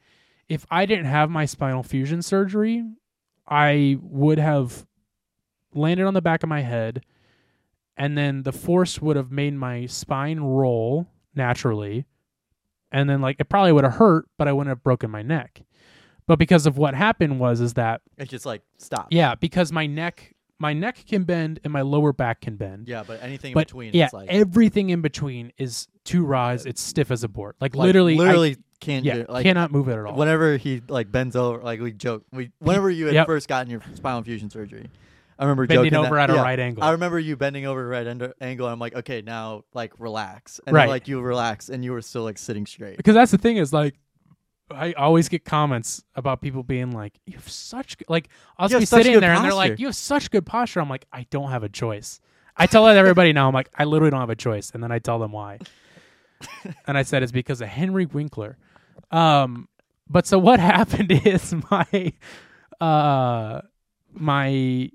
if I didn't have my spinal fusion surgery, I would have landed on the back of my head, and then the force would have made my spine roll naturally, and then like it probably would have hurt, but I wouldn't have broken my neck. But because of what happened was is that
It's just like stop.
yeah, because my neck my neck can bend and my lower back can bend.
Yeah, but anything
but
in between
yeah,
it's like
everything in between is two rise. It's stiff as a board. Like,
like,
literally, I-
literally can't
yeah,
do like
cannot move it at all.
whenever he like bends over like we joke we whenever you had
Yep.
first gotten your spinal fusion surgery i remember
Bending
joking
over
that-
at a
yeah,
right angle.
i remember you bending over at a right under, angle and i'm like okay now like relax and
Right.
then, like you relax and you were still like sitting straight
because that's the thing is like I always get comments about people being like, "You have such good, like." I'll
You have
be
such
sitting
good
there and they're like,
posture.
"You have such good posture." I'm like, "I don't have a choice." I tell that everybody now. I'm like, "I literally don't have a choice," and then I tell them why. and I said it's because of Henry Winkler. Um, but so what happened is my, uh, my,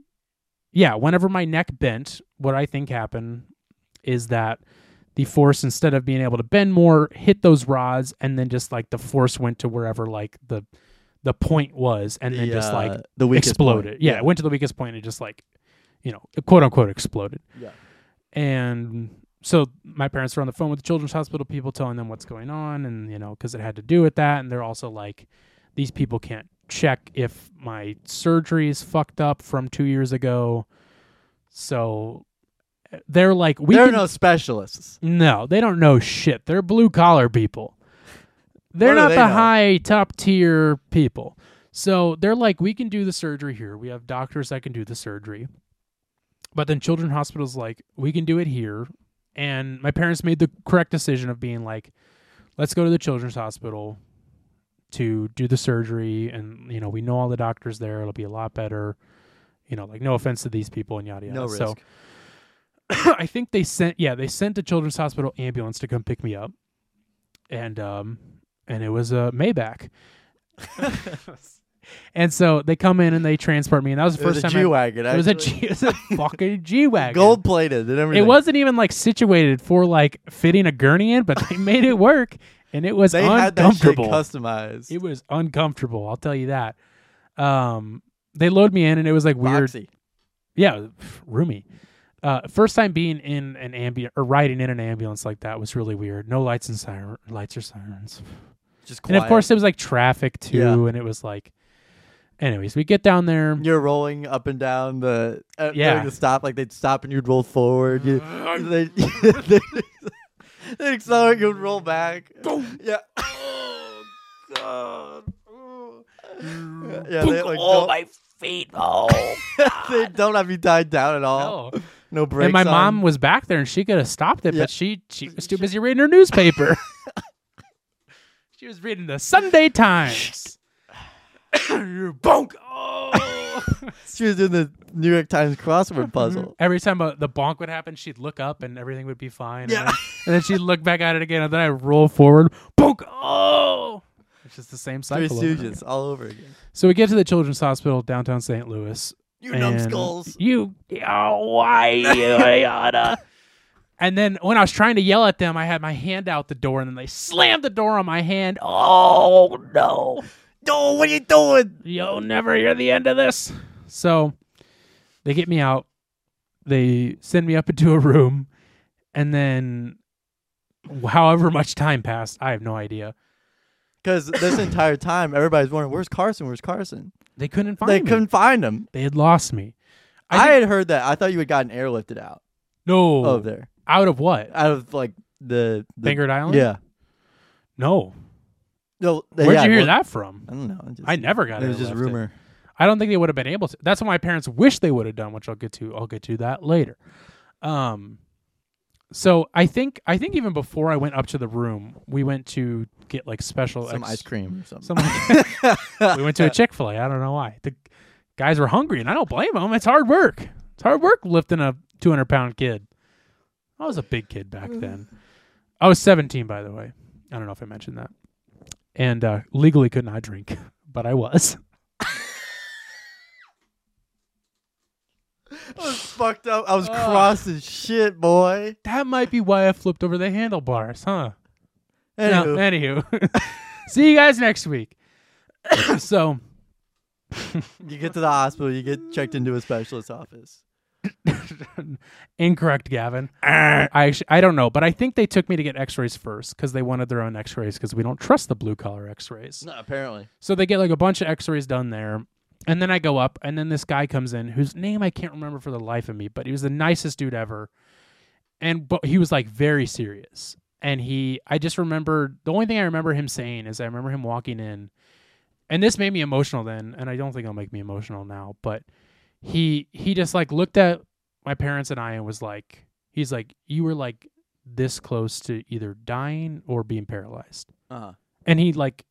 yeah. Whenever my neck bent, what I think happened is that the force instead of being able to bend more hit those rods and then just like the force went to wherever like the the point was and then
The,
just like
uh, the weakest point.
exploded yeah,
Yeah.
it went to the weakest point and it just like you know quote unquote exploded
Yeah.
and so my parents were on the phone with the children's hospital people telling them what's going on and you know because it had to do with that and they're also like these people can't check if my surgery is fucked up from two years ago so they're like we
there
can-
are no specialists
no, they don't know shit. They're blue collar people. They're
What do
not
they
the
know?
high top tier people. So they're like, we can do the surgery here. We have doctors that can do the surgery. But then Children's Hospital's like, we can do it here. And my parents made the correct decision of being like, let's go to the Children's Hospital to do the surgery. And, you know, we know all the doctors there. It'll be a lot better. You know, like, no offense to these people and yada yada.
no risk
So, I think they sent yeah, they sent a children's hospital ambulance to come pick me up. And um and it was a Maybach. and so they come in and they transport me and that was the
it was
first
a
time I-
g-wagon
it was a
actually.
G it was a fucking G Wagon.
gold plated and everything
It wasn't even like situated for like fitting a gurney in, but they made it work and it was
they had that shit
uncomfortable.
customized
it was uncomfortable, I'll tell you that. Um they load me in and it was like weird
Boxy.
yeah, roomy. Uh, first time being in an ambulance or riding in an ambulance like that was really weird. No lights and siren, lights or sirens,
just
and
quiet.
of course it was like traffic too,
Yeah.
and it was like, anyways, we get down there.
you're rolling up and down the uh, during
Yeah.
the stop like they'd stop and you'd roll forward you, they they'd, they'd accelerate you'd roll back yeah oh god yeah they like all my feet oh they don't have you tied down at all
Oh.
no, brakes
And my
on.
mom was back there, and she could have stopped it,
Yeah.
but she she was too busy reading her newspaper. she was reading the Sunday Times. Bonk! Oh.
she was doing the New York Times crossword puzzle
Every time uh, the bonk would happen, she'd look up and everything would be fine.
Yeah.
And then, and then she'd look back at it again, and then I roll forward, bonk. Oh, it's just the same
Three
cycle. over and
Stooges
over.
all over again
So we get to the Children's Hospital downtown St. Louis.
you
and
numbskulls
You. Oh, why you yada? And then when I was trying to yell at them, I had my hand out the door, and then they slammed the door on my hand. Oh no!
no what are you doing
You'll never hear the end of this. So they get me out. They send me up into a room. And then, however much time passed, I have no idea.
because this entire time everybody's wondering where's Carson where's Carson
They couldn't find
they
me.
couldn't find him.
they had lost me.
I,
I
had heard that. I thought you had gotten airlifted out
No.
of there,
Out of what?
out of like the, the
Bangor Island?
Yeah.
No.
No. they-
Where'd
yeah,
you hear
well,
that from?
I don't know. it Just,
I never got
It was just
airlifted.
rumor.
I don't think they would have been able to. That's what my parents wish they would have done, which I'll get to. I'll get to that later. Um, so I think I think even before I went up to the room, we went to get like special
Some
ex-
ice cream or something.
Some we went to a Chick Fil A. I don't know why. The guys were hungry, and I don't blame them. It's hard work. It's hard work lifting a 200 pound kid. I was a big kid back
Mm.
then. I was 17, by the way. I don't know if I mentioned that. And uh, legally could not drink, but I was.
I was fucked up. I was cross as shit, boy.
That might be why I flipped over the handlebars, huh? No,
Anywho,
anywho. See you guys next week. so.
you get to the hospital, you get checked into a specialist office.
Incorrect, Gavin. I actually, I don't know, but I think they took me to get X-rays first because they wanted their own X-rays because we don't trust the blue collar X-rays.
No, apparently.
So they get like a bunch of X-rays done there, and then I go up, and then this guy comes in whose name I can't remember for the life of me, but he was the nicest dude ever, and but he was like very serious, and he I just remember the only thing I remember him saying is I remember him walking in, and this made me emotional then, and I don't think it'll make me emotional now, but he he just like looked at my parents and I and was like, he's like, you were like this close to either dying or being paralyzed.
Uh-huh.
And he like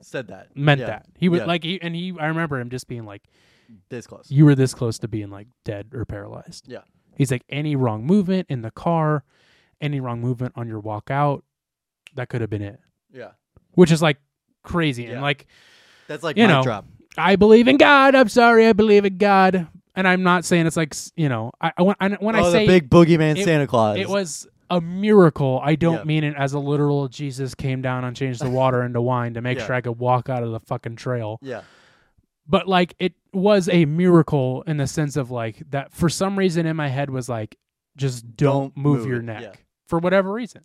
Said that.
meant
Yeah,
that. He was
Yeah.
like, he, and he, I remember him just being like,
This close.
you were this close to being like dead or paralyzed.
Yeah.
He's like, any wrong movement in the car, any wrong movement on your walk out, that could have been it,
yeah.
which is like crazy.
Yeah.
And like,
That's like
You
mic
know.
drop.
I believe in God. I'm sorry. I believe in God. And I'm not saying it's like, s- you know, I, I when, I, when
oh,
I say
the big boogeyman
it-
Santa Claus.
It was a miracle. I don't
Yeah.
mean it as a literal Jesus came down and changed the water into wine to make
Yeah.
sure I could walk out of the fucking trail.
Yeah.
But like it was a miracle in the sense of like that for some reason in my head was like just don't,
Don't
move,
move
your
it.
neck
Yeah.
for whatever reason.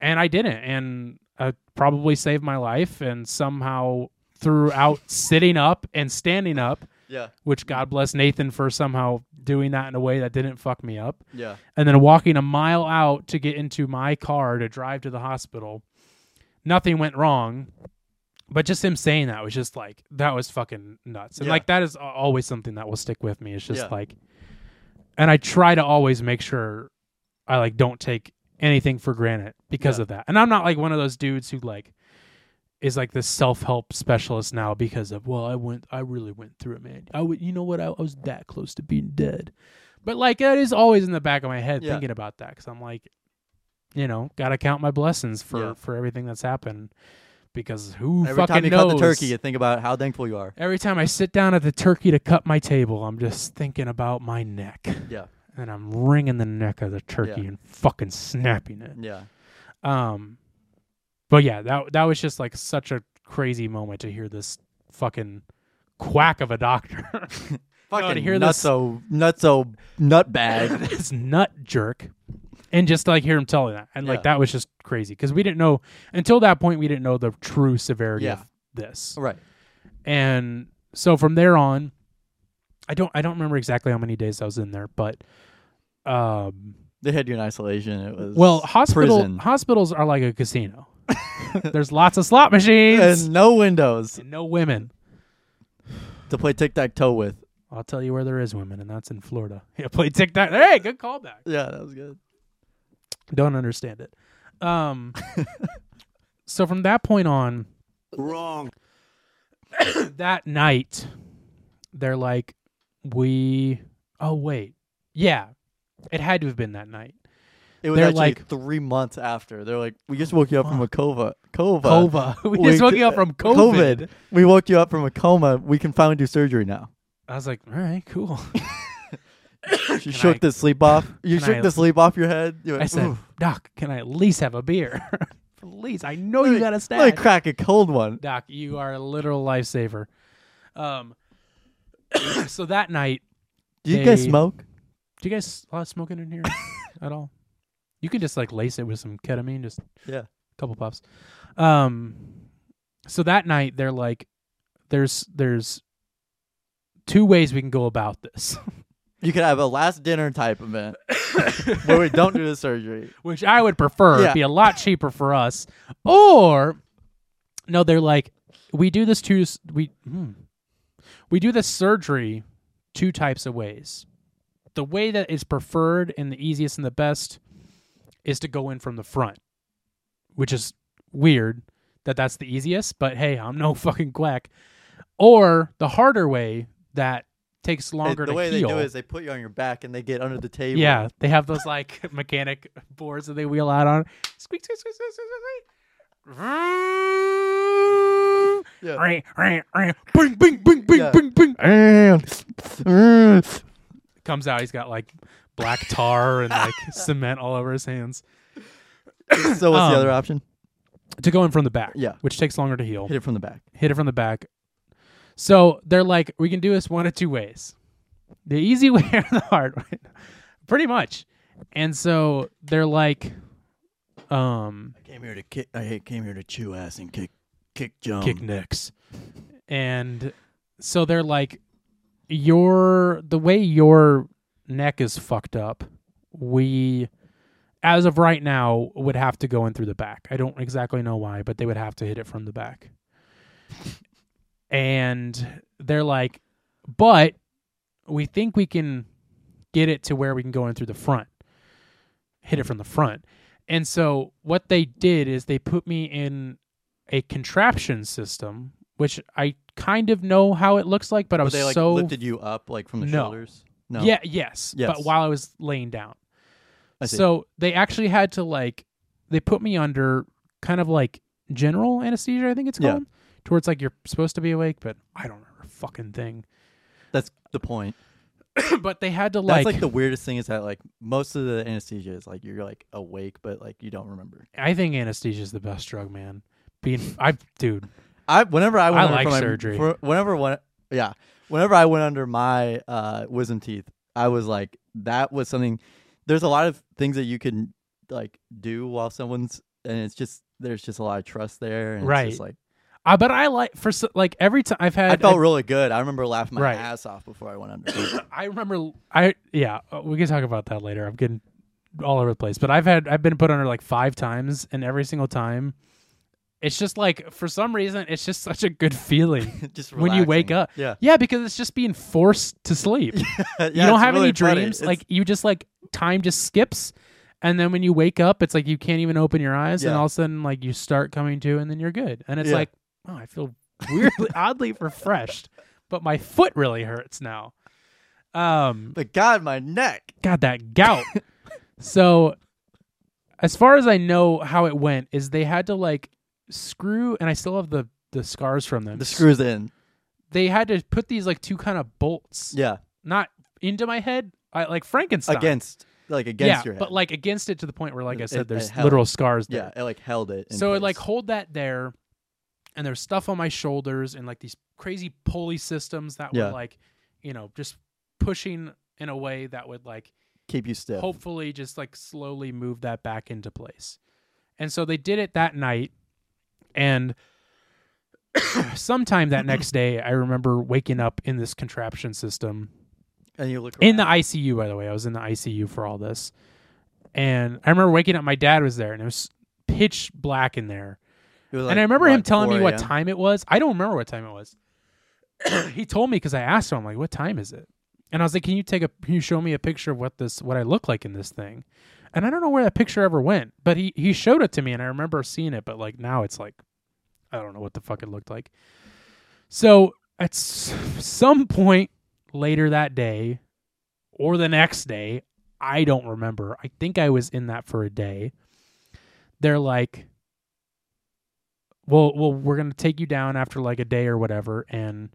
And I didn't and uh, probably saved my life and somehow throughout sitting up and standing up,
Yeah.
which God bless Nathan for somehow doing that in a way that didn't fuck me up
Yeah.
and then walking a mile out to get into my car to drive to the hospital. Nothing went wrong, but just him saying that was just like that was fucking nuts. And
Yeah.
like that is a- always something that will stick with me. It's just
Yeah.
like and I try to always make sure I like don't take anything for granted because
Yeah.
of that. And I'm not like one of those dudes who like is like this self-help specialist now because of well I went I really went through it man. I would you know what I, I was that close to being dead. But like that is always in the back of my head
Yeah.
thinking about that cuz I'm like you know, got to count my blessings for
Yeah.
for everything that's happened because who
Every
fucking
time you
knows?
cut the turkey, you think about how thankful you are.
Every time I sit down at the turkey to cut my table, I'm just thinking about my neck.
Yeah.
And I'm wringing the neck of the turkey
Yeah.
and fucking snapping it.
Yeah.
Um, but yeah, that that was just like such a crazy moment to hear this fucking quack of a doctor,
Fucking
hear this-
nutso, nutso, nutbag.
this nut jerk, and just like hear him telling that, and
Yeah.
like that was just crazy because we didn't know until that point we didn't know the true severity
Yeah.
of this.
right.
and so from there on i don't i don't remember exactly how many days i was in there but um
They had you in isolation. It was
well hospital
prison.
hospitals are like a casino there's lots of slot machines
and no windows
and no women
to play tic tac toe with.
i'll tell you where there is women and that's in florida yeah play tic tac hey good callback
Yeah, that was good.
don't understand it um so from that point on
Wrong.
that night, they're like, we. Oh wait, yeah, it had to have been that night.
It was
They're
actually
like-
three months after. They're like, we just woke you up from a cova. Cova.
Cova. We just woke you up from COVID.
COVID. We woke you up from a coma. We can finally do surgery now.
I was like, all right, cool.
You shook
I-
the sleep off. You
can
shook
I-
the sleep off your head. You went,
I said,
"Oof,
Doc, can I at least have a beer? Please, I know
let
"Oh, you
me-
got a
Let me
stash.
crack a cold one.
Doc, you are a literal lifesaver. Um, so that night,
Do you guys
They-
smoke?
do you guys a lot of smoking in here at all? You can just like lace it with some ketamine, just
Yeah.
couple puffs. Um, so that night they're like, there's there's two ways we can go about this,
You could have a last dinner type event where we don't do the surgery.
which I would prefer. It'd
Yeah.
be a lot cheaper for us. Or no, they're like, we do this two we hmm. we do this surgery two types of ways. The way that is preferred and the easiest and the best is to go in from the front, which is weird that that's the easiest, but hey, I'm no fucking quack. Or the harder way that takes
And
longer
the
to
way
heal.
they do is they put you on your back and they get under the table.
Yeah, they have those like mechanic boards that they wheel out on. Squeak, squeak, squeak, squeak, squeak, squeak.
Yeah.
Ring, ring, ring. Bing, bing, bing, bing,
Yeah.
bing, bing.
And, and-
Comes out, he's got like black tar and like cement all over his hands.
so what's
Um,
the other option?
To go in from the back,
Yeah.
which takes longer to heal.
Hit it from the back.
hit it from the back. So they're like, we can do this one of two ways. the easy way or the hard way pretty much and so they're like um
Came here to kick. I came here to chew ass and kick, kick John.
kick necks and so they're like your the way your neck is fucked up we as of right now would have to go in through the back i don't exactly know why but they would have to hit it from the back and they're like but we think we can get it to where we can go in through the front hit it from the front and so what they did is they put me in a contraption system which i kind of know how it looks like but i was
But they like
so
lifted you up like from the
No.
shoulders. No.
yeah, yes, But
Yes.
while I was laying down.
I see.
So they actually had to like they put me under kind of like general anesthesia, I think it's
Yeah.
called. To where it's like you're supposed to be awake, but I don't remember a fucking thing.
that's the point.
but they had to
That's
like,
like, the weirdest thing is that like most of the anesthesia is like you're like awake but like you don't remember.
I think anesthesia is the best drug, man. Being I dude,
I whenever I went
I
under
like
for my,
surgery.
for- whenever one yeah whenever I went under my uh, wisdom teeth, I was like that was something. There's a lot of things that you can like do while someone's and it's just there's just a lot of trust there. And It's just
Right.
like
I but I like for so- like every time I've had
I felt really good. I remember laughing my
Right.
ass off before I went under.
I remember I yeah, uh, we can talk about that later. I'm getting all over the place, but I've had I've been put under like 5 times and every single time it's just like for some reason it's just such a good feeling
just
when you wake
relaxing.
up.
Yeah.
Yeah, because it's just being forced to sleep.
Yeah,
you don't
it's
have any
really funny.
dreams.
It's-
Like you just like time just skips and then when you wake up it's like you can't even open your eyes and
Yeah.
all of a sudden like you start coming to and then you're good. And it's
Yeah.
like, "Oh, I feel weirdly oddly refreshed, but my foot really hurts now." Um
but God, my neck.
God, that gout. so, as far as I know, how it went is they had to like screw, and I still have the the scars from them.
The screws in.
They had to put these like two kind of bolts,
Yeah,
not into my head, I, like Frankenstein.
against like against
yeah,
your head.
but like against it to the point where, like I
It-
said,
it-
there's
it held.
literal scars. There.
yeah, it like held it. in
So it like
place.
hold that there, and there's stuff on my shoulders and like these crazy pulley systems that
Yeah.
were like, you know, just pushing in a way that would like
keep you stiff.
hopefully just like slowly move that back into place. And so they did it that night. And sometime that next day, I remember waking up in this contraption system
and you look
in the
around.
ICU, by the way. I was in the ICU for all this. And I remember waking up, my dad was there, and it was pitch black in there.
It was,
and
like,
I remember him
what,
telling me
4
what
a.m.?
time it was. I don't remember what time it was. he told me because I asked him, I'm like, "What time is it?" And I was like, "Can you take a? Can you show me a picture of what this, what I look like in this thing?" And I don't know where that picture ever went, but he he showed it to me, and I remember seeing it. But like now, it's like I don't know what the fuck it looked like. So at s- some point later that day, or the next day, I don't remember. I think I was in that for a day. They're like, well, well, we're gonna take you down after like a day or whatever, and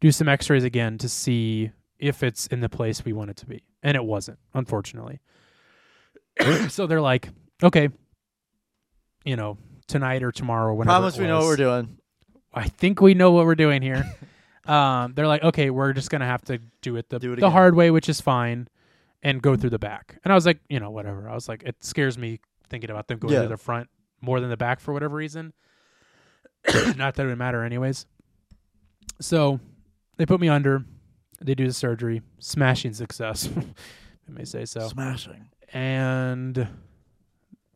do some X-rays again to see if it's in the place we want it to be, and it wasn't, unfortunately. so they're like, okay, you know, tonight or tomorrow, whenever. it
Promise we know what
was."
we're doing.
I think we know what we're doing here. um, they're like, okay, we're just gonna have to do it the
Do it
the
again.
hard way, which is fine, and go through the back. And I was like, you know, whatever. I was like, it scares me thinking about them going
Yeah.
through the front more than the back for whatever reason. Not that it would matter, anyways. So they put me under. They do the surgery, smashing success. I may say so
Smashing.
and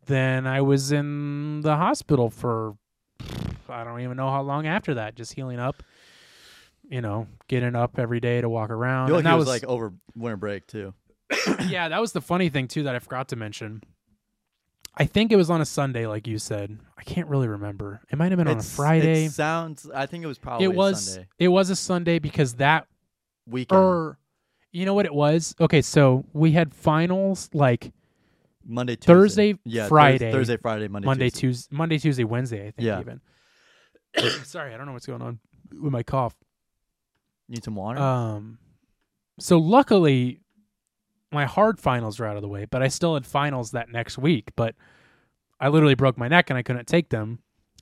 then I was in the hospital for I don't even know how long after that, just healing up. You know, getting up every day to walk around.
I feel like
and
it
that
was, like over winter break too.
yeah, that was the funny thing too that I forgot to mention. I think it was on a Sunday, like you said. I can't really remember. It might have been on a
It's-
Friday.
It sounds. I think it was probably
It was er,
Sunday
it was a Sunday because that
weekend,
or you know what it was? Okay, so we had finals like
Monday, Tuesday.
Thursday,
yeah, Thurs-
Friday,
Thursday, Friday, Monday,
Monday,
Tuesday.
Tuesday, Monday, Tuesday, Wednesday. I think
Yeah.
even. Sorry, I don't know what's going on with my cough.
Need some water.
Um, so luckily, my hard finals were out of the way, but I still had finals that next week. But I literally broke my neck and I couldn't take them,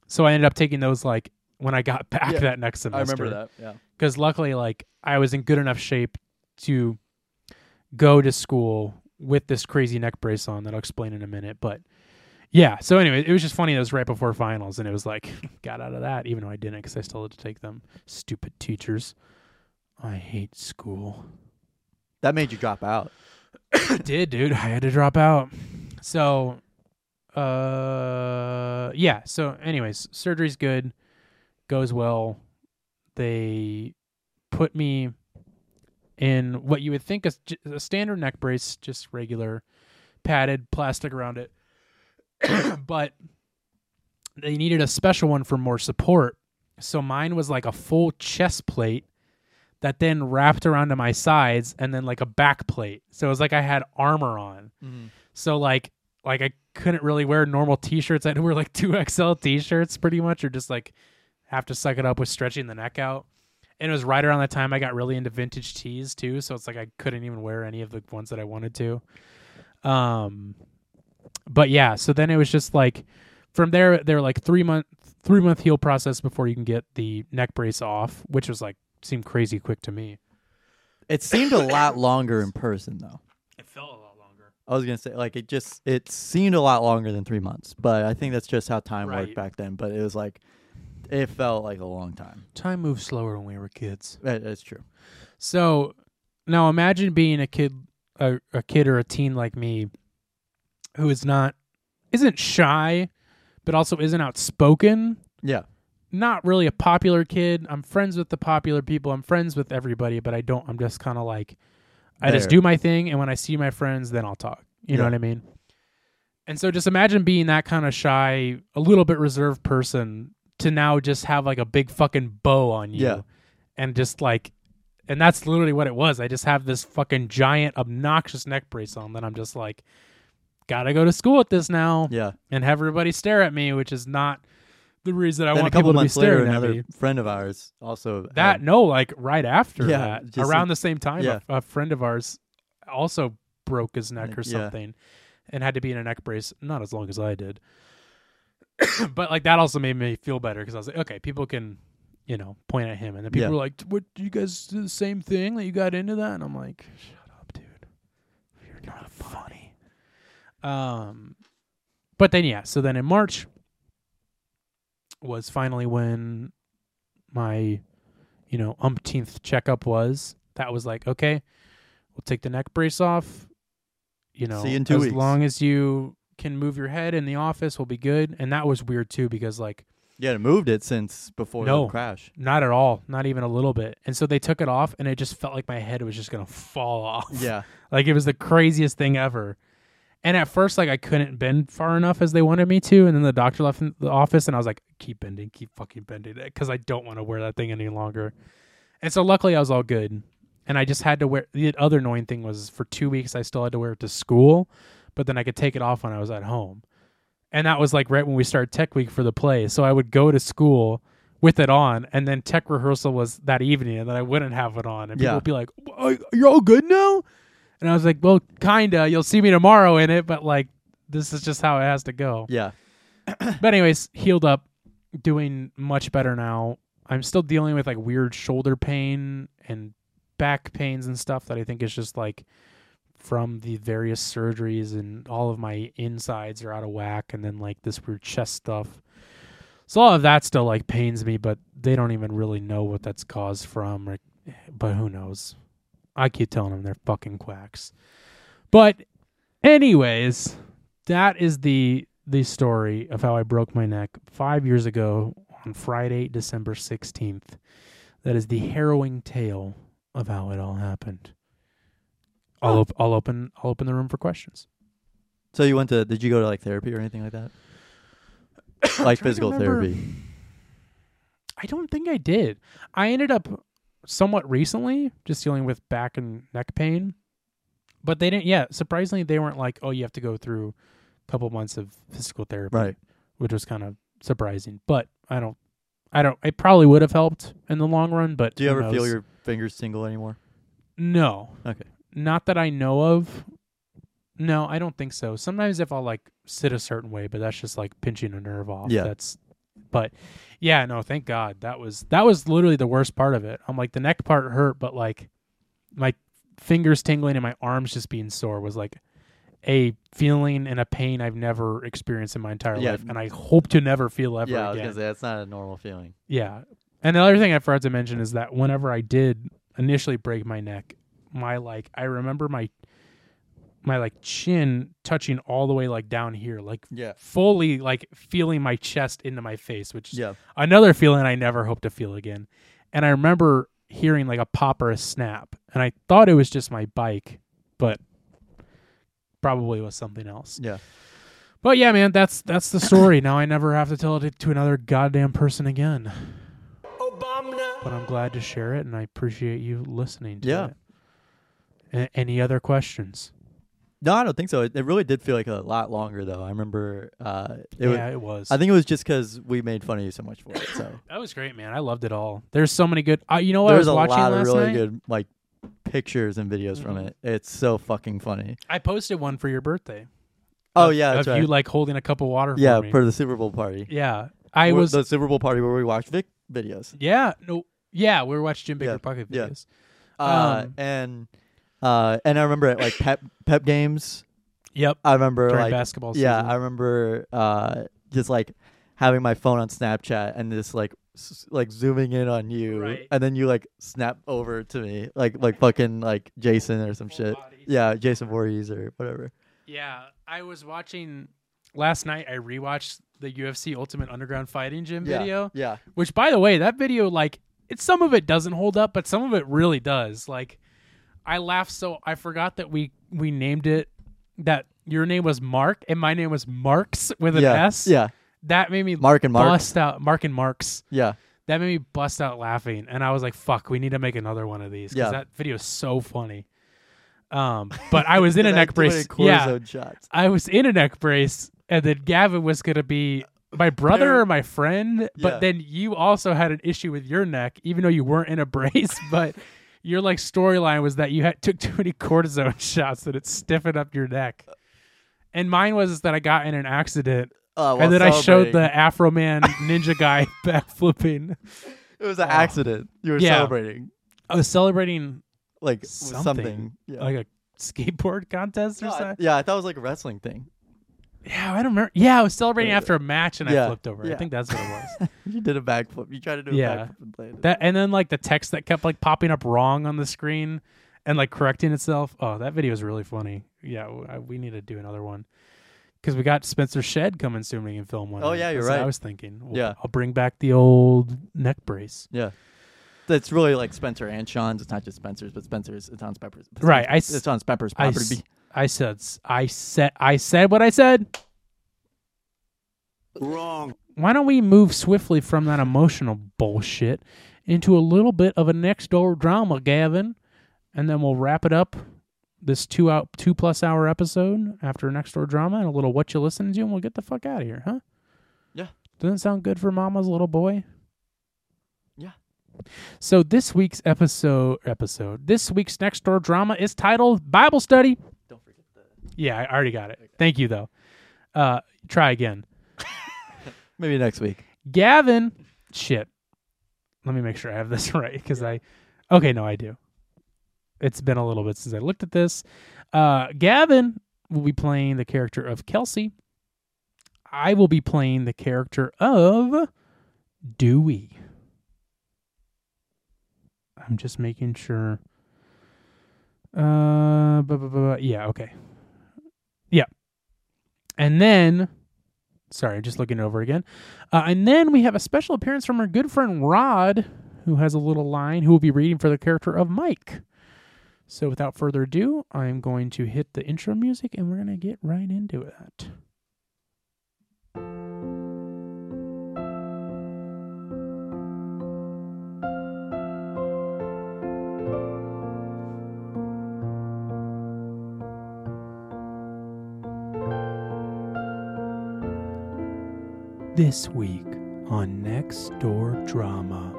so I ended up taking those like when I got back
Yeah,
that next
I
semester.
remember that. Yeah,
because luckily, like I was in good enough shape to go to school with this crazy neck brace on that I'll explain in a minute. But yeah, so anyway, it was just funny. That it was right before finals, and it was like got out of that, even though I didn't, because I still had to take them. Stupid teachers. I hate school.
That made you drop out.
I did, dude. I had to drop out. So, uh, yeah. So, anyways, surgery's good, goes well. They put me in what you would think is j- a standard neck brace, just regular padded plastic around it, but they needed a special one for more support. So mine was like a full chest plate that then wrapped around to my sides and then like a back plate. So it was like I had armor on. So like like I couldn't really wear normal t-shirts. I had to wear like 2XL t-shirts pretty much or just like have to suck it up with stretching the neck out. And it was right around the time I got really into vintage tees too, so it's like I couldn't even wear any of the ones that I wanted to. Um but yeah, so then it was just like from there they're like 3 month 3 month heal process before you can get the neck brace off, which was like seemed crazy quick to me.
It seemed a lot longer in person though.
It felt a lot longer.
I was gonna say like it just it seemed a lot longer than three months, but I think that's just how time
Right.
worked back then. But it was like it felt like a long time.
Time moves slower when we were kids.
That, that's true.
So now imagine being a kid, a, a kid or a teen like me, who is not, isn't shy, but also isn't outspoken.
Yeah.
Not really a popular kid. I'm friends with the popular people. I'm friends with everybody, but I don't. I'm just kind of like, I just
There.
do my thing, and when I see my friends, then I'll talk. You know
Yeah.
what I mean? And so just imagine being that kind of shy, a little bit reserved person to now just have like a big fucking bow on you.
Yeah.
And just like and that's literally what it was. I just have this fucking giant obnoxious neck brace on that I'm just like gotta go to school with this now
Yeah.
and have everybody stare at me, which is not the reason I
then a
want
couple
people to be
months later,
staring
another
at me.
friend of ours also
That
had-
no, like right after
Yeah,
that,
just
around the
like-
same time,
yeah.
a, a friend of ours also broke his neck or
Yeah.
something, and had to be in a neck brace. Not as long as I did, but like that also made me feel better because I was like, okay, people can, you know, point at him, and then people
Yeah.
were like, "What you guys do the same thing that you got into that?" And I'm like, "Shut up, dude, you're not funny." Um, but then yeah, so then in March was finally when my you know umpteenth checkup was. That was like okay, we'll take the neck brace off. You know,
See you in two
as
weeks.
long as you can move your head in the office, we'll be good. And that was weird too because like
you had moved it since before
No.
the crash.
not at all, not even a little bit. And so they took it off, and it just felt like my head was just gonna fall off.
Yeah.
Like it was the craziest thing ever. And at first, like I couldn't bend far enough as they wanted me to, and then the doctor left in the office, and I was like, "Keep bending, keep fucking bending," because I don't want to wear that thing any longer. And so, luckily, I was all good, and I just had to wear. The other annoying thing was for two weeks I still had to wear it to school, but then I could take it off when I was at home, and that was like right when we started tech week for the play. So I would go to school with it on, and then tech rehearsal was that evening, and then I wouldn't have it on, and people
Yeah.
would be like, "Are- "You're all good now." And I was like, well, kinda. You'll see me tomorrow in it, but like, this is just how it has to go.
Yeah.
But anyways, healed up, doing much better now. I'm still dealing with like weird shoulder pain and back pains and stuff that I think is just like from the various surgeries and all of my insides are out of whack and then like this weird chest stuff. So all of that still like pains me, but they don't even really know what that's caused from or, but who knows. I keep telling them they're fucking quacks. But anyways, that is the the story of how I broke my neck five years ago on Friday, December sixteenth. That is the harrowing tale of how it all happened. I'll op- I'll open I'll open the room for questions.
So you went to did you go to like therapy or anything like that? like physical
remember.
therapy.
I don't think I did. I ended up somewhat recently just dealing with back and neck pain. But they didn't yeah, surprisingly they weren't like, "Oh, you have to go through a couple months of physical therapy."
Right.
which was kind of surprising. But I don't, I don't. It probably would have helped in the long run. But
Do you
who
ever feel
knows?
your fingers tingle anymore?
No,
Okay.
not that I know of. No, I don't think so. Sometimes if I'll like sit a certain way, but that's just like pinching a nerve off.
Yeah.
That's, but yeah, no, thank God that was that was literally the worst part of it. I'm like the neck part hurt, but like my fingers tingling and my arms just being sore was like a feeling and a pain I've never experienced in my entire
Yeah.
life, and I hope to never feel ever
yeah, I was
again.
gonna say that's not a normal feeling.
Yeah. And another thing I forgot to mention is that whenever I did initially break my neck, my like I remember my my like chin touching all the way like down here, like
Yeah.
fully like feeling my chest into my face, which is
Yeah.
another feeling I never hope to feel again. And I remember hearing like a pop or a snap, and I thought it was just my bike, but probably was something else.
Yeah.
But yeah, man, that's that's the story. now I never have to tell it to another goddamn person again. But I'm glad to share it, and I appreciate you listening to
Yeah.
it. A- any other questions?
No, I don't think so. It, it really did feel like a lot longer though. I remember uh
yeah,
it was,
it was.
I think it was just cuz we made fun of you so much for it. So
that was great, man. I loved it all. There's so many good. Uh, you know what I
there's
was
a
watching
lot of
last
really
night? Mm-hmm.
good like pictures and videos from it. It's so fucking funny.
I posted one for your birthday.
Oh
of-
yeah,
of
that's right.
you like holding a cup of water.
yeah,
for me.
for the Super Bowl party.
yeah. I
Where-
was.
the Super Bowl party where we watched Vic videos.
yeah, no, yeah. We were watching Jim Baker
Yeah,
pocket
yeah.
videos.
Uh,
Um,
and uh, and I remember at like pep pep games.
Yep.
I remember
During
like
basketball
Yeah,
season.
I remember uh, just like having my phone on Snapchat and just like s- like zooming in on you,
Right.
and then you like snap over to me, like like fucking like Jason or some shit.
body.
Yeah, Jason Voorhees or whatever.
Yeah, I was watching last night. I rewatched the UFC Ultimate Underground Fighting Gym
Yeah,
video.
yeah.
Which, by the way, that video like it's some of it doesn't hold up, but some of it really does. Like, I laughed so I forgot that we we named it that your name was Mark and my name was Marks with an
yeah,
S.
yeah,
that made me
Mark and Marks.
bust out Mark and Marks.
yeah.
That made me bust out laughing, and I was like, "Fuck, we need to make another one of these because
Yeah.
that video is so funny." Um, but I was in a
And I
neck
threw in
brace. Yeah,
cortisone shots.
I was in a neck brace, and then Gavin was gonna be my brother or my friend, but
Yeah.
then you also had an issue with your neck, even though you weren't in a brace, but your like storyline was that you had took too many cortisone shots that it stiffened up your neck. And mine was that I got in an accident.
Uh, while
and then I showed
celebrating.
the Afro Man ninja guy backflipping.
It was an accident. You were
Yeah.
celebrating
I was celebrating
like with
something,
something. Yeah.
like a skateboard contest or
No, I-
something.
yeah, I thought it was like a wrestling thing.
Yeah, I don't remember. Yeah, I was celebrating
Yeah.
after a match and I
Yeah,
flipped over. I
yeah.
think that's what it was.
You did a backflip. You tried to do a
Yeah.
backflip and landed.
That and then like the text that kept like popping up wrong on the screen and like correcting itself. Oh, that video is really funny. Yeah, w- I- we need to do another one because we got Spencer Shed coming soon. We can film one.
Oh,
of
yeah,
it.
you're
That's what I
right.
was thinking. We'll-
Yeah.
I'll bring back the old neck brace.
yeah. That's really like Spencer and Sean's. It's not just Spencer's, but Spencer's. It's on Pepper's. it's
Right,
on-
I s-
it's on Pepper's
I,
property.
s- I said s- I said I said what I said.
Wrong.
Why don't we move swiftly from that emotional bullshit into a little bit of a next door drama, Gavin, and then we'll wrap it up this two out two plus hour episode after next door drama and a little what you listening to, and we'll get the fuck out of here, huh?
Yeah.
Doesn't sound good for Mama's little boy.
Yeah.
So this week's episode episode this week's next door drama is titled Bible Study.
Don't forget the.
Yeah, I already got it. Thank you though. Uh, try again.
Maybe next week.
Gavin, shit. Let me make sure I have this right because I, okay, no, I do. It's been a little bit since I looked at this. Uh, Gavin will be playing the character of Kelsey. I will be playing the character of Dewey. I'm just making sure. Uh, bu- bu- bu- bu- yeah, okay. Yeah. And then, sorry, just looking it over again. Uh, and then we have a special appearance from our good friend Rod, who has a little line, who will be reading for the character of Mike. So without further ado, I'm going to hit the intro music and we're going to get right into it. This week on Next Door Drama.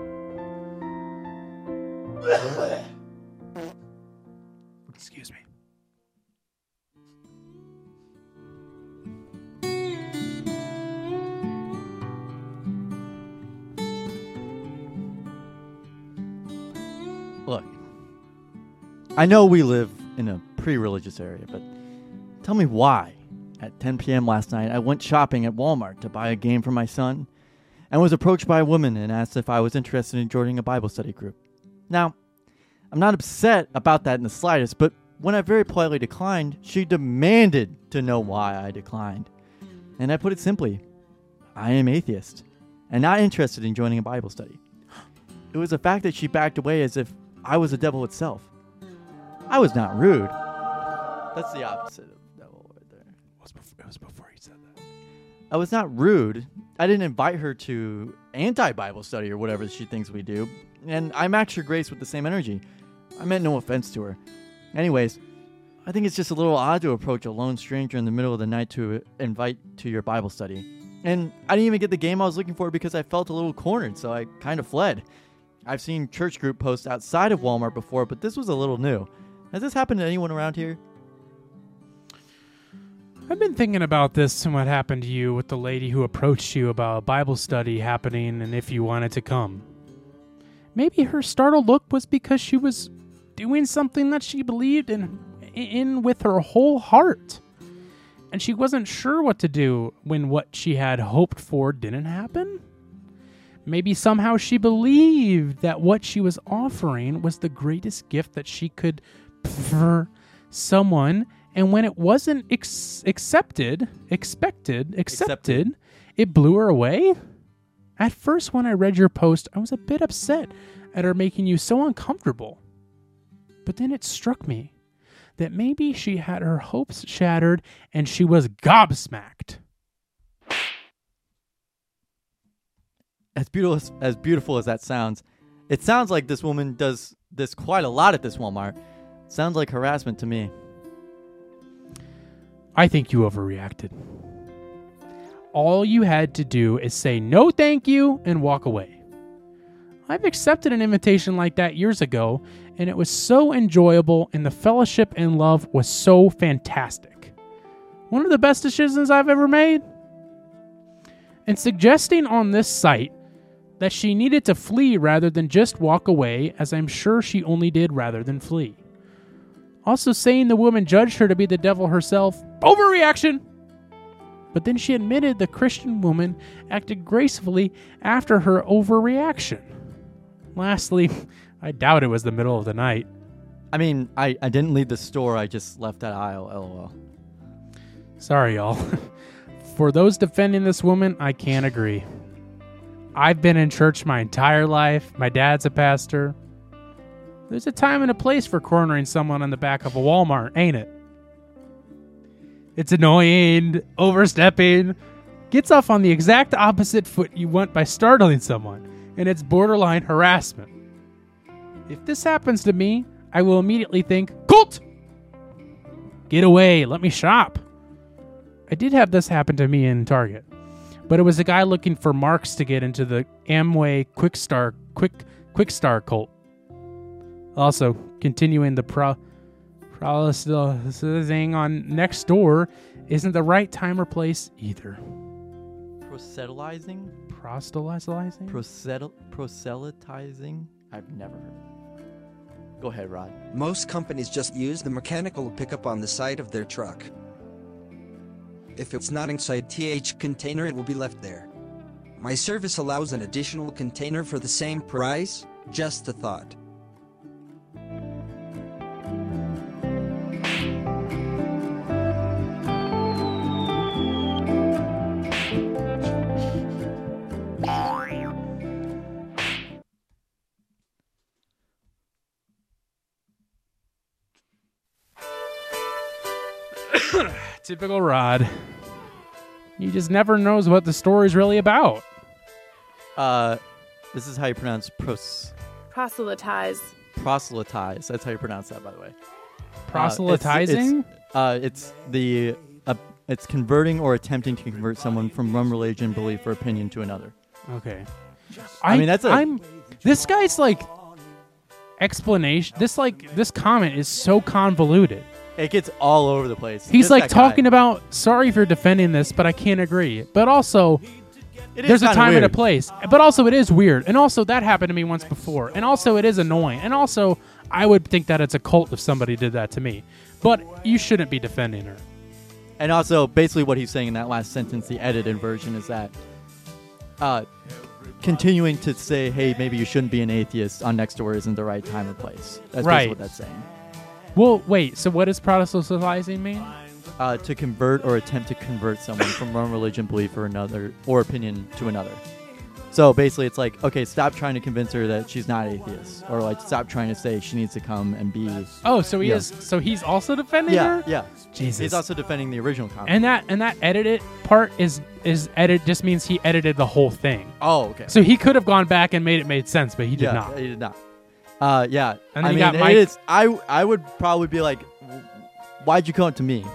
Excuse me.
Look, I know we live in a pretty religious area, but tell me why. At 10 p.m. last night, I went shopping at Walmart to buy a game for my son and was approached by a woman and asked if I was interested in joining a Bible study group. Now, I'm not upset about that in the slightest, but when I very politely declined, she demanded to know why I declined. And I put it simply I am atheist and not interested in joining a Bible study. It was the fact that she backed away as if I was the devil itself. I was not rude. That's the opposite of devil right there.
was before, it was before he said that.
I was not rude. I didn't invite her to anti Bible study or whatever she thinks we do. And I matched her grace with the same energy. I meant no offense to her. Anyways, I think it's just a little odd to approach a lone stranger in the middle of the night to invite to your Bible study. And I didn't even get the game I was looking for because I felt a little cornered, so I kind of fled. I've seen church group posts outside of Walmart before, but this was a little new. Has this happened to anyone around here?
I've been thinking about this and what happened to you with the lady who approached you about a Bible study happening and if you wanted to come. Maybe her startled look was because she was doing something that she believed in, in with her whole heart. And she wasn't sure what to do when what she had hoped for didn't happen. Maybe somehow she believed that what she was offering was the greatest gift that she could for someone. And when it wasn't ex- accepted, expected, accepted,
Accepted.
it blew her away. At first, when I read your post, I was a bit upset at her making you so uncomfortable. But then it struck me that maybe she had her hopes shattered and she was gobsmacked.
as beautiful as beautiful as that sounds, it sounds like this woman does this quite a lot at this Walmart. Sounds like harassment to me.
I think you overreacted. All you had to do is say no thank you and walk away. I've accepted an invitation like that years ago, and it was so enjoyable, and the fellowship and love was so fantastic. One of the best decisions I've ever made. And suggesting on this site that she needed to flee rather than just walk away, as I'm sure she only did rather than flee. Also, saying the woman judged her to be the devil herself, overreaction! But then she admitted the Christian woman acted gracefully after her overreaction. Lastly, I doubt it was the middle of the night.
I mean, I, I didn't leave the store. I just left that aisle. LOL.
Sorry, y'all. For those defending this woman, I can't agree. I've been in church my entire life. My dad's a pastor. There's a time and a place for cornering someone on the back of a Walmart, ain't it? It's annoying, overstepping, gets off on the exact opposite foot you want by startling someone, and it's borderline harassment. If this happens to me, I will immediately think, Colt! Get away, let me shop. I did have this happen to me in Target, but it was a guy looking for marks to get into the Amway Quick Star Quick Quick Star cult. Also, continuing the pro processing on next door isn't the right time or place either.
Proselytizing?
Proselytizing?
Prosel- proselytizing? I've never heard. Go ahead, Rod.
Most companies just use the mechanical pickup on the side of their truck. If it's not inside TH container, it will be left there. My service allows an additional container for the same price, just a thought.
Typical Rod. He just never knows what the story's really about.
Uh, this is how you pronounce pros-
proselytize,
proselytize. That's how you pronounce that, by the way. Uh, it's-
Proselytizing?
it's, uh, it's the uh, it's converting or attempting to convert someone from one religion, belief, or opinion to another.
Okay.
I mean, that's a-
I'm this guy's like explanation. This like this comment is so convoluted.
It gets all over the place.
He's like talking about sorry if you're defending this, but I can't agree. But also there's a time and a place. But also it is weird. And also that happened to me once before. And also it is annoying. And also I would think that it's a cult if somebody did that to me. But you shouldn't be defending her.
And also, basically, what he's saying in that last sentence, the edited version, is that uh, continuing to say, "Hey, maybe you shouldn't be an atheist" on Next Door isn't the right time or place. That's
Right.
basically what that's saying.
Well, wait. So what does proselytizing mean?
Uh, to convert or attempt to convert someone from one religion, belief, or another, or opinion to another. So basically, it's like, okay, stop trying to convince her that she's not atheist, or like stop trying to say she needs to come and be.
Oh, so he
Yeah.
is. So he's also defending
Yeah,
her.
yeah.
Jesus.
He's also defending the original comment.
And that and that edited part is is edit just means he edited the whole thing.
oh, okay.
So he could have gone back and made it made sense, but he did
yeah,
not.
He did not. Uh, yeah.
And then
I
you
mean,
got
it
Mike-
is- I I would probably be like, "W- why'd you come to me?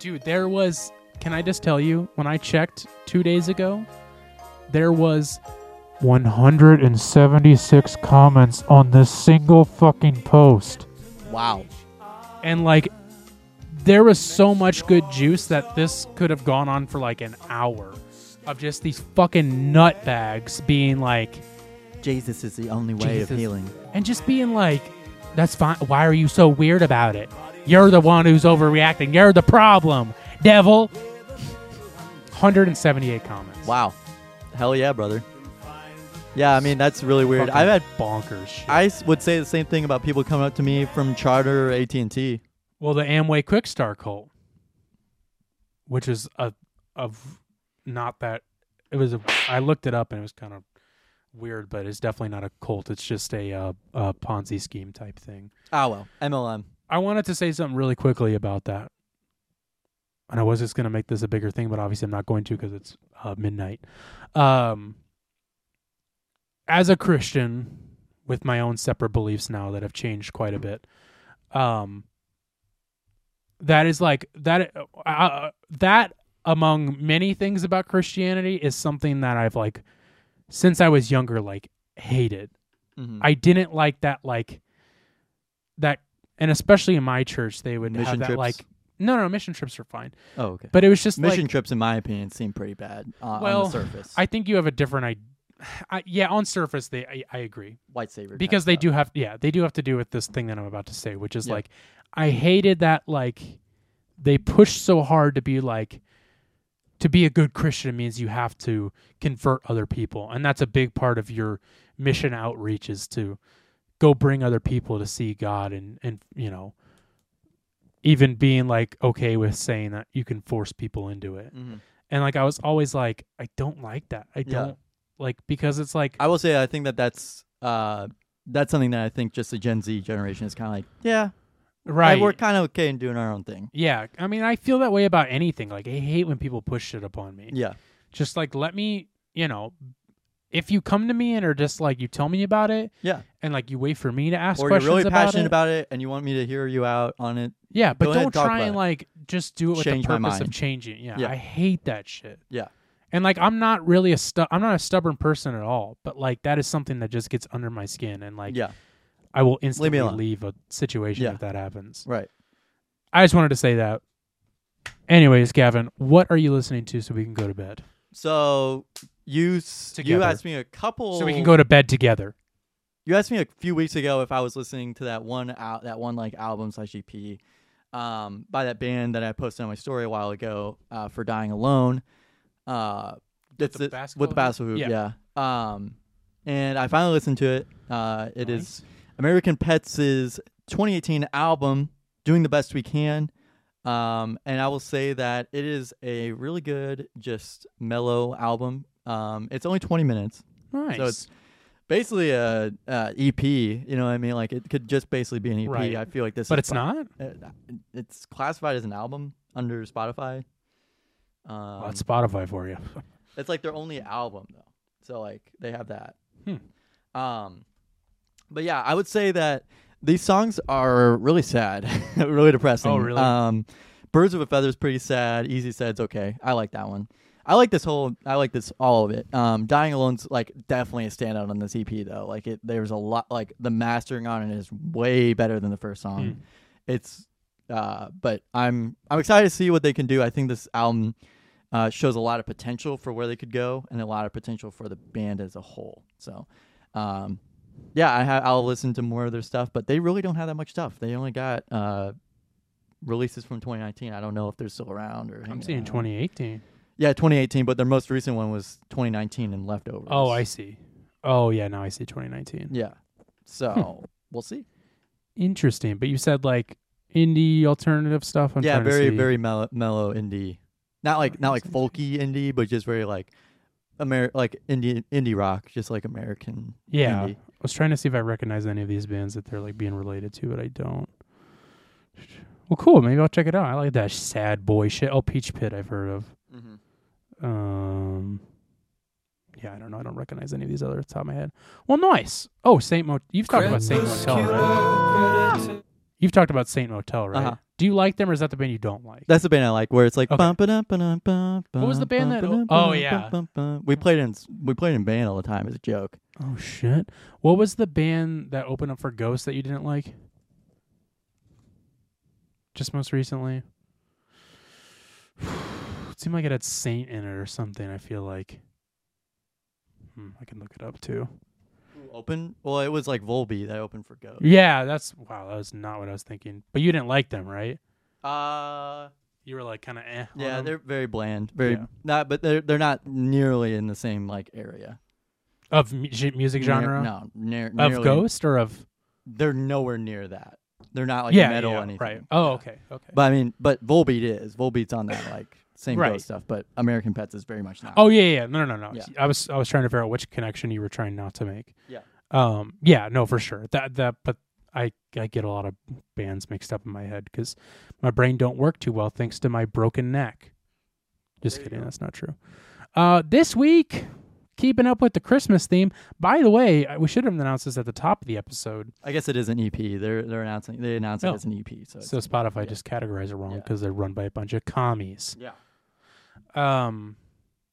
Dude, there was. Can I just tell you? When I checked two days ago, there was 176 comments on this single fucking post,
Wow.
and like, there was so much good juice that this could have gone on for like an hour of just these fucking nutbags being like,
Jesus is the only way
Jesus.
of healing.
and just being like, "That's fine. Why are you so weird about it? You're the one who's overreacting. You're the problem, devil." 178 comments.
Wow. Hell yeah, brother. Yeah, I mean that's really weird.
Fucking
I've had.
bonkers. Shit.
I s- would say the same thing about people coming up to me from Charter or AT and T.
well, the Amway Quick Start cult, which is a of not that it was. A, I looked it up and it was kind of weird, but it's definitely not a cult. It's just a, uh, a Ponzi scheme type thing.
Ah well, MLM.
I wanted to say something really quickly about that. And I was just going to make this a bigger thing, but obviously I'm not going to because it's uh, midnight. Um, as a Christian, with my own separate beliefs now that have changed quite a bit, um, that is like that. Uh, that among many things about Christianity is something that I've like since I was younger, like hated.
Mhm.
I didn't like that like that and especially in my church they would have
Mission
that
trips?
like no no mission trips are fine.
oh okay.
But it was just
Mission
like
trips, in my opinion, seem pretty bad uh,
Well,
on the surface.
I think you have a different I, I yeah, on surface they I, I agree.
White savior. type
Because they
stuff.
do have yeah, they do have to do with this thing that I'm about to say, which is
Yeah.
like I hated that like they push so hard to be like to be a good Christian means you have to convert other people. And that's a big part of your mission outreach is to go bring other people to see God and and you know even being like okay with saying that you can force people into it.
Mhm.
And like I was always like I don't like that. I
Yeah.
don't like because it's like
I will say I think that that's uh, that's something that I think just the Gen Z generation is kind of like, yeah,
right
like, we're kind of okay in doing our own thing.
Yeah, I mean, I feel that way about anything. Like, I hate when people push shit upon me.
Yeah,
Just like, let me, you know, if you come to me and are just like, you tell me about it,
yeah.
and like you wait for me to ask
Or you're
questions
really
about
passionate
it.
about it, and you want me to hear you out on it.
yeah, but
Go ahead,
don't
talk
try
about
and
it.
like just do it with
Change
the
my
purpose of
mind.
changing. Yeah,
Yeah.
I hate that shit.
Yeah,
And like, I'm not really a stu- I'm not a stubborn person at all. But like, that is something that just gets under my skin, and like,
yeah,
I will instantly
alone.
leave a situation
Yeah.
if that happens.
right.
I just wanted to say that. Anyways, Gavin, what are you listening to so we can go to bed?
So you s- you
Together.
asked me a couple.
so we can go to bed together.
You asked me a few weeks ago if I was listening to that one out that one like album slash EP um, by that band that I posted on my story a while ago uh, for Dying Alone. Uh, it's
the
it-
basketball
with the basketball hoop,
hoop?
yeah. Um, and I finally listened to it. Uh, it is American Pets' 2018 album, Doing the Best We Can. Um, and I will say that it is a really good, just mellow album. Um, it's only 20 minutes
Nice.
So it's basically a, uh EP. You know what I mean? Like it could just basically be an EP.
Right.
I feel like this,
but
is
it's
fi-
not
uh, It's classified as an album under Spotify. Um,
on Spotify for you.
it's like their only album though, so like they have that.
Hmm.
Um, but yeah, I would say that these songs are really sad, really depressing.
Oh, really?
Um, Birds of a Feather is pretty sad. Easy Said's okay. I like that one. I like this whole. I like this all of it. Um, Dying Alone's like definitely a standout on this EP though. Like it, there's a lot. Like the mastering on it is way better than the first song.
Hmm.
It's, uh, but I'm I'm excited to see what they can do. I think this album uh, shows a lot of potential for where they could go and a lot of potential for the band as a whole. So, um, yeah, I ha- I'll listen to more of their stuff, but they really don't have that much stuff. They only got uh, releases from 2019. I don't know if they're still around or.
I'm
hanging
seeing
around.
2018.
Yeah, 2018, but their most recent one was 2019 and leftovers.
Oh, I see. Oh, yeah. Now I see 2019.
Yeah,
Hmm.
so we'll see.
Interesting. But you said like indie alternative stuff. I'm
yeah,
trying to
very
see.
very mellow, mellow indie, not like not like folky indie, but just very like, Amer like indie indie rock, just like American.
Yeah.
indie.
I was trying to see if I recognize any of these bands that they're like being related to, but I don't. Well, cool. Maybe I'll check it out. I like that sad boy shit. Oh, Peach Pit, I've heard of. Um, yeah, I don't know. I don't recognize any of these other off the top of my head. Well, nice. Oh, Saint Mo. You've talked about Saint Motel, right? You've talked about Saint Motel, right?
Uh-huh.
Do you like them, or is that the band you don't like?
That's the band I like, where it's like.
Okay.
Bum, ba-dum, ba-dum, bum,
What was the
bum,
band that-
ba-dum,
oh,
bum,
yeah.
bum, bum. We played in we played in band all the time as a joke.
oh shit! What was the band that opened up for Ghost that you didn't like? Just most recently. it seemed like it had Saint in it or something. I feel like. Hmm, I can look it up too.
Open? Well, it was like Volby that opened for Ghost.
Yeah, that's wow. That was not what I was thinking. But you didn't like them, right?
Uh,
You were like kind of eh.
yeah,
on them.
they're very bland, very
Yeah.
not, but they're they're not nearly in the same like area.
of mu- j- music
Near-
genre.
no, near,
of
nearly-
Ghost or of
They're nowhere near that. They're not like
yeah,
metal
yeah,
or anything.
right? Oh, okay, okay.
But I mean, but Volbeat is Volbeat's on that like same
Right.
Ghost stuff, but American Pets is very much not.
oh yeah, yeah, yeah. No, no, no, no.
Yeah.
I was I was trying to figure out which connection you were trying not to make.
Yeah.
Um. Yeah. No, for sure. That that. But I I get a lot of bands mixed up in my head because my brain don't work too well thanks to my broken neck. Just kidding. That's not true. Uh, this week, keeping up with the Christmas theme. By the way, I- we should have announced this at the top of the episode.
I guess it is an EP. They're they're announcing they announced
No.
it as an EP. So, it's,
So Spotify just categorized it wrong
Yeah.
because they're run by a bunch of commies.
Yeah.
Um.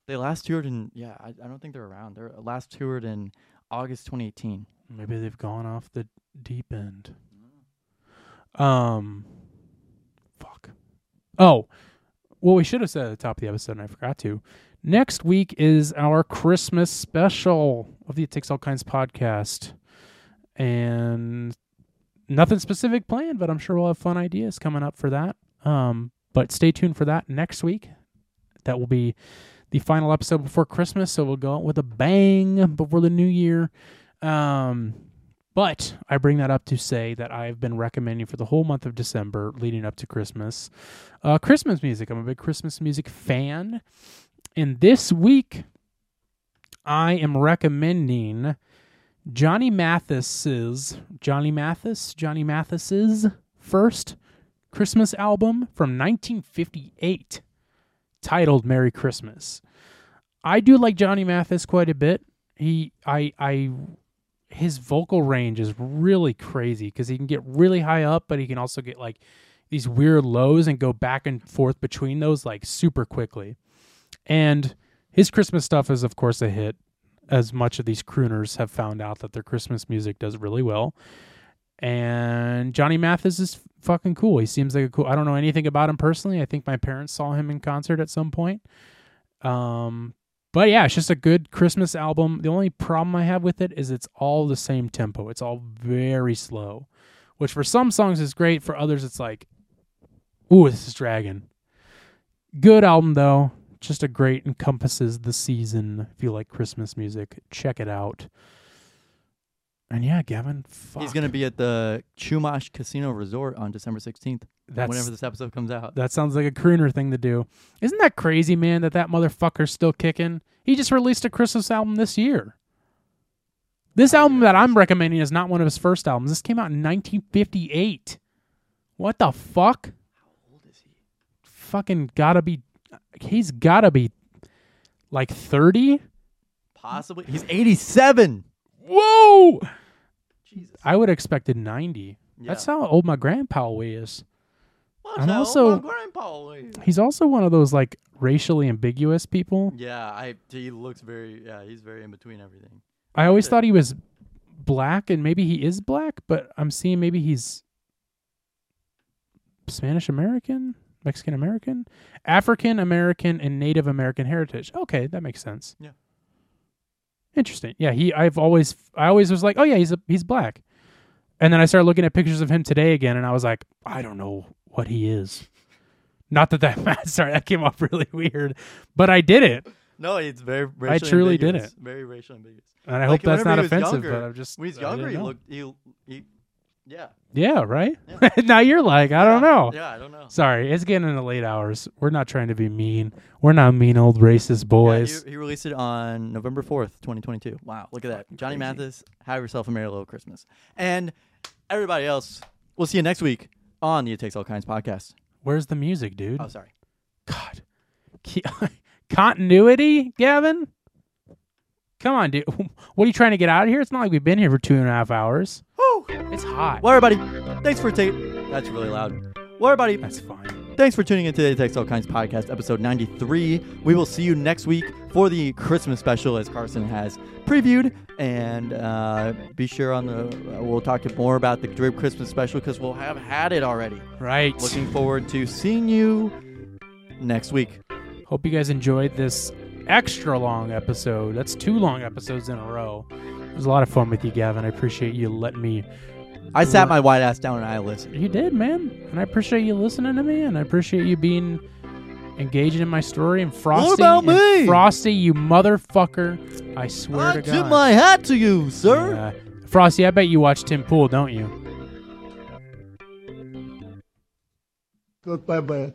they last toured in yeah, I, I don't think they're around. They're uh, last toured in August 2018.
Maybe they've gone off the deep end. Um, fuck. Oh, well, we should have said at the top of the episode, and I forgot to. Next week is our Christmas special of the It Takes All Kinds podcast, and nothing specific planned, but I'm sure we'll have fun ideas coming up for that. Um, but stay tuned for that next week. That will be the final episode before Christmas, so we'll go out with a bang before the new year. Um, but I bring that up to say that I've been recommending for the whole month of December leading up to Christmas, uh, Christmas music. I'm a big Christmas music fan. And this week, I am recommending Johnny Mathis's, Johnny Mathis, Johnny Mathis's first Christmas album from 1958 titled Merry Christmas. I do like Johnny Mathis quite a bit he i i his vocal range is really crazy because he can get really high up but he can also get like these weird lows and go back and forth between those like super quickly and his christmas stuff is of course a hit as much of these crooners have found out that their christmas music does really well and johnny mathis is fucking cool he seems like a cool i don't know anything about him personally i think my parents saw him in concert at some point um but yeah, it's just a good Christmas album. The only problem I have with it is it's all the same tempo. It's all very slow, which for some songs is great. For others, it's like, ooh, this is dragging. Good album though. Just a great encompasses the season. If you like Christmas music, check it out. And yeah, Gavin, fuck.
He's gonna be at the Chumash Casino Resort on December 16th.
That's-
whenever this episode comes out.
That sounds like a crooner thing to do. Isn't that crazy, man? That that motherfucker's still kicking. He just released a Christmas album this year. This album that I'm recommending is not one of his first albums. This came out in 1958. What the fuck? How old is he? Fucking gotta be. He's gotta be like 30.
Possibly, he's 87.
Whoa! I would have expected 90. That's
Yeah.
how old my grandpa is. I'm
Watch out,
also-
my grandpa.
He's also one of those like racially ambiguous people.
Yeah, I. He looks very. Yeah, he's very in between everything.
I always thought he was black, and maybe he is black, but I'm seeing maybe he's Spanish American, Mexican American, African American, and Native American heritage. Okay, that makes sense.
Yeah.
Interesting. Yeah, he. I've always, I always was like, oh yeah, he's a, he's black, and then I started looking at pictures of him today again, and I was like, I don't know what he is. Not that that matters. Sorry, that came off really weird, but I did it,
No, it's very. Racially
truly did
ambiguous.
it.
Very racially ambiguous.
and I
Like,
hope that's
whenever
not
he was
offensive.
younger-
but I'm just
When he's
I didn't
younger, he
know.
looked. He, he, yeah.
Yeah, right. now you're like, I don't
Yeah.
know.
Yeah, I don't know.
Sorry, it's getting in the late hours. We're not trying to be mean. We're not mean old racist boys.
Yeah, he, he released it on November 4th, 2022. Wow, look at that. Johnny Mathis, have yourself a Merry Little Christmas. And everybody else, we'll see you next week on the It Takes All Kinds podcast.
Where's the music, dude?
Oh, sorry.
God. Ki- Continuity, Gavin? Come on, dude. What are you trying to get out of here? It's not like we've been here for two and a half hours.
Woo!
It's hot.
Well, everybody, thanks for taking. That's really loud. Well, everybody,
That's fine.
thanks for tuning in to the It Takes All Kinds podcast, episode 93. We will see you next week for the Christmas special, as Carson has previewed. And uh, be sure on the, uh, we'll talk more about the Drip Christmas special because we'll have had it already.
Right.
Looking forward to seeing you next week.
Hope you guys enjoyed this extra long episode. That's two long episodes in a row. It was a lot of fun with you, Gavin. I appreciate you letting me
I sat my white ass down and I listened.
You did, man. And I appreciate you listening to me, and I appreciate you being engaged in my story. And Frosty,
about
and
me?
Frosty, you motherfucker! I swear
I
to
tip
God,
my hat to you, sir.
Yeah. Frosty, I bet you watch Tim Pool, don't you?
Goodbye, bye.